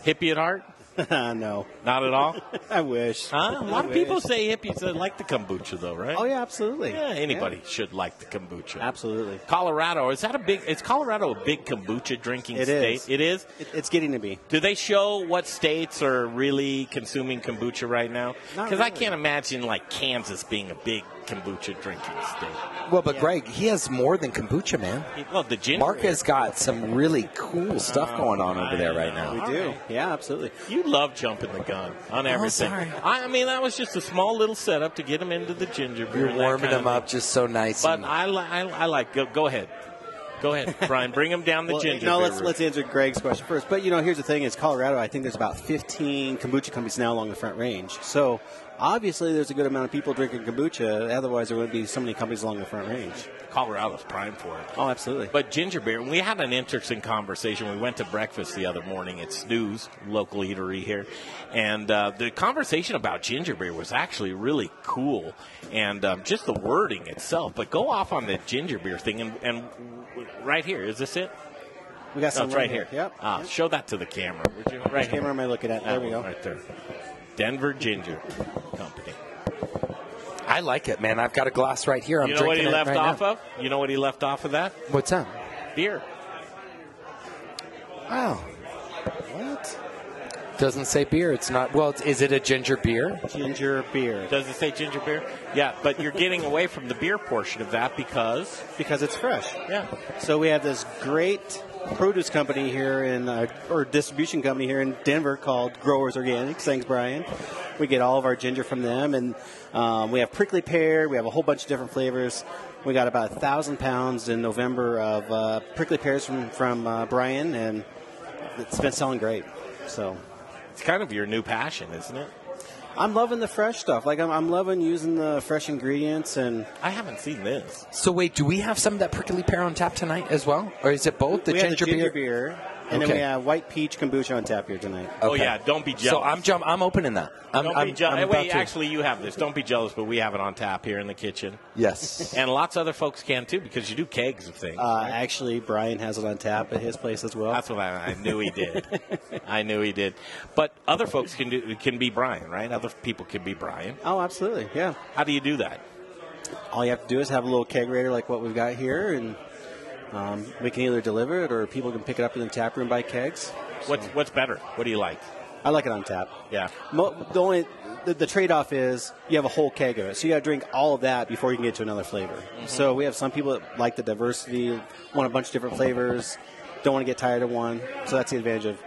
[SPEAKER 5] Hippie at heart?
[SPEAKER 14] no.
[SPEAKER 5] Not at all?
[SPEAKER 14] I wish.
[SPEAKER 5] Huh? A lot of
[SPEAKER 14] I
[SPEAKER 5] people
[SPEAKER 14] wish.
[SPEAKER 5] say hippies uh, like the kombucha, though, right?
[SPEAKER 14] Oh, yeah, absolutely.
[SPEAKER 5] Yeah, anybody should like the kombucha.
[SPEAKER 14] Absolutely.
[SPEAKER 5] Colorado, is that a big, is Colorado a big kombucha drinking
[SPEAKER 14] It
[SPEAKER 5] state?
[SPEAKER 14] is.
[SPEAKER 5] It is?
[SPEAKER 14] It, it's getting to be.
[SPEAKER 5] Do they show what states are really consuming kombucha right now? Because I can't imagine like Kansas being a big kombucha drinking state.
[SPEAKER 6] Well, but Greg, he has more than kombucha, man.
[SPEAKER 5] Well, the ginger.
[SPEAKER 6] Mark has got some really cool stuff going on over there right now.
[SPEAKER 5] Uh, We do.
[SPEAKER 14] Yeah, absolutely.
[SPEAKER 5] You love jumping the gun on everything.
[SPEAKER 6] sorry.
[SPEAKER 5] I I mean, that was just a small little setup to get him into the ginger beer.
[SPEAKER 6] You're
[SPEAKER 5] and that
[SPEAKER 6] warming
[SPEAKER 5] kind of
[SPEAKER 6] him up just so nice.
[SPEAKER 5] But I, li- I, I like. Go, go ahead. Go ahead, Brian. Bring him down the
[SPEAKER 14] Well,
[SPEAKER 5] ginger.
[SPEAKER 14] no,
[SPEAKER 5] beer
[SPEAKER 14] let's
[SPEAKER 5] route.
[SPEAKER 14] let's answer Greg's question first. But you know, here's the thing: is Colorado. I think there's about 15 kombucha companies now along the Front Range. So obviously there's a good amount of people drinking kombucha. Otherwise, there wouldn't be so many companies along the Front Range.
[SPEAKER 5] Colorado's prime for it.
[SPEAKER 14] Oh, absolutely.
[SPEAKER 5] But ginger beer, we had an interesting conversation. We went to breakfast the other morning at Snooze, local eatery here, and uh, the conversation about ginger beer was actually really cool, and um, just the wording itself. But go off on the ginger beer thing, and, and right here, is this it?
[SPEAKER 14] We got
[SPEAKER 5] No,
[SPEAKER 14] some
[SPEAKER 5] it's
[SPEAKER 14] right
[SPEAKER 5] right here.
[SPEAKER 14] here. Yep.
[SPEAKER 5] Ah, show that to the camera. would you? Right
[SPEAKER 14] Which camera am I looking at?
[SPEAKER 5] That
[SPEAKER 14] There we
[SPEAKER 5] one
[SPEAKER 14] go.
[SPEAKER 5] Right there. Denver Ginger Company.
[SPEAKER 6] I like it, man. I've got a glass right here. I'm
[SPEAKER 5] you know what he
[SPEAKER 6] drinking it
[SPEAKER 5] left
[SPEAKER 6] right
[SPEAKER 5] off
[SPEAKER 6] now.
[SPEAKER 5] of? You know what he left off of that?
[SPEAKER 6] What's up?
[SPEAKER 5] Beer.
[SPEAKER 6] Wow. What? Doesn't say beer. It's not. Well, it's, is it a ginger beer?
[SPEAKER 14] Ginger beer.
[SPEAKER 5] Does it say ginger beer? Yeah, but you're getting away from the beer portion of that because
[SPEAKER 14] because it's fresh.
[SPEAKER 5] Yeah.
[SPEAKER 14] So we have this great produce company here in uh, or distribution company here in Denver called Growers Organics. Thanks, Brian. We get all of our ginger from them, and um, we have prickly pear. We have a whole bunch of different flavors. We got about a thousand pounds in November of uh, prickly pears from from uh, Brian, and it's been selling great. So
[SPEAKER 5] it's kind of your new passion, isn't it?
[SPEAKER 14] I'm loving the fresh stuff. Like I'm, I'm loving using the fresh ingredients, and
[SPEAKER 5] I haven't seen this.
[SPEAKER 6] So wait, do we have some of that prickly pear on tap tonight as well, or is it both the,
[SPEAKER 14] we
[SPEAKER 6] ginger,
[SPEAKER 14] have the ginger beer, and then
[SPEAKER 6] Okay.
[SPEAKER 14] we have white peach kombucha on tap here tonight.
[SPEAKER 5] Oh, yeah, don't be
[SPEAKER 6] So
[SPEAKER 5] jealous.
[SPEAKER 6] I'm jump. I'm opening that. I'm,
[SPEAKER 5] Don't
[SPEAKER 6] I'm,
[SPEAKER 5] be jealous.
[SPEAKER 6] I'm
[SPEAKER 5] Wait,
[SPEAKER 6] about to-
[SPEAKER 5] actually, you have this. Don't be jealous, but we have it on tap here in the kitchen.
[SPEAKER 6] Yes.
[SPEAKER 5] and lots of other folks can too because you do kegs of things.
[SPEAKER 14] Uh, actually, Brian has it on tap at his place as well. That's
[SPEAKER 5] what I, I knew he did. I knew he did. But other folks can do can be Brian, right? Other people can be Brian.
[SPEAKER 14] Oh, absolutely. Yeah.
[SPEAKER 5] How do you do that?
[SPEAKER 14] All you have to do is have a little kegerator like what we've got here, and um, we can either deliver it or people can pick it up in the tap room by kegs.
[SPEAKER 5] What's what's better? What do you like?
[SPEAKER 14] I like it on tap.
[SPEAKER 5] Yeah.
[SPEAKER 14] Mo- the only the, the trade off is you have a whole keg of it, so you got to drink all of that before you can get to another flavor. So we have some people that like the diversity, want a bunch of different flavors, don't want to get tired of one. So that's the advantage of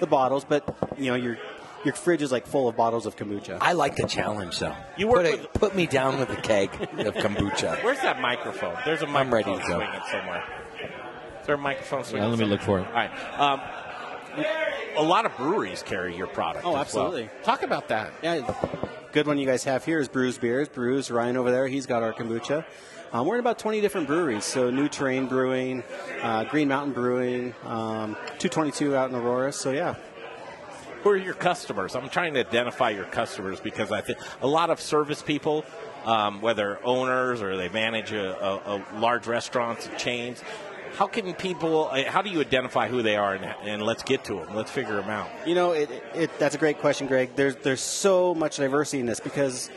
[SPEAKER 14] the bottles. But you know your your fridge is like full of bottles of kombucha.
[SPEAKER 6] I like the challenge though.
[SPEAKER 5] You work
[SPEAKER 6] put, a- put me down with a keg of kombucha.
[SPEAKER 5] Where's that microphone? There's a
[SPEAKER 6] I'm ready
[SPEAKER 5] microphone
[SPEAKER 6] to go.
[SPEAKER 5] swinging somewhere. Is there a microphone swinging?
[SPEAKER 7] Yeah, let me look for it.
[SPEAKER 5] somewhere? All right. Um, a lot of breweries carry your product.
[SPEAKER 14] Oh,
[SPEAKER 5] as well.
[SPEAKER 14] absolutely.
[SPEAKER 5] Talk about that.
[SPEAKER 14] Yeah, good one you guys have here is Brews Beers. Brews Ryan over there, he's got our kombucha. Um, we're in about 20 different breweries, so New Terrain Brewing, uh, Green Mountain Brewing, um, 222 out in Aurora. So yeah,
[SPEAKER 5] Who are your customers? I'm trying to identify your customers because I think a lot of service people, um, whether owners or they manage a, a, a large restaurants chains, how can people? uh, How do you identify who they are and, and let's get to them. Let's figure them out.
[SPEAKER 14] You know, it, it, that's a great question, Greg. There's there's so much diversity in this because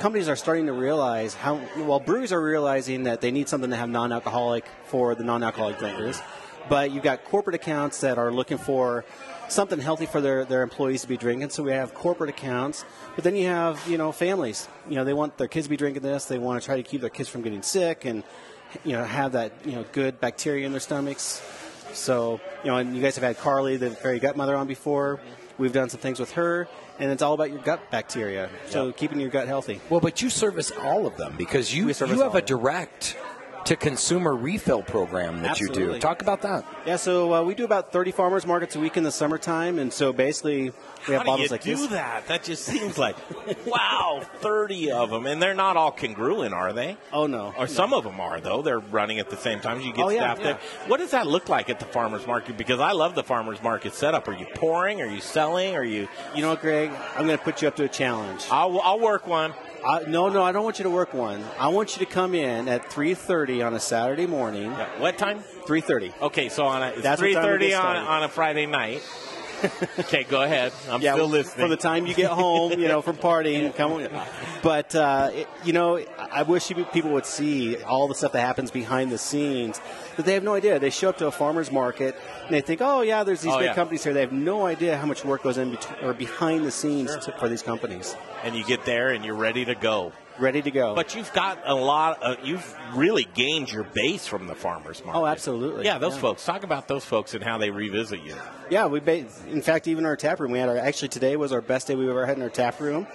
[SPEAKER 14] companies are starting to realize how well breweries are realizing that they need something to have non-alcoholic for the non-alcoholic drinkers, but you've got corporate accounts that are looking for something healthy for their, their employees to be drinking. So we have corporate accounts, but then you have you know families. You know they want their kids to be drinking this. They want to try to keep their kids from getting sick and you know have that you know good bacteria in their stomachs. So, you know, and you guys have had Carly, the fairy gut mother, on before. We've done some things with her, and it's all about your gut bacteria. So, keeping your gut healthy.
[SPEAKER 6] Well, but you service all of them because you you
[SPEAKER 14] service
[SPEAKER 6] have
[SPEAKER 14] all
[SPEAKER 6] a direct to consumer refill program that you do.
[SPEAKER 14] Absolutely.
[SPEAKER 6] Talk about that.
[SPEAKER 14] Yeah, so uh, we do about 30 farmers markets a week in the summertime, and so basically we have
[SPEAKER 5] How do
[SPEAKER 14] bottles
[SPEAKER 5] you
[SPEAKER 14] like
[SPEAKER 5] do
[SPEAKER 14] this.
[SPEAKER 5] that? That just seems like wow, thirty of them, and they're not all congruent, are they?
[SPEAKER 14] Oh no,
[SPEAKER 5] or some of them are though. They're running at the same time. You get
[SPEAKER 14] Oh, yeah,
[SPEAKER 5] staff there.
[SPEAKER 14] yeah.
[SPEAKER 5] What does that look like at the farmers market? Because I love the farmers market setup. Are you pouring? Are you selling? Are you?
[SPEAKER 14] You know what, Greg? I'm going to put you up to a challenge.
[SPEAKER 5] I'll, I'll work one.
[SPEAKER 14] I, no, no, I don't want you to work one. I want you to come in at 3.30 on a Saturday morning.
[SPEAKER 5] What time?
[SPEAKER 14] 3.30.
[SPEAKER 5] Okay, so on a it's
[SPEAKER 14] That's what
[SPEAKER 5] three
[SPEAKER 14] time we
[SPEAKER 5] thirty
[SPEAKER 14] get
[SPEAKER 5] on
[SPEAKER 14] started.
[SPEAKER 5] on a Friday night. okay, go ahead. I'm
[SPEAKER 14] yeah,
[SPEAKER 5] still listening.
[SPEAKER 14] For the time you get home, you know, from partying, come on. But, uh, it, you know, I wish you- people would see all the stuff that happens behind the scenes that they have no idea. They show up to a farmer's market and they think, oh, yeah, there's these
[SPEAKER 5] Oh,
[SPEAKER 14] big
[SPEAKER 5] yeah.
[SPEAKER 14] companies here. They have no idea how much work goes in between or behind the scenes
[SPEAKER 5] Sure.
[SPEAKER 14] to, for these companies.
[SPEAKER 5] and you get there and you're ready to go.
[SPEAKER 14] Ready to go.
[SPEAKER 5] But you've got a lot. Of, you've really gained your base from the farmers market.
[SPEAKER 14] Oh, absolutely.
[SPEAKER 5] Yeah, those
[SPEAKER 14] Yeah.
[SPEAKER 5] folks. Talk about those folks and how they revisit you.
[SPEAKER 14] Yeah, we ba- in fact even our tap room. We had our actually today was our best day we've ever had in our tap room.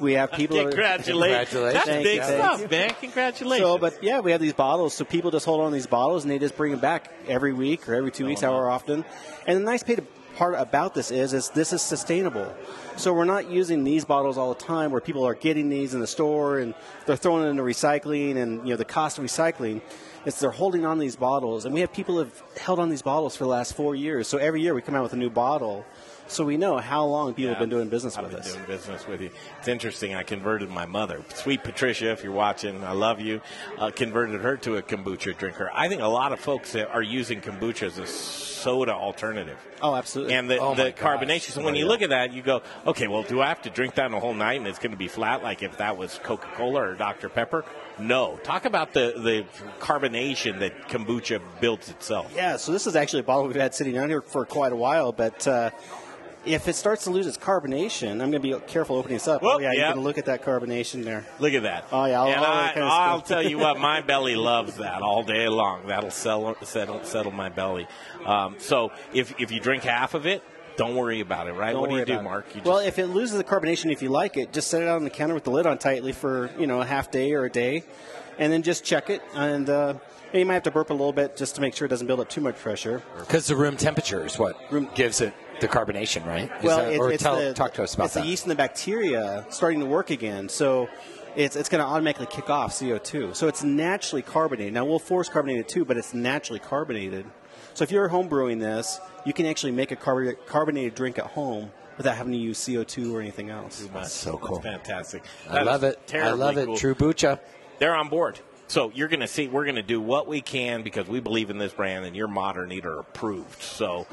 [SPEAKER 14] We have people. that are-
[SPEAKER 5] Congratulations. That's
[SPEAKER 14] Thank
[SPEAKER 5] big
[SPEAKER 14] you, thank you.
[SPEAKER 5] stuff, man. Congratulations.
[SPEAKER 14] So, but yeah, we have these bottles. So
[SPEAKER 5] Oh,
[SPEAKER 14] people just hold on to these bottles and they just bring them back every week or every two weeks, however often. And the nice pa- part about this is is this is sustainable. So we're not using these bottles all the time where people are getting these in the store and they're throwing it into recycling and you know the cost of recycling. It's they're holding on to these bottles and we have people have held on these bottles for the last four years. So every year we come out with a new bottle. So we know how long people have been doing business
[SPEAKER 5] I've
[SPEAKER 14] with
[SPEAKER 5] been
[SPEAKER 14] us.
[SPEAKER 5] doing business with you. It's interesting. I converted my mother, sweet Patricia, if you're watching, I love you. Uh, converted her to a kombucha drinker. I think a lot of folks that are using kombucha as a soda alternative.
[SPEAKER 14] Oh, absolutely.
[SPEAKER 5] And the,
[SPEAKER 14] Oh my
[SPEAKER 5] the
[SPEAKER 14] gosh.
[SPEAKER 5] carbonation. So when
[SPEAKER 14] Oh,
[SPEAKER 5] you
[SPEAKER 14] yeah.
[SPEAKER 5] look at that, you go, okay, well, do I have to drink that a whole night and it's going to be flat like if that was Coca Cola or Dr. Pepper? No. Talk about the, the carbonation that kombucha builds itself.
[SPEAKER 14] Yeah, so this is actually a bottle we've had sitting down here for quite a while, but uh, if it starts to lose its carbonation, I'm going to be careful opening this up. oh, yeah,
[SPEAKER 5] yeah.
[SPEAKER 14] you can look at that carbonation there.
[SPEAKER 5] Look at that.
[SPEAKER 14] Oh, yeah. I'll,
[SPEAKER 5] and
[SPEAKER 14] I'll
[SPEAKER 5] I,
[SPEAKER 14] kinda
[SPEAKER 5] I'll
[SPEAKER 14] spill-
[SPEAKER 5] tell you what, my belly loves that all day long. That'll settle settle, settle my belly. Um, so if if you drink half of it, don't worry about it. Right?
[SPEAKER 14] Don't
[SPEAKER 5] what do
[SPEAKER 14] worry
[SPEAKER 5] you do,
[SPEAKER 14] about it.
[SPEAKER 5] Mark? You
[SPEAKER 14] well, if it loses the carbonation, if you like it, just set it out on the counter with the lid on tightly for you know a half day or a day, and then just check it. And uh, you might have to burp a little bit just to make sure it doesn't build up too much pressure.
[SPEAKER 6] Because the room temperature is what gives it the carbonation, right? Is
[SPEAKER 14] well,
[SPEAKER 6] that-
[SPEAKER 14] it-
[SPEAKER 6] or
[SPEAKER 14] it's
[SPEAKER 6] tell,
[SPEAKER 14] the,
[SPEAKER 6] talk to us about
[SPEAKER 14] it's
[SPEAKER 6] that.
[SPEAKER 14] the yeast and the bacteria starting to work again. So it's it's going to automatically kick off CO2. So it's naturally carbonated. Now we'll force carbonate it too, but it's naturally carbonated. So if you're home brewing this, you can actually make a carb- carbonated drink at home without having to use CO2 or anything else.
[SPEAKER 5] That's so cool. fantastic.
[SPEAKER 6] I
[SPEAKER 5] That
[SPEAKER 6] love
[SPEAKER 5] is
[SPEAKER 6] it. I
[SPEAKER 5] terribly
[SPEAKER 6] love it.
[SPEAKER 5] cool.
[SPEAKER 6] True Bucha.
[SPEAKER 5] They're on board. So you're going to see. We're going to do what we can because we believe in this brand, and your modern eater approved. So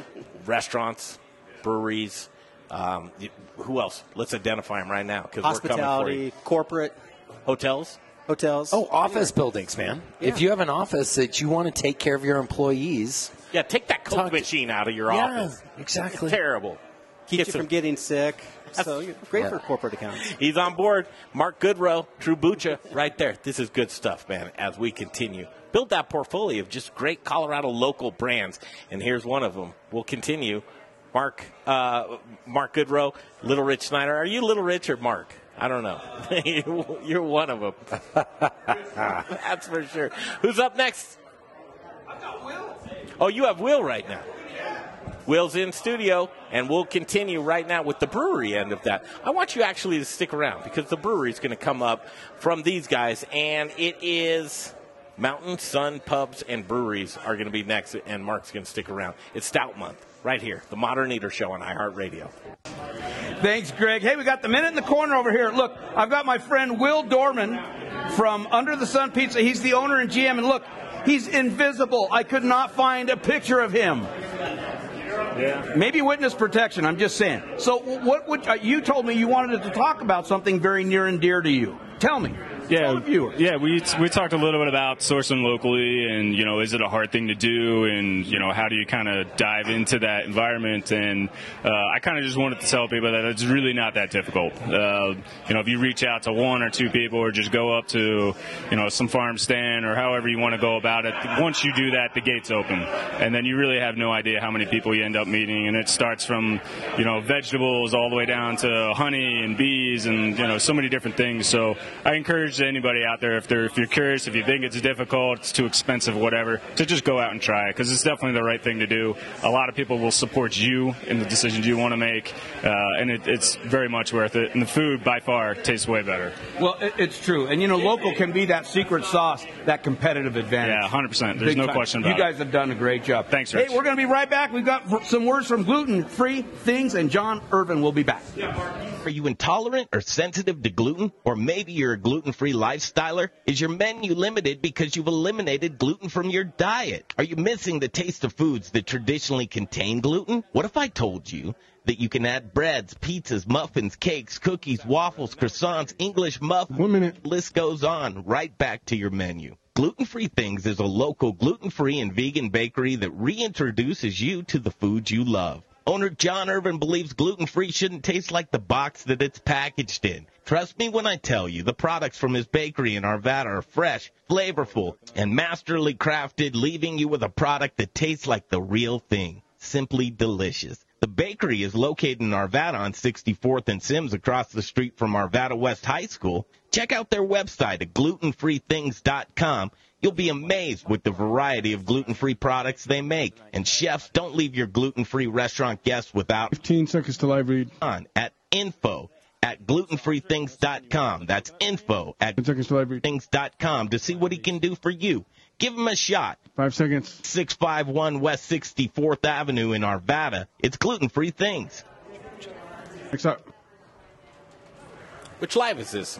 [SPEAKER 5] restaurants, breweries. Um, y- who else? Let's identify them right now because we're coming for you.
[SPEAKER 14] Hospitality, corporate,
[SPEAKER 5] hotels,
[SPEAKER 14] hotels. Oh,
[SPEAKER 6] Office buildings, man. If you have an office that you want to take care of your employees,
[SPEAKER 5] Yeah, take that Coke machine out of your
[SPEAKER 6] Yeah,
[SPEAKER 5] office.
[SPEAKER 6] Oh, exactly.
[SPEAKER 5] terrible.
[SPEAKER 14] Keeps
[SPEAKER 5] Get
[SPEAKER 14] you
[SPEAKER 5] some-
[SPEAKER 14] from getting sick. So you're great for corporate accounts.
[SPEAKER 5] He's on board. Mark Goodrow, True Bucha, right there. This is good stuff, man, as we continue. Build that portfolio of just great Colorado local brands. And here's one of them. We'll continue. Mark, uh, Mark Goodrow, Little Rich Snyder. Are you Little Rich or Mark? I don't know. You're one of them. That's for sure. Who's up next? Oh, you have Will right now. Will's in studio, and we'll continue right now with the brewery end of that. I want you actually to stick around because the brewery is going to come up from these guys, and it is Mountain Sun Pubs and Breweries are going to be next, and Mark's going to stick around. It's Stout Month right here, the Modern Eater Show on iHeartRadio.
[SPEAKER 11] Thanks, Greg. Hey, we got the minute in the corner over here. Look, I've got my friend Will Dorman from Under the Sun Pizza. He's the owner and GM, and look, he's invisible. I could not find a picture of him. Yeah. Maybe witness protection. I'm just saying. So, wh- what would uh, you told me you wanted to talk about something very near and dear to you? Tell me.
[SPEAKER 21] Yeah, yeah. We we talked a little bit about sourcing locally, and you know, is it a hard thing to do, and you know, how do you kind of dive into that environment? And uh, I kind of just wanted to tell people that it's really not that difficult. Uh, you know, if you reach out to one or two people, or just go up to you know some farm stand, or however you want to go about it. Once you do that, the gates open, and then you really have no idea how many people you end up meeting. And it starts from you know vegetables all the way down to honey and bees, and you know so many different things. So I encourage anybody out there if they're if you're curious, if you think it's difficult, it's too expensive, whatever, to just go out and try it because it's definitely the right thing to do. A lot of people will support you in the decisions you want to make, uh, and it, it's very much worth it. And the food by far tastes way better.
[SPEAKER 11] Well, it, it's true, and you know, local can be that secret sauce, that competitive advantage.
[SPEAKER 21] Yeah, 100%. There's
[SPEAKER 11] Big
[SPEAKER 21] no
[SPEAKER 11] time.
[SPEAKER 21] question about
[SPEAKER 11] You
[SPEAKER 21] it.
[SPEAKER 11] guys have done a great job.
[SPEAKER 21] Thanks, Rich.
[SPEAKER 11] Hey, we're going to be right back. We've got v- some words from gluten free things, and John Irvin will be back.
[SPEAKER 29] Are you intolerant or sensitive to gluten? Or maybe you're a gluten free lifestyler? Is your menu limited because you've eliminated gluten from your diet? Are you missing the taste of foods that traditionally contain gluten? What if I told you that you can add breads, pizzas, muffins, cakes, cookies, waffles, croissants, English muffins? One minute. List goes on right back to your menu. Gluten Free Things is a local gluten free and vegan bakery that reintroduces you to the foods you love. Owner John Irvin believes gluten free shouldn't taste like the box that it's packaged in. Trust me when I tell you, the products from his bakery in Arvada are fresh, flavorful, and masterly crafted, leaving you with a product that tastes like the real thing. Simply delicious. The bakery is located in Arvada on 64th and Sims across the street from Arvada West High School. Check out their website at glutenfreethings.com
[SPEAKER 8] You'll be amazed with the variety of gluten-free products they make. And chefs, don't leave your gluten-free restaurant guests without
[SPEAKER 9] 15 seconds till I read.
[SPEAKER 8] on at info at glutenfreethings.com. That's info at glutenfreethings.com to see what he can do for you. Give him a shot.
[SPEAKER 9] Five seconds.
[SPEAKER 8] 651 West 64th Avenue in Arvada. It's Gluten Free Things.
[SPEAKER 9] Next up.
[SPEAKER 5] Which live is this?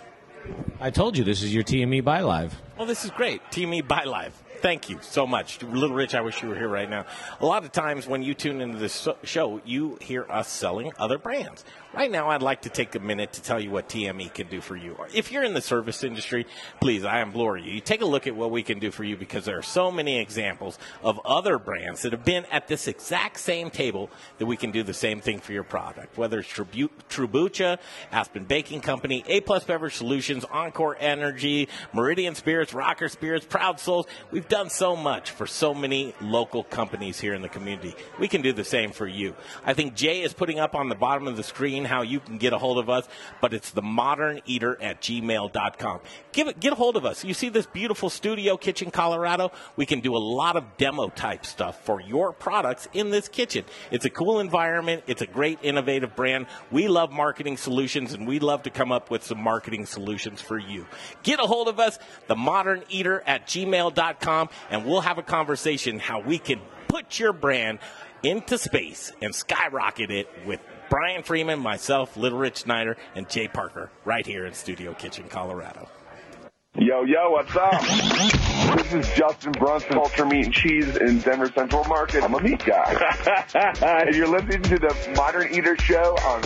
[SPEAKER 7] I told you this is your TME by live.
[SPEAKER 5] Well, this is great. Team E by Live. Thank you so much. Little Rich, I wish you were here right now. A lot of times when you tune into this so- show, you hear us selling other brands. Right now, I'd like to take a minute to tell you what TME can do for you. Or If you're in the service industry, please, I implore you, you take a look at what we can do for you because there are so many examples of other brands that have been at this exact same table that we can do the same thing for your product. Whether it's Tribu- Tribucha, Aspen Baking Company, A Plus Beverage Solutions, Encore Energy, Meridian Spirits, Rocker Spirits, Proud Souls. We've done so much for so many local companies here in the community. We can do the same for you. I think Jay is putting up on the bottom of the screen how you can get a hold of us, but it's the modern eater at gmail.com. Give it, get a hold of us. You see this beautiful studio kitchen, Colorado? We can do a lot of demo type stuff for your products in this kitchen. It's a cool environment. It's a great innovative brand. We love marketing solutions and we love to come up with some marketing solutions for you. Get a hold of us, themoderneater at gmail.com, and we'll have a conversation how we can put your brand into space and skyrocket it with Brian Freeman, myself, Little Rich Snyder, and Jay Parker right here in Studio Kitchen, Colorado.
[SPEAKER 10] Yo, yo, what's up? this is Justin Brunson, Ultra Meat and Cheese in Denver Central Market. I'm a meat guy. and you're listening to the Modern Eater Show on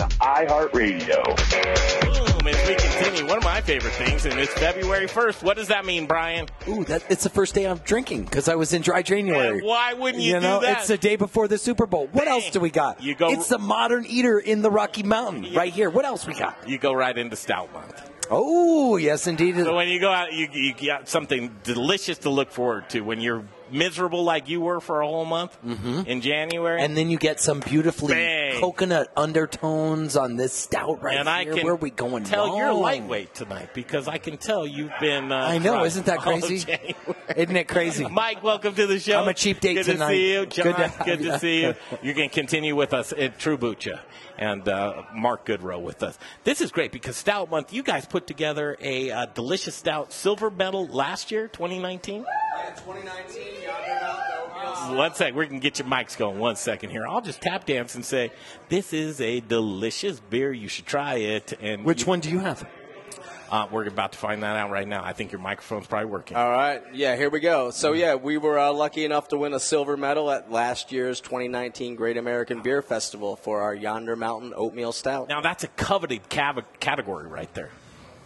[SPEAKER 10] iHeartRadio.
[SPEAKER 5] Boom, as we continue, one of my favorite things, and it's February 1st. What does that mean, Brian?
[SPEAKER 6] Ooh, that, it's the first day I'm drinking because I was in dry January.
[SPEAKER 5] Yeah, why wouldn't you do
[SPEAKER 6] know,
[SPEAKER 5] that?
[SPEAKER 6] It's the day before the Super Bowl. What else do we got?
[SPEAKER 5] You go-
[SPEAKER 6] It's the modern eater in the Rocky Mountain right here. What else we got?
[SPEAKER 5] You go right into Stout Month.
[SPEAKER 6] Oh, yes, indeed.
[SPEAKER 5] So when you go out, you, you got something delicious to look forward to when you're miserable like you were for a whole month in January.
[SPEAKER 6] Mm-hmm. And then you get some beautifully
[SPEAKER 5] Bang.
[SPEAKER 6] coconut undertones on this stout right
[SPEAKER 5] and
[SPEAKER 6] here.
[SPEAKER 5] I can
[SPEAKER 6] Where are we going
[SPEAKER 5] tell you're
[SPEAKER 6] wrong?
[SPEAKER 5] lightweight tonight because I can tell you've been. Uh,
[SPEAKER 6] I know,
[SPEAKER 5] drunk
[SPEAKER 6] isn't that
[SPEAKER 5] all
[SPEAKER 6] crazy?
[SPEAKER 5] January.
[SPEAKER 6] Isn't it crazy?
[SPEAKER 5] Mike, welcome to the show.
[SPEAKER 6] I'm a cheap date
[SPEAKER 5] good
[SPEAKER 6] tonight.
[SPEAKER 5] to see you, John.
[SPEAKER 6] Good
[SPEAKER 5] Good
[SPEAKER 6] to-
[SPEAKER 5] to, see you. You can continue with us at Trubucha and uh, Mark Goodrow with us. This is great because Stout Month. You guys put together a uh, delicious stout, silver medal last year, 2019. One sec, we can get your mics going. One second here. I'll just tap dance and say, "This is a delicious beer. You should try it." And
[SPEAKER 6] Which one do you have?
[SPEAKER 5] Uh, we're about to find that out right now. I think your microphone's probably working.
[SPEAKER 13] All right. Yeah, here we go.
[SPEAKER 5] Mm-hmm.
[SPEAKER 13] So, yeah, we were uh, lucky enough to win a silver medal at last year's 2019 Great American Beer Festival for our Yonder Mountain Oatmeal Stout.
[SPEAKER 5] Now, that's a coveted cav- category right there.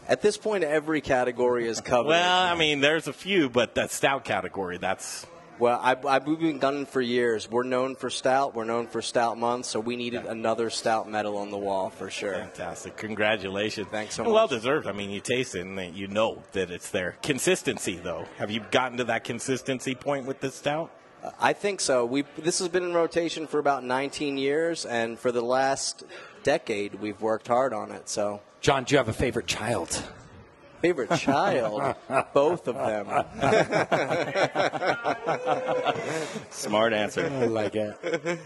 [SPEAKER 13] At this point, every category is covered.
[SPEAKER 5] Well, I mean, there's a few, but that stout category, that's.
[SPEAKER 13] Well, I, I, we've been gunning for years. We're known for stout. We're known for stout month, so we needed another stout medal on the wall for sure.
[SPEAKER 5] Fantastic. Congratulations.
[SPEAKER 13] Thanks so
[SPEAKER 5] And
[SPEAKER 13] much.
[SPEAKER 5] well deserved. I mean, you taste it and you know that it's there. Consistency, though. Have you gotten to that consistency point with this stout?
[SPEAKER 13] I think so. We this has been in rotation for about 19 years, and for the last decade, we've worked hard on it. So,
[SPEAKER 6] John, do you have a favorite child?
[SPEAKER 13] favorite child, both of them.
[SPEAKER 5] Smart answer.
[SPEAKER 13] I like
[SPEAKER 6] it.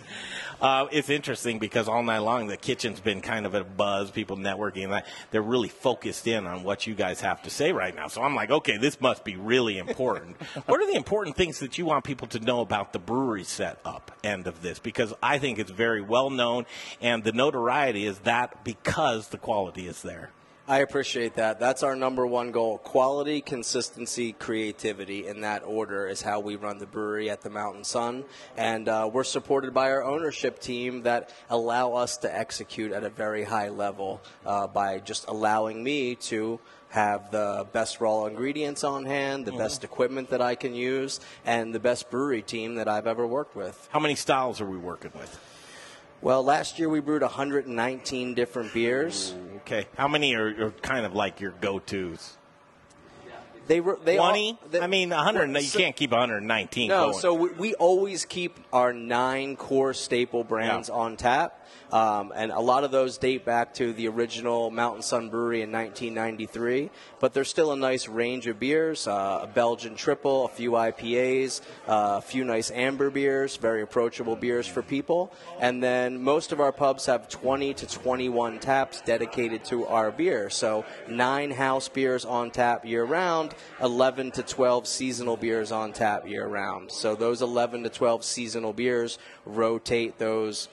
[SPEAKER 5] Uh, it's interesting because all night long the kitchen's been kind of a buzz. People networking and that they're really focused in on what you guys have to say right now. So I'm like, okay, this must be really important. what are the important things that you want people to know about the brewery setup end of this? Because I think it's very well known, and the notoriety is that because the quality is there.
[SPEAKER 13] I appreciate that. That's our number one goal. Quality, consistency, creativity in that order is how we run the brewery at the Mountain Sun. And uh, we're supported by our ownership team that allow us to execute at a very high level uh, by just allowing me to have the best raw ingredients on hand,
[SPEAKER 5] Mm-hmm.
[SPEAKER 13] the best equipment that I can use, and the best brewery team that I've ever worked with.
[SPEAKER 5] How many styles are we working with?
[SPEAKER 13] Well, last year we brewed 119 different beers.
[SPEAKER 5] Okay, how many are, are kind of like your go-to's?
[SPEAKER 13] They were they all-
[SPEAKER 5] 20? I mean, 100. you can't keep 119
[SPEAKER 13] No,
[SPEAKER 5] going.
[SPEAKER 13] so we, we always keep our nine core staple brands on tap. Um, and a lot of those date back to the original Mountain Sun Brewery in 1993, but there's still a nice range of beers: uh, a Belgian triple, a few IPAs, uh, a few nice amber beers, very approachable beers for people. And then most of our pubs have 20 to 21 taps dedicated to our beer. So nine house beers on tap year round, 11 to 12 seasonal beers on tap year round. So those 11 to 12 seasonal beers rotate those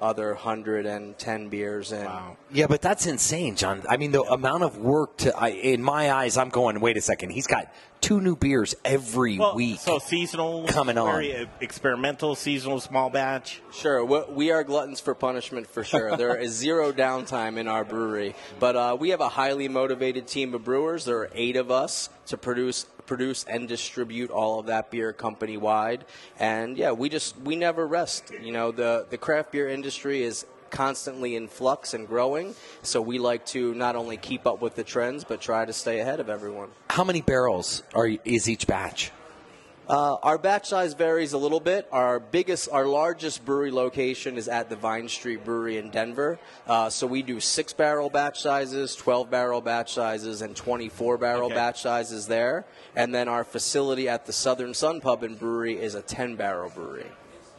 [SPEAKER 13] other 110 beers in.
[SPEAKER 6] Yeah, but that's insane, John. I mean, the amount of work to, I, in my eyes, I'm going, wait a second. He's got two new beers every
[SPEAKER 5] Well,
[SPEAKER 6] week.
[SPEAKER 5] So seasonal,
[SPEAKER 6] Coming on.
[SPEAKER 5] very uh, experimental, seasonal, small batch.
[SPEAKER 13] Sure, we- we are gluttons for punishment for sure. there is zero downtime in our brewery, but uh, we have a highly motivated team of brewers. There are eight of us to produce produce and distribute all of that beer company wide, and yeah, we just we never rest. You know, the the craft beer industry is constantly in flux and growing, so we like to not only keep up with the trends but try to stay ahead of everyone.
[SPEAKER 6] How many barrels are is each batch?
[SPEAKER 13] Uh, our batch size varies a little bit. Our biggest, our largest brewery location is at the Vine Street Brewery in Denver. Uh, so we do six barrel batch sizes, 12 barrel batch sizes, and 24 barrel
[SPEAKER 3] Okay.
[SPEAKER 13] batch sizes there. And then our facility at the Southern Sun Pub and Brewery is a 10 barrel brewery.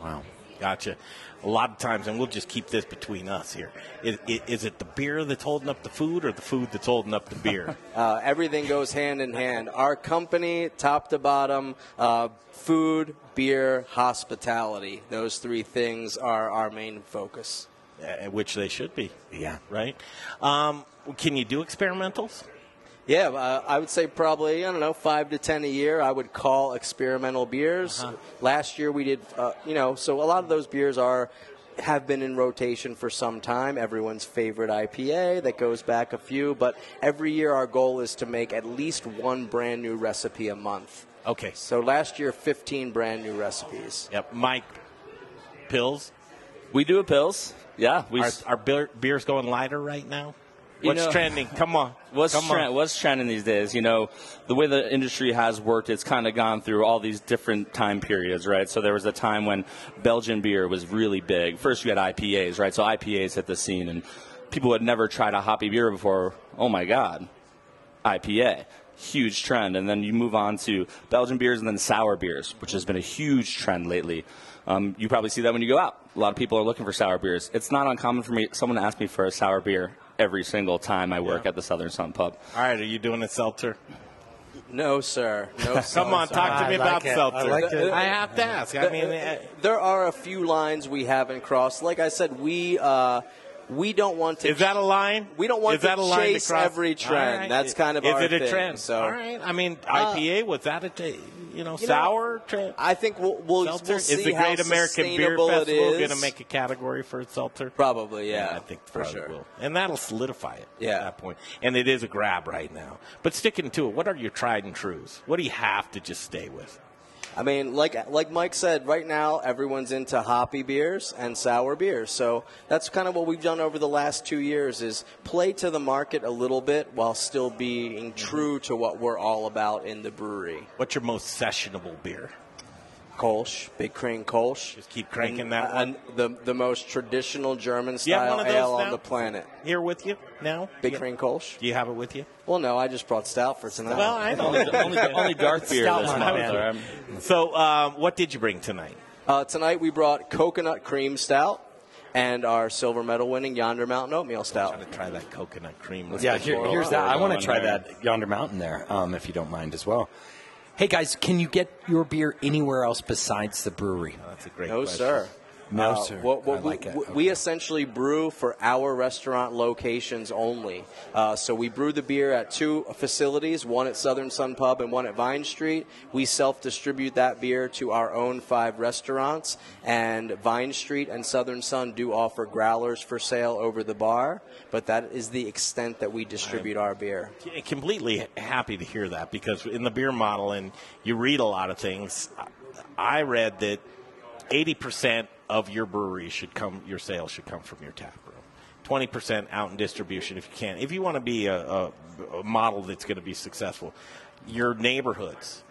[SPEAKER 5] Wow. Gotcha. A lot of times, and we'll just keep this between us here. Is, i- is it the beer that's holding up the food, or the food that's holding up the beer?
[SPEAKER 13] Uh, everything goes hand in hand. Our company, top to bottom, uh, food, beer, hospitality. Those three things are our main focus.
[SPEAKER 5] Uh, Which they should be.
[SPEAKER 6] Yeah.
[SPEAKER 5] Right. Um, can you do experimentals?
[SPEAKER 13] Yeah, uh, I would say probably I don't know five to ten a year. I would call experimental beers.
[SPEAKER 5] Uh-huh.
[SPEAKER 13] Last year we did, uh, you know, so a lot of those beers are have been in rotation for some time. Everyone's favorite IPA that goes back a few, but every year our goal is to make at least one brand new recipe a month.
[SPEAKER 5] Okay.
[SPEAKER 13] So last year, fifteen brand new recipes.
[SPEAKER 5] Yep, Mike. Pills.
[SPEAKER 30] We do a pills. Yeah, we
[SPEAKER 5] Are,
[SPEAKER 30] s-
[SPEAKER 5] are beer, beers going lighter right now?
[SPEAKER 30] You
[SPEAKER 5] What's
[SPEAKER 30] know-
[SPEAKER 5] trending? Come on.
[SPEAKER 30] What's
[SPEAKER 5] Come
[SPEAKER 30] trend,
[SPEAKER 5] on.
[SPEAKER 30] what's trending these days? You know, the way the industry has worked, it's kind of gone through all these different time periods, right? So there was a time when Belgian beer was really big. First, you had IPAs, right? So IPAs hit the scene, and people who had never tried a hoppy beer before. Oh my God, IPA. Huge trend. And then you move on to Belgian beers and then sour beers, which has been a huge trend lately. Um, you probably see that when you go out. A lot of people are looking for sour beers. It's not uncommon for me, someone to ask me for a sour beer every single time I work at the Southern Sun Pub.
[SPEAKER 5] All right, are you doing a seltzer?
[SPEAKER 13] No, sir. No,
[SPEAKER 5] Come
[SPEAKER 13] seltzer.
[SPEAKER 5] on, talk to me I about like it. seltzer. I like it. I have to ask. I
[SPEAKER 13] The-
[SPEAKER 5] mean, eh. I-
[SPEAKER 13] there are a few lines we haven't crossed. Like I said, we uh, we don't want to.
[SPEAKER 5] Is that a line?
[SPEAKER 13] We don't want
[SPEAKER 5] Is that
[SPEAKER 13] to
[SPEAKER 5] a line to
[SPEAKER 13] chase
[SPEAKER 5] cross?
[SPEAKER 13] every
[SPEAKER 5] All
[SPEAKER 13] trend.
[SPEAKER 5] right.
[SPEAKER 13] That's kind of
[SPEAKER 5] is
[SPEAKER 13] our
[SPEAKER 5] it a
[SPEAKER 13] thing,
[SPEAKER 5] trend?
[SPEAKER 13] So.
[SPEAKER 5] All right. I mean,
[SPEAKER 13] Uh,
[SPEAKER 5] IPA was that a t- you know
[SPEAKER 13] you know,
[SPEAKER 5] sour trend?
[SPEAKER 13] I think we'll, we'll, we'll
[SPEAKER 5] Seltzer?
[SPEAKER 13] see
[SPEAKER 5] is the
[SPEAKER 13] how
[SPEAKER 5] Great American Beer
[SPEAKER 13] sustainable it
[SPEAKER 5] Festival
[SPEAKER 13] is.
[SPEAKER 5] going to make a category for seltzer?
[SPEAKER 13] Probably, yeah.
[SPEAKER 5] I think
[SPEAKER 13] For
[SPEAKER 5] probably
[SPEAKER 13] sure.
[SPEAKER 5] will, and that'll solidify it
[SPEAKER 13] Yeah.
[SPEAKER 5] at that point. And it is a grab right now. But sticking to it, what are your tried and trues? What do you have to just stay with?
[SPEAKER 13] I mean, like like Mike said, right now everyone's into hoppy beers and sour beers. So that's kind of what we've done over the last two years is play to the market a little bit while still being true to what we're all about in the brewery.
[SPEAKER 5] What's your most sessionable beer?
[SPEAKER 13] Kolsch, Big Crane Kolsch. Just
[SPEAKER 5] keep cranking
[SPEAKER 13] that one. the, the most traditional German
[SPEAKER 5] You have
[SPEAKER 13] style
[SPEAKER 5] one of those
[SPEAKER 13] ale on
[SPEAKER 5] now?
[SPEAKER 13] the planet.
[SPEAKER 5] Here with you now?
[SPEAKER 13] Big
[SPEAKER 5] Yeah.
[SPEAKER 13] Crane Kolsch.
[SPEAKER 5] Do you have it with you?
[SPEAKER 13] Well, no, I just brought stout for tonight.
[SPEAKER 5] Well, I know. Stout one, man. So, um, what did you bring tonight?
[SPEAKER 13] Uh, tonight we brought coconut cream stout and our silver medal winning Yonder Mountain oatmeal stout. I'm
[SPEAKER 5] gonna try that coconut cream.
[SPEAKER 6] yeah, here, here's that. I want to try that Yonder Mountain there, um, if you don't mind as well. Hey guys, can you get your beer anywhere else besides the brewery?
[SPEAKER 5] That's a great
[SPEAKER 13] No, sir.
[SPEAKER 6] No,
[SPEAKER 13] Uh,
[SPEAKER 6] sir.
[SPEAKER 13] What, what
[SPEAKER 6] I
[SPEAKER 13] we,
[SPEAKER 6] like it.
[SPEAKER 13] we- we essentially brew for our restaurant locations only. Uh, so we brew the beer at two facilities, one at Southern Sun Pub and one at Vine Street. We self-distribute that beer to our own five restaurants, and Vine Street and Southern Sun do offer growlers for sale over the bar, but that is the extent that we distribute our beer.
[SPEAKER 5] Yeah, completely happy to hear that because in the beer model and you read a lot of things i read that 80% of your brewery should come your sales should come from your tap room 20% out in distribution if you can if you want to be a, a, a model that's going to be successful your neighborhoods.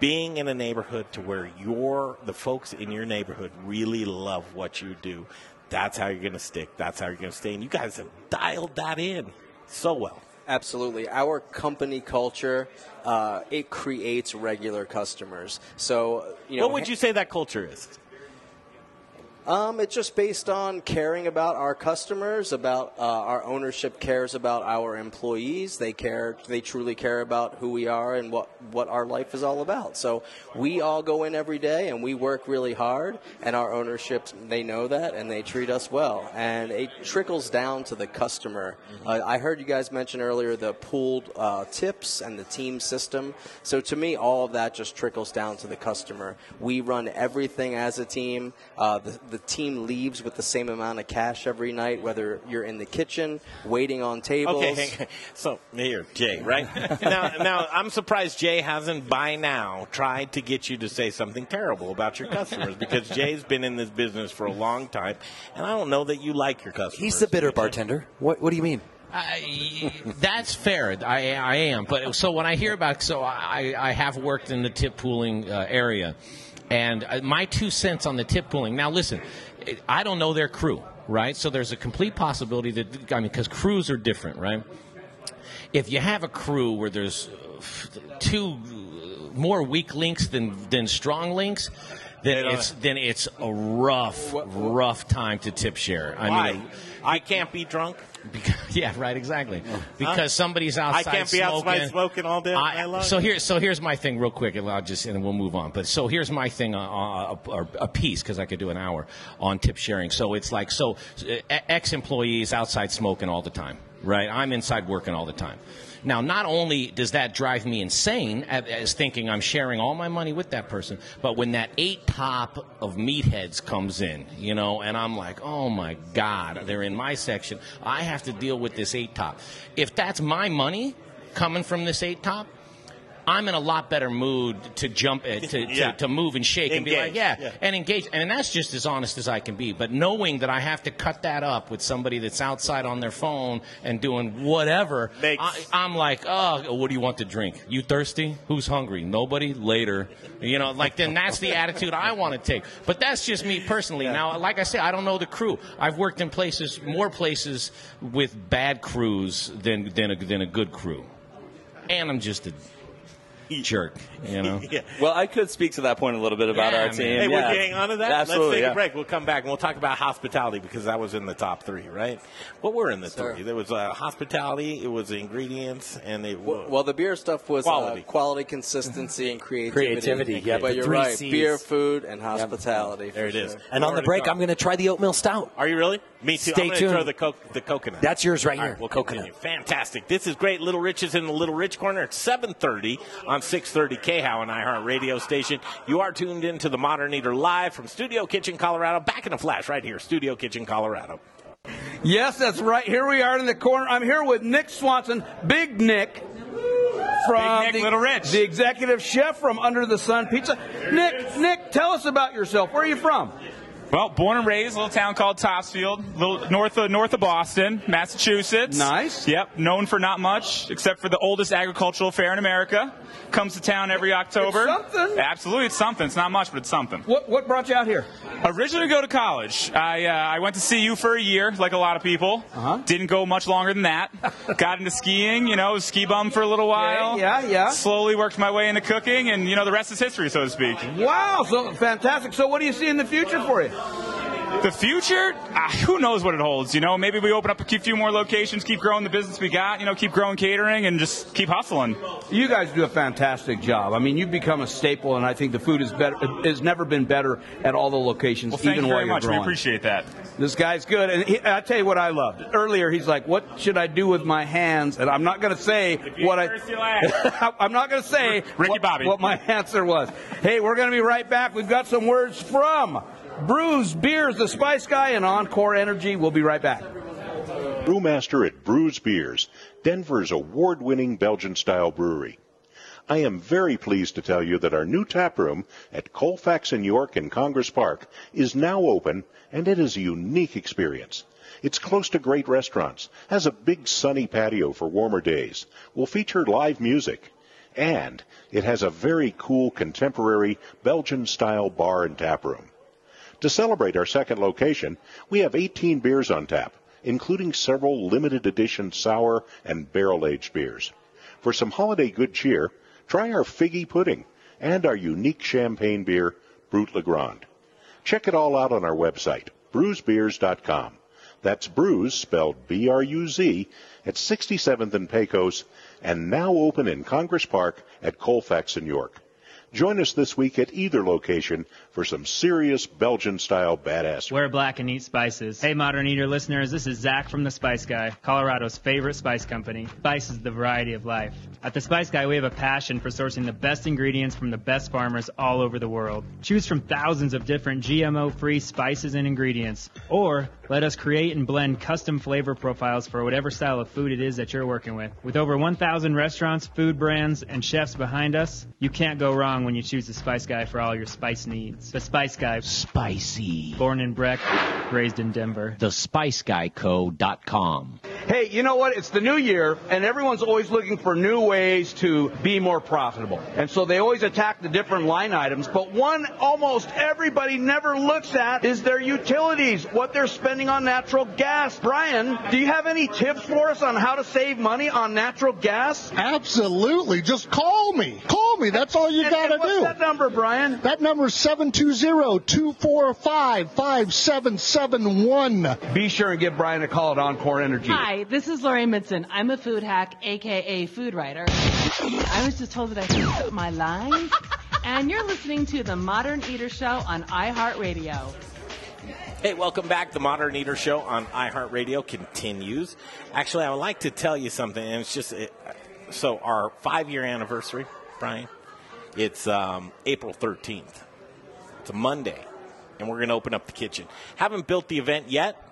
[SPEAKER 5] Being in a neighborhood to where your the folks in your neighborhood really love what you do. That's how you're going to stick. That's how you're going to stay. And you guys have dialed that in so well.
[SPEAKER 13] Absolutely. Our company culture, uh, it creates regular customers. So, you know,
[SPEAKER 5] what would you say that culture is?
[SPEAKER 13] Um, it's just based on caring about our customers, about uh, our ownership cares about our employees. They care, they truly care about who we are and what, what our life is all about. So we all go in every day and we work really hard, and our ownership, they know that and they treat us well. And it trickles down to the customer.
[SPEAKER 6] Mm-hmm.
[SPEAKER 13] Uh, I heard you guys mention earlier the pooled uh, tips and the team system. So to me, all of that just trickles down to the customer. We run everything as a team. Uh, the, the team leaves with the same amount of cash every night, whether you're in the kitchen, waiting on tables.
[SPEAKER 5] Okay, hang- so here, Jay, right? now, now, I'm surprised Jay hasn't by now tried to get you to say something terrible about your customers because Jay's been in this business for a long time, and I don't know that you like your customers.
[SPEAKER 6] He's the bitter bartender. What, what do you mean?
[SPEAKER 7] I, that's fair. I, I am. But so when I hear about, so I, I have worked in the tip pooling uh, area, and uh, my two cents on the tip pooling. Now listen, it- I don't know their crew, right? So there's a complete possibility that I mean, because crews are different, right? If you have a crew where there's uh, f- two uh, more weak links than than strong links. Then it's then it's a rough, rough time to tip share. I
[SPEAKER 5] Why?
[SPEAKER 7] mean,
[SPEAKER 5] I can't be drunk.
[SPEAKER 7] yeah, right, exactly. because somebody's
[SPEAKER 5] I
[SPEAKER 7] outside.
[SPEAKER 5] can't be
[SPEAKER 7] smoking.
[SPEAKER 5] outside smoking all day.
[SPEAKER 7] I-
[SPEAKER 5] I, love
[SPEAKER 7] so here, so here's my thing, real quick, and I'll just and we'll move on. But so here's my thing, uh, uh, a, a piece because I could do an hour on tip sharing. So it's like so, ex employees outside smoking all the time, right? I'm inside working all the time. Now, not only does that drive me insane as, as thinking I'm sharing all my money with that person, but when that eight top of meatheads comes in, you know, and I'm like, oh my God, they're in my section. I have to deal with this eight top. If that's my money coming from this eight top, I'm in a lot better mood to jump, uh, to,
[SPEAKER 5] Yeah.
[SPEAKER 7] to, to move and shake and be
[SPEAKER 5] Engage,
[SPEAKER 7] like, yeah,
[SPEAKER 5] yeah.
[SPEAKER 7] and engage. And that's just as honest as I can be. But knowing that I have to cut that up with somebody that's outside on their phone and doing whatever, I, I'm like, oh, what do you want to drink? You thirsty? Who's hungry? Nobody? Later. You know, like then that's the attitude I want to take. But that's just me personally. Now, like I said, I don't know the crew. I've worked in places, more places with bad crews than, than, a, than a good crew. And I'm just a jerk, you know?
[SPEAKER 30] Well, I could speak to that point a little bit about
[SPEAKER 5] Yeah,
[SPEAKER 30] our
[SPEAKER 5] man.
[SPEAKER 30] team. yeah.
[SPEAKER 5] Hey, we're getting onto that.
[SPEAKER 30] Absolutely,
[SPEAKER 5] Let's take
[SPEAKER 30] yeah.
[SPEAKER 5] a break. We'll come back and we'll talk about hospitality because that was in the top three, right? Well, we're in the three. There was uh, hospitality, it was ingredients, and it was
[SPEAKER 13] Well, the beer stuff was
[SPEAKER 5] Quality.
[SPEAKER 13] quality, uh, quality consistency, and creativity.
[SPEAKER 6] Creativity, yeah,
[SPEAKER 13] But
[SPEAKER 6] the
[SPEAKER 13] you're
[SPEAKER 6] three
[SPEAKER 13] right.
[SPEAKER 6] Cs.
[SPEAKER 13] Beer, food, and hospitality. There it is.
[SPEAKER 6] And on the break, I'm going to try the oatmeal stout.
[SPEAKER 5] Are you really? Me too.
[SPEAKER 6] Stay
[SPEAKER 5] I'm gonna
[SPEAKER 6] tuned.
[SPEAKER 5] Throw the, co- the coconut.
[SPEAKER 6] That's yours right
[SPEAKER 5] All
[SPEAKER 6] here.
[SPEAKER 5] we'll coconut. Fantastic. This is great. Little Rich is in the Little Rich corner at 7:30 on 6:30 KHOW and iHeart Radio station. You are tuned in to the Modern Eater live from Studio Kitchen, Colorado. Back in a flash, right here, Studio Kitchen, Colorado.
[SPEAKER 11] Yes, that's right. Here we are in the corner. I'm here with Nick Swanson, Big Nick from
[SPEAKER 1] Big Nick
[SPEAKER 11] the,
[SPEAKER 1] Little Rich.
[SPEAKER 11] the executive chef from Under the Sun Pizza. Nick, Nick, tell us about yourself. Where are you from?
[SPEAKER 20] Well, born and raised, little town called Topsfield, little north of north of Boston, Massachusetts. Nice. Yep, known for not much except for the oldest agricultural fair in America. Comes to town every October. something. Absolutely, it's something. It's not much, but it's something.
[SPEAKER 11] What what brought you out here?
[SPEAKER 20] Originally, to go to college. I uh, I went to CU for a year, like a lot of people. Uh-huh. Didn't go much longer than that. Got into skiing. You know, was ski bum for a little while.
[SPEAKER 11] yeah, yeah.
[SPEAKER 20] Slowly worked my way into cooking, and you know, the rest is history, so to speak.
[SPEAKER 11] Wow, so fantastic. So what do you see in the future for you?
[SPEAKER 20] The future, ah, who knows what it holds? You know, maybe we open up a few more locations, keep growing the business we got. You know, keep growing catering, and just keep hustling.
[SPEAKER 11] You guys do a fantastic job. I mean, you've become a staple, and I think the food is better has never been better at all the locations.
[SPEAKER 20] Well, thank
[SPEAKER 11] even
[SPEAKER 20] you
[SPEAKER 11] while
[SPEAKER 20] very
[SPEAKER 11] you're
[SPEAKER 20] much.
[SPEAKER 11] growing.
[SPEAKER 20] We appreciate that.
[SPEAKER 11] This guy's good, and he, I tell you what I loved earlier. He's like, "What should I do with my hands?" And I'm not going to say what I. I'm not going to say what, what my answer was. Hey, we're going to be right back. We've got some words from Brews Beers, the Spice Guy, and Encore Energy. We'll be right back.
[SPEAKER 3] Brewmaster at Brews Beers, Denver's award winning Belgian style brewery. I am very pleased to tell you that our new tap room at Colfax and York in Congress Park is now open and it is a unique experience. It's close to great restaurants, has a big sunny patio for warmer days, will feature live music, and it has a very cool contemporary Belgian style bar and tap room. To celebrate our second location, we have 18 beers on tap, including several limited edition sour and barrel aged beers. For some holiday good cheer, try our figgy pudding and our unique champagne beer, Brut Le Grand. Check it all out on our website, brewsbeers.com. That's brews spelled B-R-U-Z at 67th and Pecos and now open in Congress Park at Colfax and York. Join us this week at either location for some serious Belgian style badass.
[SPEAKER 18] Wear black and eat spices. Hey, Modern Eater listeners, this is Zach from The Spice Guy, Colorado's favorite spice company. Spice is the variety of life. At The Spice Guy, we have a passion for sourcing the best ingredients from the best farmers all over the world. Choose from thousands of different GMO free spices and ingredients, or let us create and blend custom flavor profiles for whatever style of food it is that you're working with. With over 1,000 restaurants, food brands, and chefs behind us, you can't go wrong when you choose the Spice Guy for all your spice needs. The Spice Guy. Spicy. Born in Breck, raised in Denver. The
[SPEAKER 7] SpiceGuyCo.com.
[SPEAKER 11] Hey, you know what? It's the new year, and everyone's always looking for new ways to be more profitable. And so they always attack the different line items. But one almost everybody never looks at is their utilities, what they're spending on natural gas. Brian, do you have any tips for us on how to save money on natural gas?
[SPEAKER 31] Absolutely. Just call me. Call me. That's all you
[SPEAKER 11] And-
[SPEAKER 31] got to
[SPEAKER 11] and what's
[SPEAKER 31] do.
[SPEAKER 11] that number, Brian?
[SPEAKER 31] That number is 720-245-5771.
[SPEAKER 11] Be sure and give Brian a call at Encore Energy.
[SPEAKER 19] Hi, this is Lori Midson. I'm a food hack, aka food writer. I was just told that I fixed up my line, and you're listening to the Modern Eater Show on iHeartRadio.
[SPEAKER 5] Hey, welcome back. The Modern Eater Show on iHeartRadio continues. Actually, I would like to tell you something, and it's just it, so our five year anniversary, Brian, it's um, April 13th. It's a Monday, and we're going to open up the kitchen. Haven't built the event yet,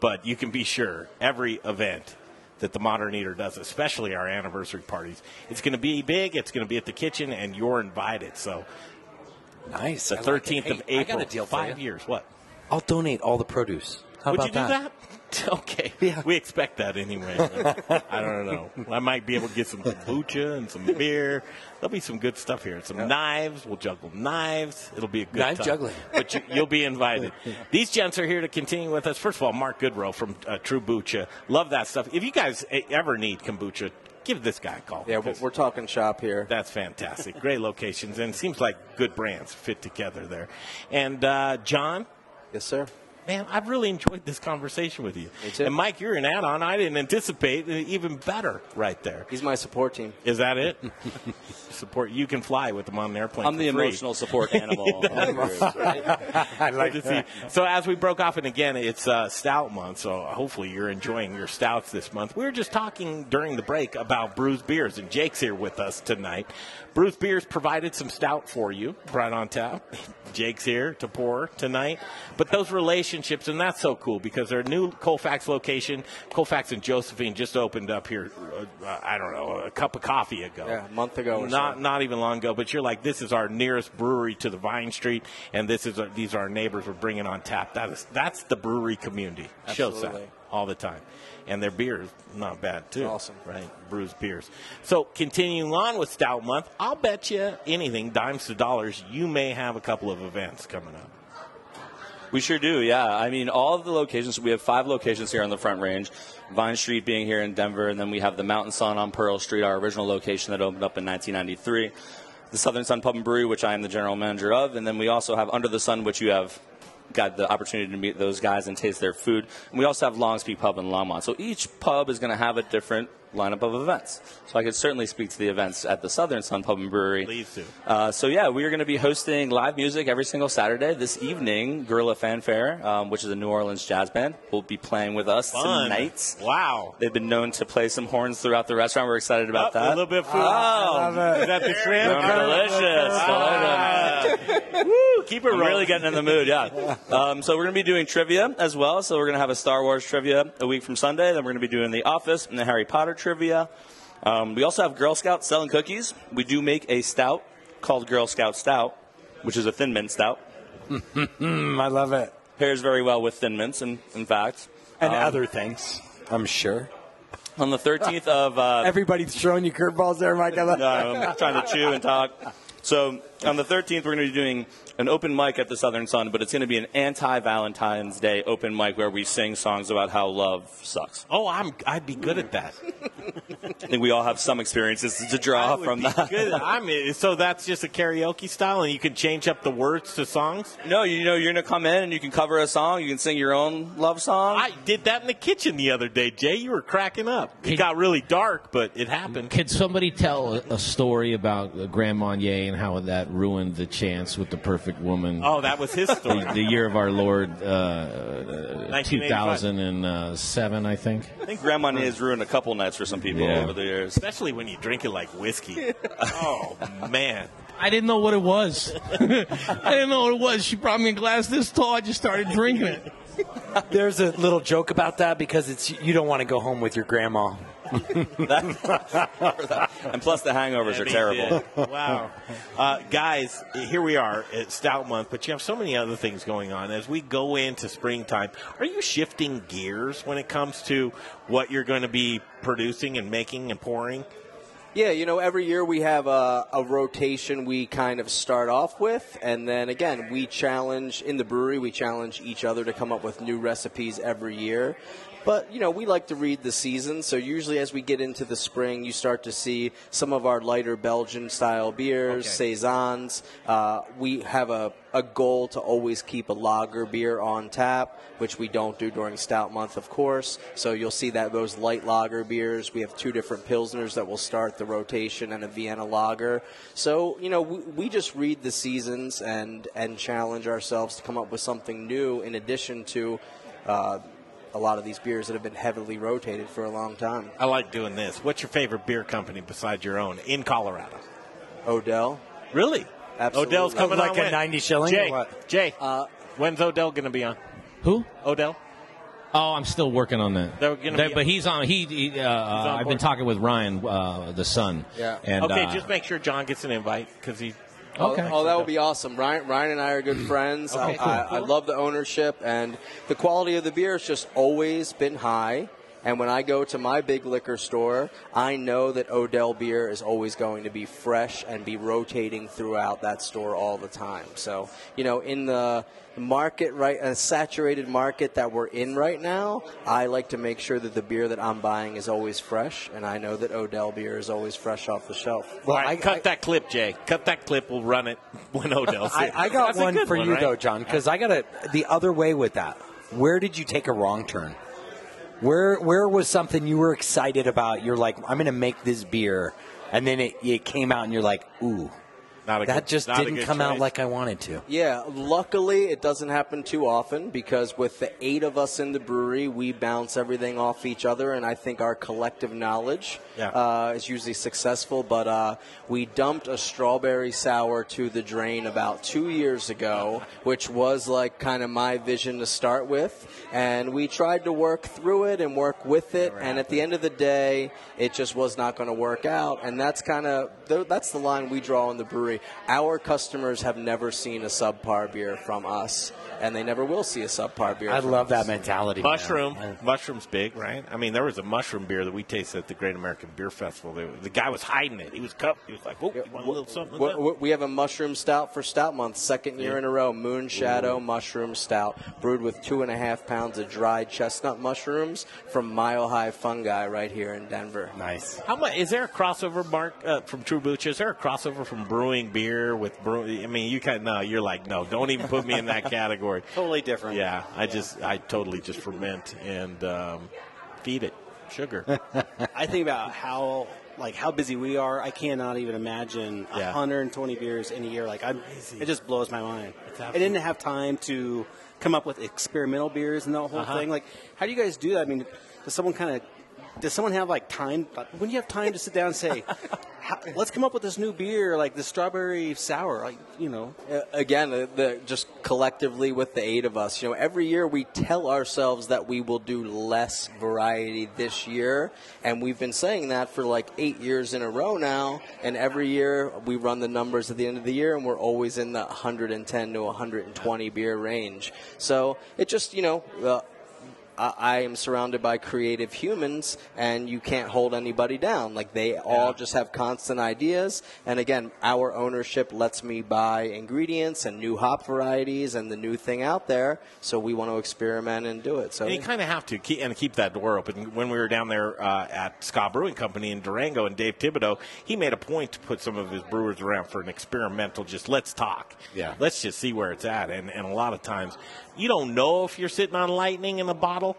[SPEAKER 5] but you can be sure every event that the Modern Eater does, especially our anniversary parties, it's going to be big, it's going to be at the kitchen, and you're invited. So,
[SPEAKER 6] nice.
[SPEAKER 5] The
[SPEAKER 6] I like it.
[SPEAKER 5] 13th of
[SPEAKER 6] Hey, I
[SPEAKER 5] April.
[SPEAKER 6] got a deal for
[SPEAKER 5] five
[SPEAKER 6] you.
[SPEAKER 5] years. What?
[SPEAKER 6] I'll donate all the produce. How
[SPEAKER 5] Would
[SPEAKER 6] about
[SPEAKER 5] you do that? okay. We expect that anyway. I don't know. I might be able to get some kombucha and some beer. There'll be some good stuff here. Some knives. We'll juggle knives. It'll be a good
[SPEAKER 6] Knife
[SPEAKER 5] time.
[SPEAKER 6] juggling.
[SPEAKER 5] But you, you'll be invited. These gents are here to continue with us. First of all, Mark Goodrow from uh, True Bucha. Love that stuff. If you guys eh, ever need kombucha, give this guy a call.
[SPEAKER 13] Yeah, we're, we're talking shop here.
[SPEAKER 5] That's fantastic. Great locations, and it seems like good brands fit together there. And uh, John,
[SPEAKER 13] yes, sir.
[SPEAKER 5] Man, I've really enjoyed this conversation with you. And Mike, you're an add-on. I didn't anticipate and even better right there.
[SPEAKER 13] He's my support team.
[SPEAKER 5] Is that it? support. You can fly with them on an airplane.
[SPEAKER 30] I'm
[SPEAKER 5] for
[SPEAKER 30] the
[SPEAKER 5] free.
[SPEAKER 30] emotional support animal.
[SPEAKER 5] That's right.
[SPEAKER 30] I like
[SPEAKER 5] Good to
[SPEAKER 30] that.
[SPEAKER 5] see. So as we broke off, and again, it's uh, Stout Month, so hopefully you're enjoying your stouts this month. We were just talking during the break about Brews Beers, and Jake's here with us tonight. Brews Beers provided some stout for you, right on tap. Jake's here to pour tonight. But those relationships, and that's so cool because our new Colfax location, Colfax and Josephine, just opened up here, uh, I don't know, a cup of coffee ago.
[SPEAKER 13] Yeah, a month ago or so.
[SPEAKER 5] Not not even long ago, but you're like, this is our nearest brewery to the Vine Street, and this is our, these are our neighbors we're bringing on tap. That is that's the brewery community. Shows that
[SPEAKER 13] Absolutely.
[SPEAKER 5] all the time, and their beer is not bad too.
[SPEAKER 13] Awesome.
[SPEAKER 5] right? Brews beers. So continuing on with Stout Month, I'll bet you anything, dimes to dollars, you may have a couple of events coming up.
[SPEAKER 30] We sure do, yeah. I mean, all of the locations, we have five locations here on the Front Range. Vine Street being here in Denver, and then we have the Mountain Sun on Pearl Street, our original location that opened up in 1993. The Southern Sun Pub and Brewery, which I am the general manager of, and then we also have Under the Sun, which you have got the opportunity to meet those guys and taste their food. And we also have Longs Peak Pub in Longmont. So each pub is going to have a different lineup of events. So I could certainly speak to the events at the Southern Sun Pub and Brewery.
[SPEAKER 5] Please do.
[SPEAKER 30] Uh, so yeah, we are going to be hosting live music every single Saturday this evening. Gorilla Fanfare, um, which is a New Orleans jazz band, will be playing with us
[SPEAKER 5] Fun.
[SPEAKER 30] tonight.
[SPEAKER 5] Wow!
[SPEAKER 30] They've been known to play some horns throughout the restaurant. We're excited about
[SPEAKER 5] Oh,
[SPEAKER 30] that.
[SPEAKER 5] A little bit of food.
[SPEAKER 30] Oh,
[SPEAKER 5] is that the shrimp? Ah.
[SPEAKER 30] Sounds delicious.
[SPEAKER 5] Woo, keep it
[SPEAKER 30] I'm
[SPEAKER 5] rolling.
[SPEAKER 30] really getting in the mood, yeah. Um, so we're going to be doing trivia as well. So we're going to have a Star Wars trivia a week from Sunday. Then we're going to be doing The Office and the Harry Potter trivia. Um, we also have Girl Scouts selling cookies. We do make a stout called Girl Scout Stout, which is a thin mint stout.
[SPEAKER 6] Mm, I love it.
[SPEAKER 30] Pairs very well with thin mints, in, in fact.
[SPEAKER 6] And
[SPEAKER 30] Um,
[SPEAKER 6] other things, I'm sure.
[SPEAKER 30] on the 13th of uh,
[SPEAKER 21] Everybody's throwing you curveballs there, Mike. I love-
[SPEAKER 30] no, Um, I'm trying to chew and talk. So on the 13th, we're going to be doing an open mic at the Southern Sun, but it's going to be an anti-Valentine's Day open mic where we sing songs about how love sucks.
[SPEAKER 5] Oh, I'm I'd be good at that.
[SPEAKER 30] I think we all have some experiences to draw from that.
[SPEAKER 5] Good. I mean, so that's just a karaoke style, and you can change up the words to songs.
[SPEAKER 30] No, you know you're going to come in and you can cover a song. You can sing your own love song.
[SPEAKER 5] I did that in the kitchen the other day, Jay. You were cracking up. It got really dark, but it happened.
[SPEAKER 7] Could somebody tell a, a story about uh, Grand Marnier and how that ruined the chance with the perfect woman?
[SPEAKER 5] Oh, that was his story.
[SPEAKER 7] The, the year of our Lord, uh, uh, 2007, I think.
[SPEAKER 30] I think Grandma has ruined a couple nights for some people
[SPEAKER 7] Yeah.
[SPEAKER 30] over the years.
[SPEAKER 5] Especially when you drink it like whiskey. oh man.
[SPEAKER 7] I didn't know what it was. I didn't know what it was. She brought me a glass this tall. I just started drinking it.
[SPEAKER 6] There's a little joke about that because it's you don't want to go home with your grandma.
[SPEAKER 30] and plus, the hangovers are
[SPEAKER 5] They
[SPEAKER 30] terrible.
[SPEAKER 5] did. Wow. Uh, guys, here we are at Stout Month, but you have so many other things going on. As we go into springtime, are you shifting gears when it comes to what you're going to be producing and making and pouring?
[SPEAKER 13] Yeah, you know, every year we have a, a rotation we kind of start off with, and then again, we challenge in the brewery, we challenge each other to come up with new recipes every year. But, you know, we like to read the season, so usually as we get into the spring, you start to see some of our lighter Belgian style beers, Saisons. Uh, we have a, a goal to always keep a lager beer on tap, which we don't do during stout month, of course. So you'll see that those light lager beers, we have two different pilsners that will start the rotation and a Vienna lager. So, you know, we, we just read the seasons and, and challenge ourselves to come up with something new in addition to uh, a lot of these beers that have been heavily rotated for a long time.
[SPEAKER 5] I like doing this. What's your favorite beer company besides your own in Colorado?
[SPEAKER 13] Odell.
[SPEAKER 5] Really?
[SPEAKER 13] Absolutely.
[SPEAKER 5] Odell's coming
[SPEAKER 13] Like
[SPEAKER 5] on
[SPEAKER 13] a
[SPEAKER 5] when?
[SPEAKER 13] 90 shilling or
[SPEAKER 5] Jay,
[SPEAKER 13] what?
[SPEAKER 5] Jay,
[SPEAKER 6] Uh,
[SPEAKER 5] when's Odell going to be on?
[SPEAKER 7] Who?
[SPEAKER 5] Odell.
[SPEAKER 7] Oh, I'm still working on that.
[SPEAKER 5] They're gonna
[SPEAKER 7] That-
[SPEAKER 5] be-
[SPEAKER 7] but he's on. He. he, uh,
[SPEAKER 5] on
[SPEAKER 7] I've been
[SPEAKER 5] board.
[SPEAKER 7] talking with Ryan, uh, the son. And,
[SPEAKER 5] okay,
[SPEAKER 7] uh,
[SPEAKER 5] just make sure John gets an invite because he.
[SPEAKER 13] Oh, Oh, that would be awesome. Ryan, Ryan and I are good friends. I,
[SPEAKER 5] Mm. Okay, cool.
[SPEAKER 13] I, I love the ownership and the quality of the beer has just always been high. And when I go to my big liquor store, I know that Odell beer is always going to be fresh and be rotating throughout that store all the time. So, you know, in the market, right, a saturated market that we're in right now, I like to make sure that the beer that I'm buying is always fresh. And I know that Odell beer is always fresh off the shelf.
[SPEAKER 5] All right, cut that clip, Jay. Cut that clip. We'll run it when Odell's
[SPEAKER 6] I,
[SPEAKER 5] here.
[SPEAKER 6] I got
[SPEAKER 5] That's a
[SPEAKER 6] one
[SPEAKER 5] good
[SPEAKER 6] for you
[SPEAKER 5] right?
[SPEAKER 6] though, John, because I got a the other way with that. Where did you take a wrong turn? Where where was something you were excited about? You're like, I'm going to make this beer, and then it, it came out, and you're like, ooh,
[SPEAKER 5] not a
[SPEAKER 6] that
[SPEAKER 5] good-
[SPEAKER 6] just
[SPEAKER 5] not a
[SPEAKER 6] didn't
[SPEAKER 5] good
[SPEAKER 6] come out
[SPEAKER 5] choice.
[SPEAKER 6] like I wanted to.
[SPEAKER 13] Yeah, luckily it doesn't happen too often because with the eight of us in the brewery, we bounce everything off each other, and I think our collective knowledge
[SPEAKER 22] Yeah.
[SPEAKER 13] uh, is usually successful. But uh, we dumped a strawberry sour to the drain about two years ago, which was like kind of my vision to start with, and we tried to work through it and work with it, and at the end of the day, it just was not going to work out, and that's kind of that's the line we draw in the brewery. Our customers have never seen a subpar beer from us, and they never will see a subpar beer.
[SPEAKER 6] I
[SPEAKER 13] from
[SPEAKER 6] love
[SPEAKER 13] us.
[SPEAKER 6] that mentality. man.
[SPEAKER 5] Mushroom, mushroom's big, right? I mean, there was a mushroom beer that we tasted at the Great American Beer Festival. The, the guy was hiding it. He was cupped. He was like, "Oh, you want a little something?"
[SPEAKER 13] We- we- We have a mushroom stout for Stout Month, second year in a row. Moon Shadow Mushroom Stout, brewed with two and a half pounds of dried chestnut mushrooms from Mile High Fungi right here in Denver.
[SPEAKER 6] Nice.
[SPEAKER 5] How much is there a crossover, Mark, uh, from True Booch? Is there a crossover from brewing beer with brewing? I mean, you kind of no. You're like, no, don't even put me in that category.
[SPEAKER 14] Totally different.
[SPEAKER 5] Yeah, I just, I totally just ferment and um, feed it sugar.
[SPEAKER 14] I think about how like how busy we are. I cannot even imagine a
[SPEAKER 5] Yeah.
[SPEAKER 14] 120 beers in a year. Like I'm, it just blows my mind. I
[SPEAKER 5] absolute-
[SPEAKER 14] didn't have time to come up with experimental beers and the whole
[SPEAKER 5] Uh-huh.
[SPEAKER 14] thing. Like, how do you guys do that? I mean, does someone kind of does someone have like time? Like, when do you have time to sit down and say, how, let's come up with this new beer, like the strawberry sour, like you know.
[SPEAKER 13] Uh, again, the, the, just collectively with the eight of us, you know, every year we tell ourselves that we will do less variety this year, and we've been saying that for like eight years in a row now. And every year we run the numbers at the end of the year, and we're always in the 110 to 120 beer range. So it just, you know. Uh, I, I am surrounded by creative humans, and you can't hold anybody down. Like they all just have constant ideas. And again, our ownership lets me buy ingredients and new hop varieties and the new thing out there. So we want to experiment and do it. So
[SPEAKER 5] and you kind of have to keep, and keep that door open. When we were down there uh, at Scott Brewing Company in Durango, and Dave Thibodeau, he made a point to put some of his brewers around for an experimental, just let's talk.
[SPEAKER 6] Yeah.
[SPEAKER 5] Let's just see where it's at. And, and a lot of times, you don't know if you're sitting on lightning in a bottle,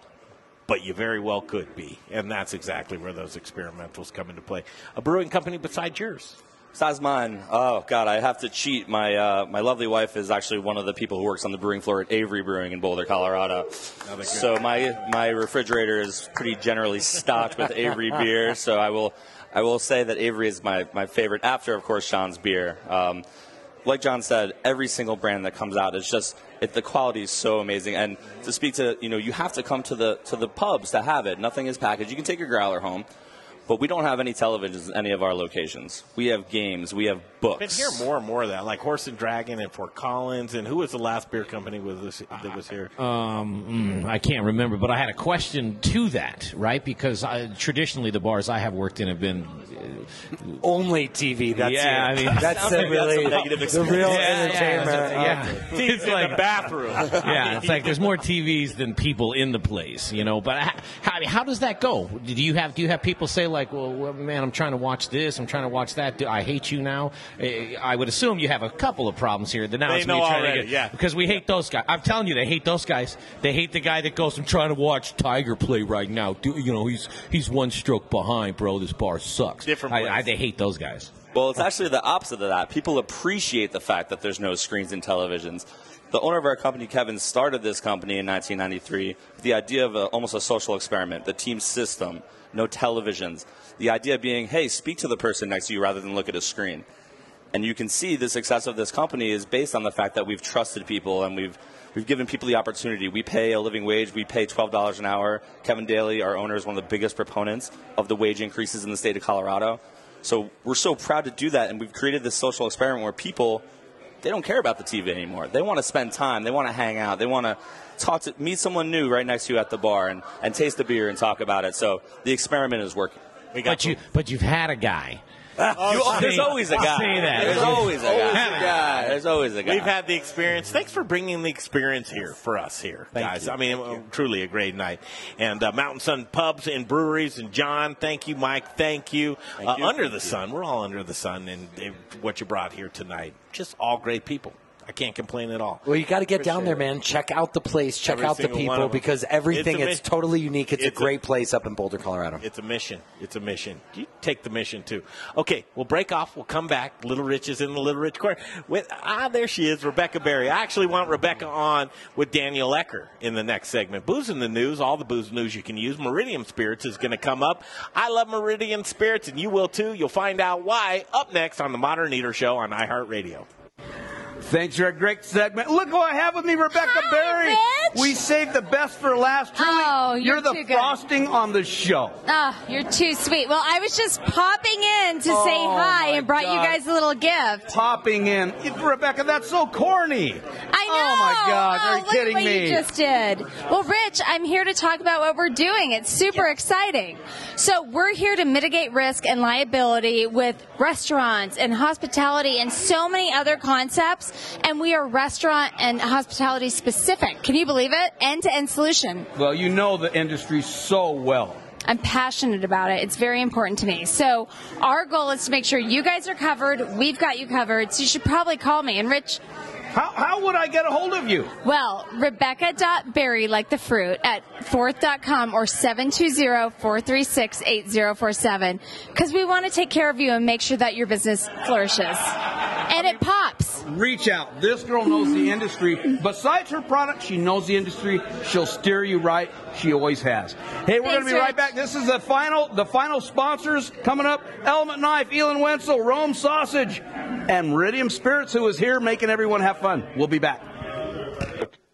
[SPEAKER 5] but you very well could be. And that's exactly where those experimentals come into play. A brewing company besides yours.
[SPEAKER 30] Besides mine, oh god, I have to cheat. My uh, my lovely wife is actually one of the people who works on the brewing floor at Avery Brewing in Boulder, Colorado.
[SPEAKER 5] good.
[SPEAKER 30] So my my refrigerator is pretty generally stocked with Avery beer. So I will I will say that Avery is my my favorite. After of course Sean's beer. Um, like John said, every single brand that comes out is just it, the quality is so amazing. And to speak to you know, you have to come to the to the pubs to have it. Nothing is packaged. You can take your growler home, but we don't have any televisions in any of our locations. We have games. We have books.
[SPEAKER 5] Been hearing more and more of that, like Horse and Dragon and Fort Collins. And who was the last beer company was this, that was here?
[SPEAKER 7] Um, mm, I can't remember, but I had a question to that, right? Because I, traditionally the bars I have worked in have been uh,
[SPEAKER 6] only TV.
[SPEAKER 7] That's yeah,
[SPEAKER 6] it.
[SPEAKER 7] I mean
[SPEAKER 6] That's it, really. The real entertainment out
[SPEAKER 7] Yeah,
[SPEAKER 6] there.
[SPEAKER 7] yeah. it's
[SPEAKER 5] in the bathroom.
[SPEAKER 7] yeah, it's like there's more TVs than people in the place, you know. But how, how, I mean, how does that go? Do you have do you have people say like, well, well, man, I'm trying to watch this, I'm trying to watch that. Do, I hate you now. Eh, I would assume you have a couple of problems here. That now
[SPEAKER 5] They
[SPEAKER 7] it's me
[SPEAKER 5] know
[SPEAKER 7] trying
[SPEAKER 5] already,
[SPEAKER 7] to get,
[SPEAKER 5] yeah.
[SPEAKER 7] because we hate those guys. I'm telling you, they hate those guys. They hate the guy that goes, I'm trying to watch Tiger play right now. Do, you know, he's he's one stroke behind, bro. This bar sucks. Different. I, I, they hate those guys.
[SPEAKER 30] Well, it's actually the opposite of that. People appreciate the fact that there's no screens and televisions. The owner of our company, Kevin, started this company in 1993 with the idea of a, almost a social experiment, the team system, no televisions. The idea being, hey, speak to the person next to you rather than look at a screen. And you can see the success of this company is based on the fact that we've trusted people and we've we've given people the opportunity. We pay a living wage. We pay twelve dollars an hour. Kevin Daly, our owner, is one of the biggest proponents of the wage increases in the state of Colorado. So we're so proud to do that, and we've created this social experiment where people they don't care about the TV anymore. They want to spend time. They want to hang out. They want to talk to meet someone new right next to you at the bar and, and taste the beer and talk about it. So the experiment is working.
[SPEAKER 7] but you but you've had a guy.
[SPEAKER 30] You- there's always a guy.
[SPEAKER 7] Say that.
[SPEAKER 30] There's always a guy. There's always a guy.
[SPEAKER 5] We've had the experience. Thanks for bringing the experience here for us here, guys. I mean, truly a great night. And uh, Mountain Sun Pubs and Breweries and John, thank you, Mike. Thank you. uh,
[SPEAKER 6] you.
[SPEAKER 5] Under
[SPEAKER 6] Thank
[SPEAKER 5] the sun, we're all under the sun, and uh, what you brought here tonight, just all great people. I can't complain at all.
[SPEAKER 6] Well, you got to get down
[SPEAKER 5] Appreciate
[SPEAKER 6] there, man. Check out the place. Check
[SPEAKER 5] Every
[SPEAKER 6] out the
[SPEAKER 5] single one
[SPEAKER 6] people
[SPEAKER 5] of 'em.
[SPEAKER 6] because everything
[SPEAKER 5] It's ama-
[SPEAKER 6] it's, totally unique. It's,
[SPEAKER 5] It's a-
[SPEAKER 6] a great place up in Boulder, Colorado.
[SPEAKER 5] It's a mission. It's a mission. You take the mission too. Okay, we'll break off. We'll come back. Little Rich is in the Little Rich corner. With ah, there she is, Rebecca Berry. I actually want Rebecca on with Daniel Ecker in the next segment. Booze in the news. All the booze news you can use. Meridian Spirits is going to come up. I love Meridian Spirits, and you will too. You'll find out why up next on the Modern Eater Show on iHeartRadio.
[SPEAKER 11] Thanks for a great segment. Look who I have with me, Rebecca Berry. We saved the best for last. Truly,
[SPEAKER 4] Oh,
[SPEAKER 11] you're,
[SPEAKER 4] you're
[SPEAKER 11] the
[SPEAKER 4] too good.
[SPEAKER 11] frosting on the show.
[SPEAKER 4] Ah, you're too sweet. Well, I was just popping in to say
[SPEAKER 11] Oh,
[SPEAKER 4] hi
[SPEAKER 11] my
[SPEAKER 4] and brought
[SPEAKER 11] God.
[SPEAKER 4] you guys a little gift.
[SPEAKER 11] Popping in, Rebecca. That's so corny. I know. Oh my God!
[SPEAKER 4] Oh,
[SPEAKER 11] are you
[SPEAKER 4] look
[SPEAKER 11] kidding
[SPEAKER 4] at what
[SPEAKER 11] me?
[SPEAKER 4] you just did. Well, Rich, I'm here to talk about what we're doing. It's super exciting. So we're here to mitigate risk and liability with restaurants and hospitality and so many other concepts. And we are restaurant and hospitality specific. Can you believe it? End to end solution.
[SPEAKER 11] Well, you know the industry so well.
[SPEAKER 4] I'm passionate about it. It's very important to me. So our goal is to make sure you guys are covered. We've got you covered. So you should probably call me. And Rich,
[SPEAKER 11] How, how would I get a hold of you?
[SPEAKER 4] well, Rebecca.berry, like the fruit, at forth.com or 720-436-8047 because we want to take care of you and make sure that your business flourishes. And it pops.
[SPEAKER 11] Reach out. This girl knows the industry. Besides her product, she knows the industry. She'll steer you right. She always has. Hey, we're going to
[SPEAKER 4] Thanks,
[SPEAKER 11] be right
[SPEAKER 4] Rich.
[SPEAKER 11] back. This is the final, the final sponsors coming up. Element Knife, Elon Wenzel, Rome Sausage, and Meridium Spirits, who is here making everyone have fun. We'll be back.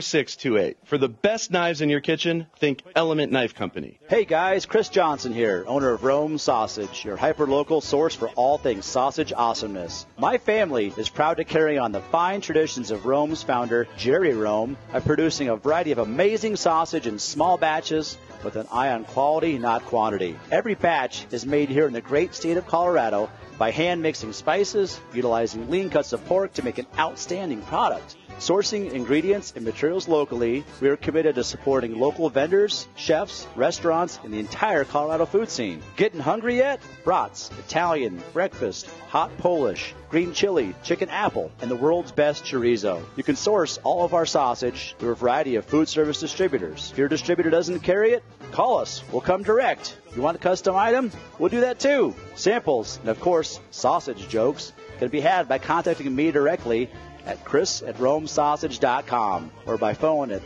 [SPEAKER 32] 4628. For the best knives in your kitchen, think Element Knife Company.
[SPEAKER 22] Hey guys, Chris Johnson here, owner of Rome Sausage, your hyperlocal source for all things sausage awesomeness. My family is proud to carry on the fine traditions of Rome's founder, Jerry Rome, by producing a variety of amazing sausage in small batches with an eye on quality, not quantity. Every batch is made here in the great state of Colorado by hand mixing spices, utilizing lean cuts of pork to make an outstanding product. Sourcing ingredients and materials locally, we are committed to supporting local vendors, chefs, restaurants, and the entire Colorado food scene. Getting hungry yet? Brats, Italian, breakfast, hot Polish, green chili, chicken apple, and the world's best chorizo. You can source all of our sausage through a variety of food service distributors. If your distributor doesn't carry it, call us. We'll come direct. You want a custom item? We'll do that too. Samples, and of course, sausage jokes can be had by contacting me directly at chris at romesausage.com or by phone at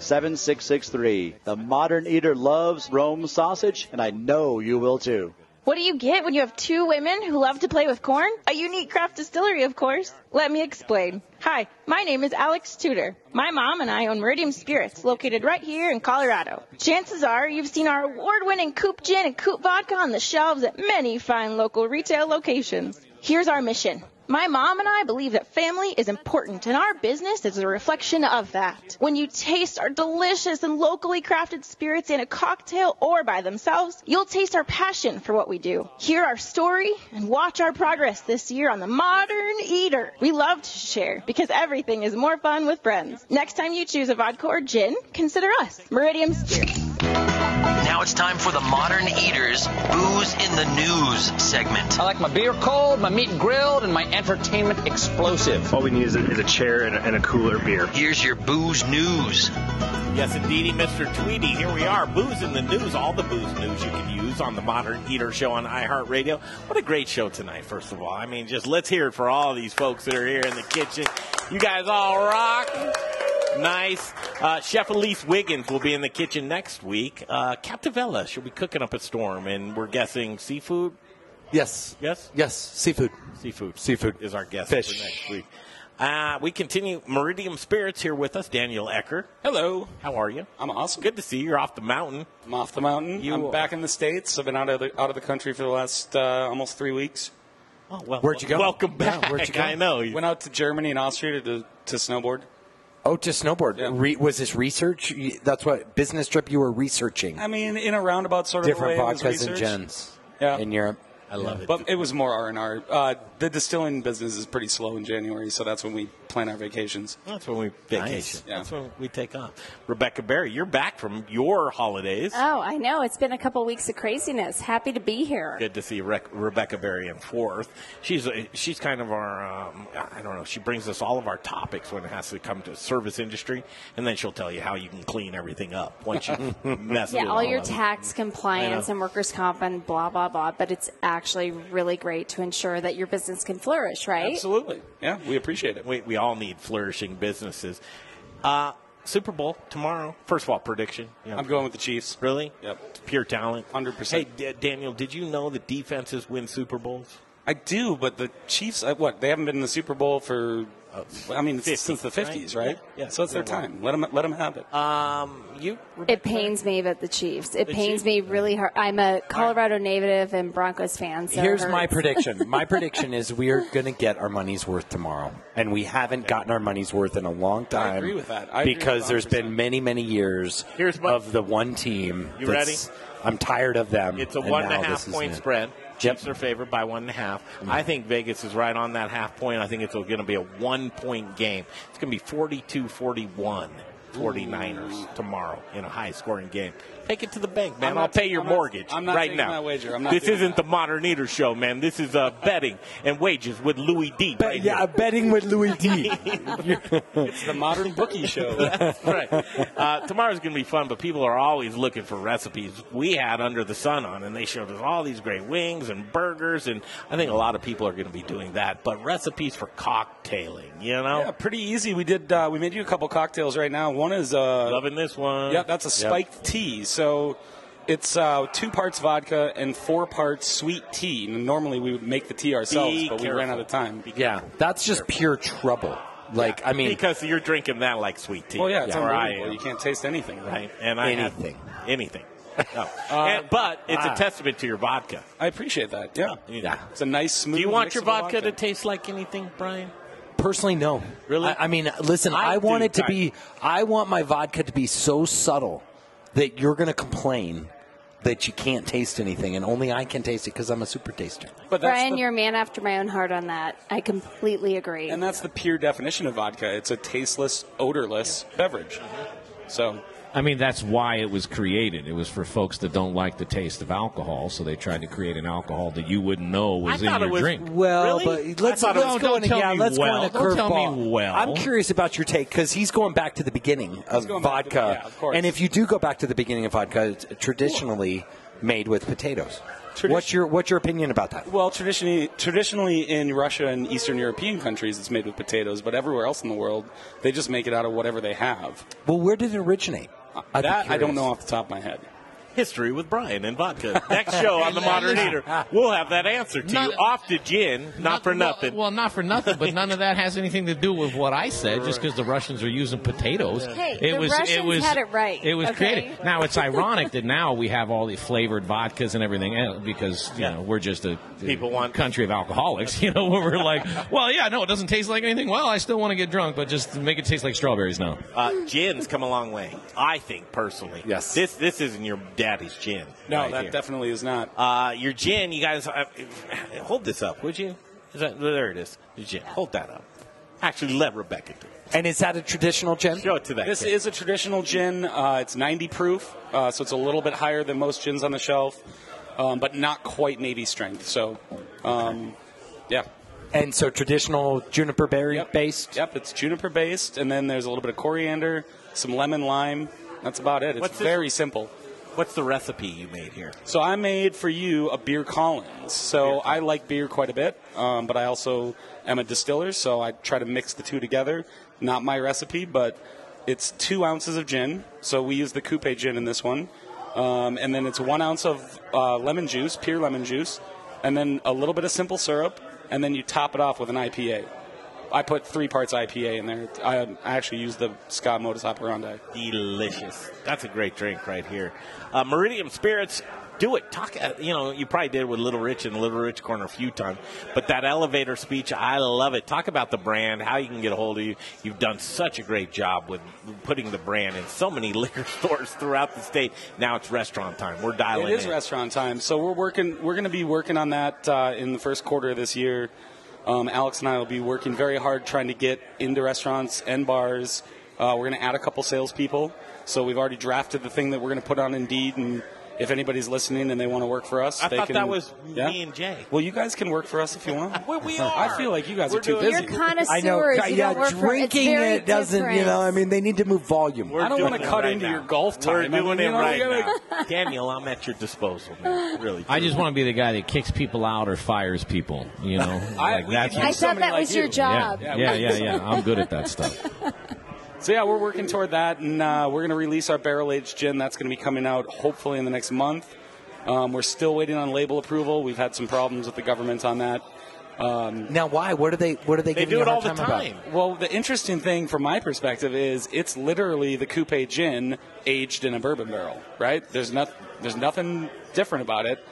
[SPEAKER 22] 303-296-7663. The modern eater loves Rome sausage, and I know you will too.
[SPEAKER 24] What do you get when you have two women who love to play with corn? A unique craft distillery, of course. Let me explain. Hi, my name is Alex Tudor. My mom and I own Meridium Spirits, located right here in Colorado. Chances are you've seen our award-winning Coop Gin and Coop Vodka on the shelves at many fine local retail locations. Here's our mission. My mom and I believe that family is important, and our business is a reflection of that. When you taste our delicious and locally crafted spirits in a cocktail or by themselves, you'll taste our passion for what we do, hear our story, and watch our progress this year on the Modern Eater. We love to share because everything is more fun with friends. Next time you choose a vodka or gin, consider us Meridium Spirits.
[SPEAKER 2] Now it's time for the Modern Eaters Booze in the News segment.
[SPEAKER 33] I like my beer cold, my meat grilled, and my entertainment explosive.
[SPEAKER 34] All we need is a, is a chair and a, and a cooler beer.
[SPEAKER 2] Here's your booze news.
[SPEAKER 5] Yes, indeedy, Mr. Tweedy. Here we are. Booze in the news. All the booze news you can use on the Modern Eater Show on iHeartRadio. What a great show tonight, first of all. I mean, just let's hear it for all these folks that are here in the kitchen. You guys all rock. Nice. Uh, Chef Elise Wiggins will be in the kitchen next week. Uh, Captivella, she'll be cooking up a storm, and we're guessing seafood?
[SPEAKER 6] Yes.
[SPEAKER 5] Yes?
[SPEAKER 6] Yes. Seafood.
[SPEAKER 5] Seafood.
[SPEAKER 6] Seafood.
[SPEAKER 5] Is our guest
[SPEAKER 6] Fish.
[SPEAKER 5] for next week. Uh, we continue. Meridium Spirits here with us. Daniel Ecker.
[SPEAKER 16] Hello.
[SPEAKER 5] How are you?
[SPEAKER 16] I'm awesome.
[SPEAKER 5] Good to see you. You're off the mountain.
[SPEAKER 16] I'm off the mountain.
[SPEAKER 5] You
[SPEAKER 16] I'm
[SPEAKER 5] are-
[SPEAKER 16] back in the states. I've been out of the out of the country for the last uh, almost three weeks.
[SPEAKER 5] Oh well.
[SPEAKER 16] Where'd
[SPEAKER 5] you go? welcome back.
[SPEAKER 16] where'd you go?
[SPEAKER 5] I know.
[SPEAKER 16] Went out to Germany and Austria to to snowboard.
[SPEAKER 6] Oh, to snowboard. Re- was this research? You- That's what business trip you were researching.
[SPEAKER 16] I mean, in a roundabout sort
[SPEAKER 6] Different
[SPEAKER 16] of way. it was
[SPEAKER 6] vodkas and
[SPEAKER 16] research.
[SPEAKER 6] gins
[SPEAKER 16] Yeah.
[SPEAKER 6] in Europe. I
[SPEAKER 16] Yeah. But it was more R and R. The distilling business is pretty slow in January, so that's when we plan our vacations.
[SPEAKER 5] That's when we vacation.
[SPEAKER 16] Yeah.
[SPEAKER 5] That's when we take off. Rebecca Berry, you're back from your holidays.
[SPEAKER 4] Oh, I know. It's been a couple weeks of craziness. Happy to be here.
[SPEAKER 5] Good to see Rec- Rebecca Berry in fourth. She's a, she's kind of our um, I don't know. She brings us all of our topics when it has to come to service industry, and then she'll tell you how you can clean everything up once you mess
[SPEAKER 4] Yeah,
[SPEAKER 5] with
[SPEAKER 4] all
[SPEAKER 5] all
[SPEAKER 4] your
[SPEAKER 5] of it.
[SPEAKER 4] tax
[SPEAKER 5] I
[SPEAKER 4] compliance
[SPEAKER 5] know.
[SPEAKER 4] and workers' comp and blah, blah, blah. But it's actually really great to ensure that your business can flourish, right?
[SPEAKER 16] Absolutely. Yeah, we appreciate it.
[SPEAKER 5] We, we all need flourishing businesses. Uh, Super Bowl tomorrow. First of all, prediction. You know,
[SPEAKER 16] I'm going with the Chiefs.
[SPEAKER 5] Really?
[SPEAKER 16] Yep.
[SPEAKER 5] Pure talent.
[SPEAKER 16] Hundred percent.
[SPEAKER 5] Hey, D- Daniel, did you know that defenses win Super Bowls?
[SPEAKER 16] I do, but the Chiefs, uh, what? They haven't been in the Super Bowl for,
[SPEAKER 5] Oh,
[SPEAKER 16] I mean, it's since the 50s, right?
[SPEAKER 5] Yeah. Yeah.
[SPEAKER 16] So it's their
[SPEAKER 5] Been a while.
[SPEAKER 16] time. Let them, let them have it.
[SPEAKER 5] Um, you.
[SPEAKER 4] It pains me about the Chiefs. It
[SPEAKER 16] The
[SPEAKER 4] pains me really hard. I'm a Colorado native and Broncos fan. So it
[SPEAKER 6] Here's my
[SPEAKER 4] hurts.
[SPEAKER 6] prediction. My prediction is we are going to get our money's worth tomorrow, and we haven't gotten our money's worth in a long time.
[SPEAKER 16] agree with that. I agree
[SPEAKER 6] because there's been many, many years of the one team.
[SPEAKER 5] You
[SPEAKER 6] that's- I'm tired of them.
[SPEAKER 5] It's a
[SPEAKER 6] and
[SPEAKER 5] one and
[SPEAKER 6] now
[SPEAKER 5] a half
[SPEAKER 6] this is
[SPEAKER 5] point
[SPEAKER 6] it. Mm-hmm.
[SPEAKER 5] spread. Chiefs are favored by one and a half. I think Vegas is right on that half point. I think it's going to be a one point game. It's going to be 42 41 49ers tomorrow in a high scoring game. Take it to the bank, man.
[SPEAKER 16] I'm not-
[SPEAKER 5] I'll pay your
[SPEAKER 16] I'm not-
[SPEAKER 5] mortgage
[SPEAKER 16] I'm not
[SPEAKER 5] right
[SPEAKER 16] taking
[SPEAKER 5] now.
[SPEAKER 16] that wager. I'm not
[SPEAKER 5] this
[SPEAKER 16] doing
[SPEAKER 5] isn't the Modern Eater show, man. This is uh, betting and wages with Louis D. right
[SPEAKER 16] yeah,
[SPEAKER 5] here.
[SPEAKER 16] betting with Louis
[SPEAKER 5] D.
[SPEAKER 16] it's the modern bookie show.
[SPEAKER 5] That's right. Uh, tomorrow's going to be fun, but people are always looking for recipes. We had Under the Sun on, and they showed us all these great wings and burgers, and I think a lot of people are going to be doing that. But recipes for cocktailing, you know?
[SPEAKER 16] Yeah, pretty easy. We did. Uh, we made you a couple cocktails right now. One is uh,
[SPEAKER 5] loving this one.
[SPEAKER 16] Yeah, that's a
[SPEAKER 5] Yep.
[SPEAKER 16] spiked tea. So it's uh, two parts vodka and four parts sweet tea. And normally we would make the tea ourselves,
[SPEAKER 5] Be
[SPEAKER 16] but we ran
[SPEAKER 5] careful.
[SPEAKER 16] out of time.
[SPEAKER 6] Yeah, that's just pure trouble. Like, I mean,
[SPEAKER 5] because you're drinking that like sweet tea.
[SPEAKER 16] Well, yeah, it's
[SPEAKER 5] Or I
[SPEAKER 16] unbelievable.
[SPEAKER 5] am.
[SPEAKER 16] You can't taste anything, Uh,
[SPEAKER 5] Right. And I had
[SPEAKER 16] anything.
[SPEAKER 5] anything. No.
[SPEAKER 6] uh,
[SPEAKER 5] And- but it's
[SPEAKER 16] ah.
[SPEAKER 5] a testament to your vodka.
[SPEAKER 16] I appreciate that. Yeah.
[SPEAKER 5] Yeah.
[SPEAKER 16] It's a nice smooth.
[SPEAKER 5] Do you want
[SPEAKER 16] mix
[SPEAKER 5] your
[SPEAKER 16] of
[SPEAKER 5] vodka, to taste like anything, Brian?
[SPEAKER 6] Personally, no. Really? I, I mean, listen, I, want
[SPEAKER 5] do,
[SPEAKER 6] it to
[SPEAKER 5] I-
[SPEAKER 6] be. I want my vodka to be so subtle that you're going to complain that you can't taste anything, and only I can taste it because I'm a super taster.
[SPEAKER 16] But that's
[SPEAKER 4] Brian,
[SPEAKER 16] the-
[SPEAKER 4] you're a man after my own heart on that. I completely agree.
[SPEAKER 16] And that's the pure definition of vodka. It's a tasteless, odorless beverage.
[SPEAKER 5] Uh-huh.
[SPEAKER 16] So
[SPEAKER 7] I mean, that's why it was created. It was for folks that don't like the taste of alcohol, so they tried to create an alcohol that you wouldn't know was in your drink.
[SPEAKER 6] Well,
[SPEAKER 7] Really?
[SPEAKER 6] but let's,
[SPEAKER 7] I thought it
[SPEAKER 6] let's
[SPEAKER 7] was-
[SPEAKER 6] go
[SPEAKER 7] don't
[SPEAKER 6] into
[SPEAKER 7] tell
[SPEAKER 6] yeah,
[SPEAKER 7] me
[SPEAKER 6] let's
[SPEAKER 7] well.
[SPEAKER 6] go
[SPEAKER 7] Don't
[SPEAKER 6] into
[SPEAKER 7] tell
[SPEAKER 6] curveball.
[SPEAKER 7] me well.
[SPEAKER 6] I'm curious about your take because he's going back to the beginning of vodka,
[SPEAKER 16] yeah, of course.
[SPEAKER 6] and if you do go back to the beginning of vodka, it's traditionally made with potatoes. what's your What's your opinion about that?
[SPEAKER 16] Well, traditionally, traditionally in Russia and Eastern European countries, it's made with potatoes. But everywhere else in the world, they just make it out of whatever they have.
[SPEAKER 6] Well, where did it originate? I'd be
[SPEAKER 16] that I don't
[SPEAKER 6] curious.
[SPEAKER 16] know off the top of my head.
[SPEAKER 5] History with Brian and vodka. Next show on The Modern Eater, we'll have that answer to you. Off the gin, not, for nothing.
[SPEAKER 7] Well, not for nothing, but none of that has anything to do with what I said. Just because the Russians are using potatoes,
[SPEAKER 4] Hey, the Russians had it right,
[SPEAKER 7] It was
[SPEAKER 4] okay?
[SPEAKER 7] created. Now it's ironic that now we have all the flavored vodkas and everything else because you know we're just a people want country of alcoholics. You know where we're like, well, yeah, no, it doesn't taste like anything. Well, I still want to get drunk, but just make it taste like strawberries now.
[SPEAKER 5] Uh, gin's come a long way, I think personally. Yes. This this isn't your daddy's gin.
[SPEAKER 16] No,
[SPEAKER 5] right
[SPEAKER 16] that
[SPEAKER 5] here.
[SPEAKER 16] definitely is not.
[SPEAKER 5] Uh, your gin, you guys, uh, hold this up, would you? Is that, there it is. Your gin. Hold that up. Actually, let Rebecca do it.
[SPEAKER 6] And is that a traditional gin?
[SPEAKER 5] Show it to that.
[SPEAKER 16] This
[SPEAKER 5] kid.
[SPEAKER 16] is a traditional gin. Uh, it's 90 proof, uh, so it's a little bit higher than most gins on the shelf, um, but not quite Navy strength. So, um, yeah.
[SPEAKER 6] And so traditional juniper berry based.
[SPEAKER 16] Yep, it's juniper based, and then there's a little bit of coriander, some lemon lime. That's about it. It's
[SPEAKER 5] What's this-
[SPEAKER 16] very simple.
[SPEAKER 5] What's the recipe you made here?
[SPEAKER 16] So I made for you a beer Collins. So I like beer quite a bit, um, but I also am a distiller, so I try to mix the two together. Not my recipe, but it's two ounces of gin. So we use the coupe gin in this one, um, and then it's one ounce of uh, lemon juice, pure lemon juice, and then a little bit of simple syrup, and then you top it off with an IPA. I put three parts IPA in there. I, I actually use the Scott modus operandi.
[SPEAKER 5] delicious. That's a great drink right here. Uh, Meridium Spirits, do it. Talk. Uh, you know, you probably did with Little Rich and Little Rich Corner a few times, but that elevator speech, I love it. Talk about the brand, how you can get a hold of you. You've done such a great job with putting the brand in so many liquor stores throughout the state. Now it's restaurant time. We're dialing
[SPEAKER 16] It is
[SPEAKER 5] in.
[SPEAKER 16] restaurant time. So we're working. We're going to be working on that uh, in the first quarter of this year. Um, Alex and I will be working very hard trying to get into restaurants and bars. Uh, we're going to add a couple salespeople. So we've already drafted the thing that we're going to put on Indeed, and if anybody's listening and they want to work for us,
[SPEAKER 5] I
[SPEAKER 16] they
[SPEAKER 5] thought
[SPEAKER 16] can,
[SPEAKER 5] that was
[SPEAKER 16] Yeah?
[SPEAKER 5] me and Jay.
[SPEAKER 16] Well, you guys can work for us if you want.
[SPEAKER 5] Well, we
[SPEAKER 16] I feel like you guys
[SPEAKER 5] We're
[SPEAKER 16] are too
[SPEAKER 5] doing-
[SPEAKER 16] busy.
[SPEAKER 5] You're
[SPEAKER 4] connoisseurs.
[SPEAKER 6] I know.
[SPEAKER 4] You
[SPEAKER 6] yeah,
[SPEAKER 4] don't work for- it's
[SPEAKER 6] drinking
[SPEAKER 4] very
[SPEAKER 6] it doesn't. You know,
[SPEAKER 4] different.
[SPEAKER 6] I mean, they need to move volume.
[SPEAKER 5] We're
[SPEAKER 16] I don't
[SPEAKER 5] doing
[SPEAKER 16] wanna
[SPEAKER 5] it
[SPEAKER 16] cut
[SPEAKER 5] right
[SPEAKER 16] into
[SPEAKER 5] now.
[SPEAKER 16] your golf
[SPEAKER 5] We're
[SPEAKER 16] time. I
[SPEAKER 5] doing
[SPEAKER 16] mean,
[SPEAKER 5] it
[SPEAKER 16] you know,
[SPEAKER 5] right
[SPEAKER 16] you
[SPEAKER 5] now. Daniel, I'm at your disposal, man. Really.
[SPEAKER 7] I just want to be the guy that kicks people out or fires people. You know,
[SPEAKER 16] I-
[SPEAKER 7] like that's.
[SPEAKER 16] I thought that was your job.
[SPEAKER 7] Yeah, yeah, yeah, yeah. I'm good at that stuff.
[SPEAKER 16] So yeah, we're working toward that, and uh, we're going to release our barrel aged gin. That's going to be coming out hopefully in the next month. Um, we're still waiting on label approval. We've had some problems with the government on that. Um,
[SPEAKER 6] now, why? What are they? What are they? giving you a hard about?
[SPEAKER 16] Well, the interesting thing from my perspective is it's literally the coupe gin aged in a bourbon barrel, right? There's not, there's nothing different about it.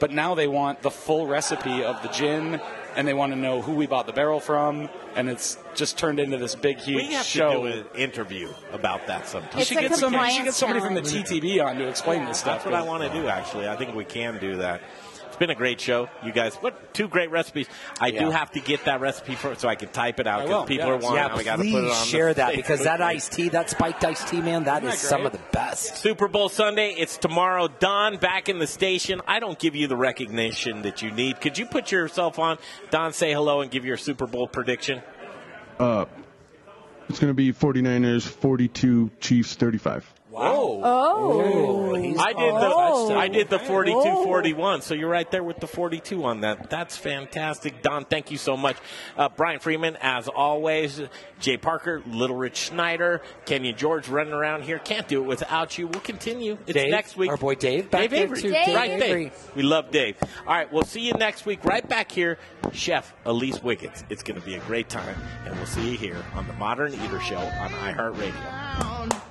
[SPEAKER 16] But now they want the full recipe of the gin, and they want to know who we bought the barrel from, and it's just turned into this big, huge
[SPEAKER 5] We have
[SPEAKER 16] show.
[SPEAKER 5] to do an interview about that sometime.
[SPEAKER 16] You should, get somebody, you should get somebody from the TTB on to explain this stuff.
[SPEAKER 5] That's what I want to do, actually. I think we can do that. been a great show, you guys. What two great recipes? I do
[SPEAKER 6] Yeah.
[SPEAKER 5] have to get that recipe for so I can type it out
[SPEAKER 6] I will,
[SPEAKER 5] because people
[SPEAKER 6] yeah.
[SPEAKER 5] are wanting.
[SPEAKER 6] Yeah,
[SPEAKER 5] it. we gotta
[SPEAKER 6] please
[SPEAKER 5] put it on
[SPEAKER 6] share
[SPEAKER 5] the
[SPEAKER 6] that
[SPEAKER 5] Facebook
[SPEAKER 6] because that
[SPEAKER 5] page.
[SPEAKER 6] iced tea, that spiked iced tea, man, that
[SPEAKER 5] Isn't
[SPEAKER 6] is
[SPEAKER 5] that
[SPEAKER 6] some
[SPEAKER 5] great?
[SPEAKER 6] of the best.
[SPEAKER 5] Super Bowl Sunday. It's tomorrow. Don back in the station. I don't give you the recognition that you need. Could you put yourself on? Don, say hello and give your Super Bowl prediction.
[SPEAKER 1] Uh, it's going to be 49ers 42, Chiefs 35.
[SPEAKER 5] Wow.
[SPEAKER 4] Oh.
[SPEAKER 5] I did the
[SPEAKER 4] Oh.
[SPEAKER 5] I did the 42
[SPEAKER 4] Oh.
[SPEAKER 5] 41. So you're right there with the 42 on that. That's fantastic. Don, thank you so much. Uh, Brian Freeman, as always. Jay Parker, Little Rich Schneider, Kenya George running around here. Can't do it without you. We'll continue. It's
[SPEAKER 6] Dave,
[SPEAKER 5] next week.
[SPEAKER 6] our boy Dave back
[SPEAKER 5] Dave
[SPEAKER 6] there
[SPEAKER 5] Avery.
[SPEAKER 6] too. Dave
[SPEAKER 5] right,
[SPEAKER 6] Avery.
[SPEAKER 5] Dave. We love Dave. All right, we'll see you next week right back here. Chef Elise Wiggins. It's going to be a great time. And we'll see you here on the Modern Eater Show on iHeartRadio.
[SPEAKER 31] down.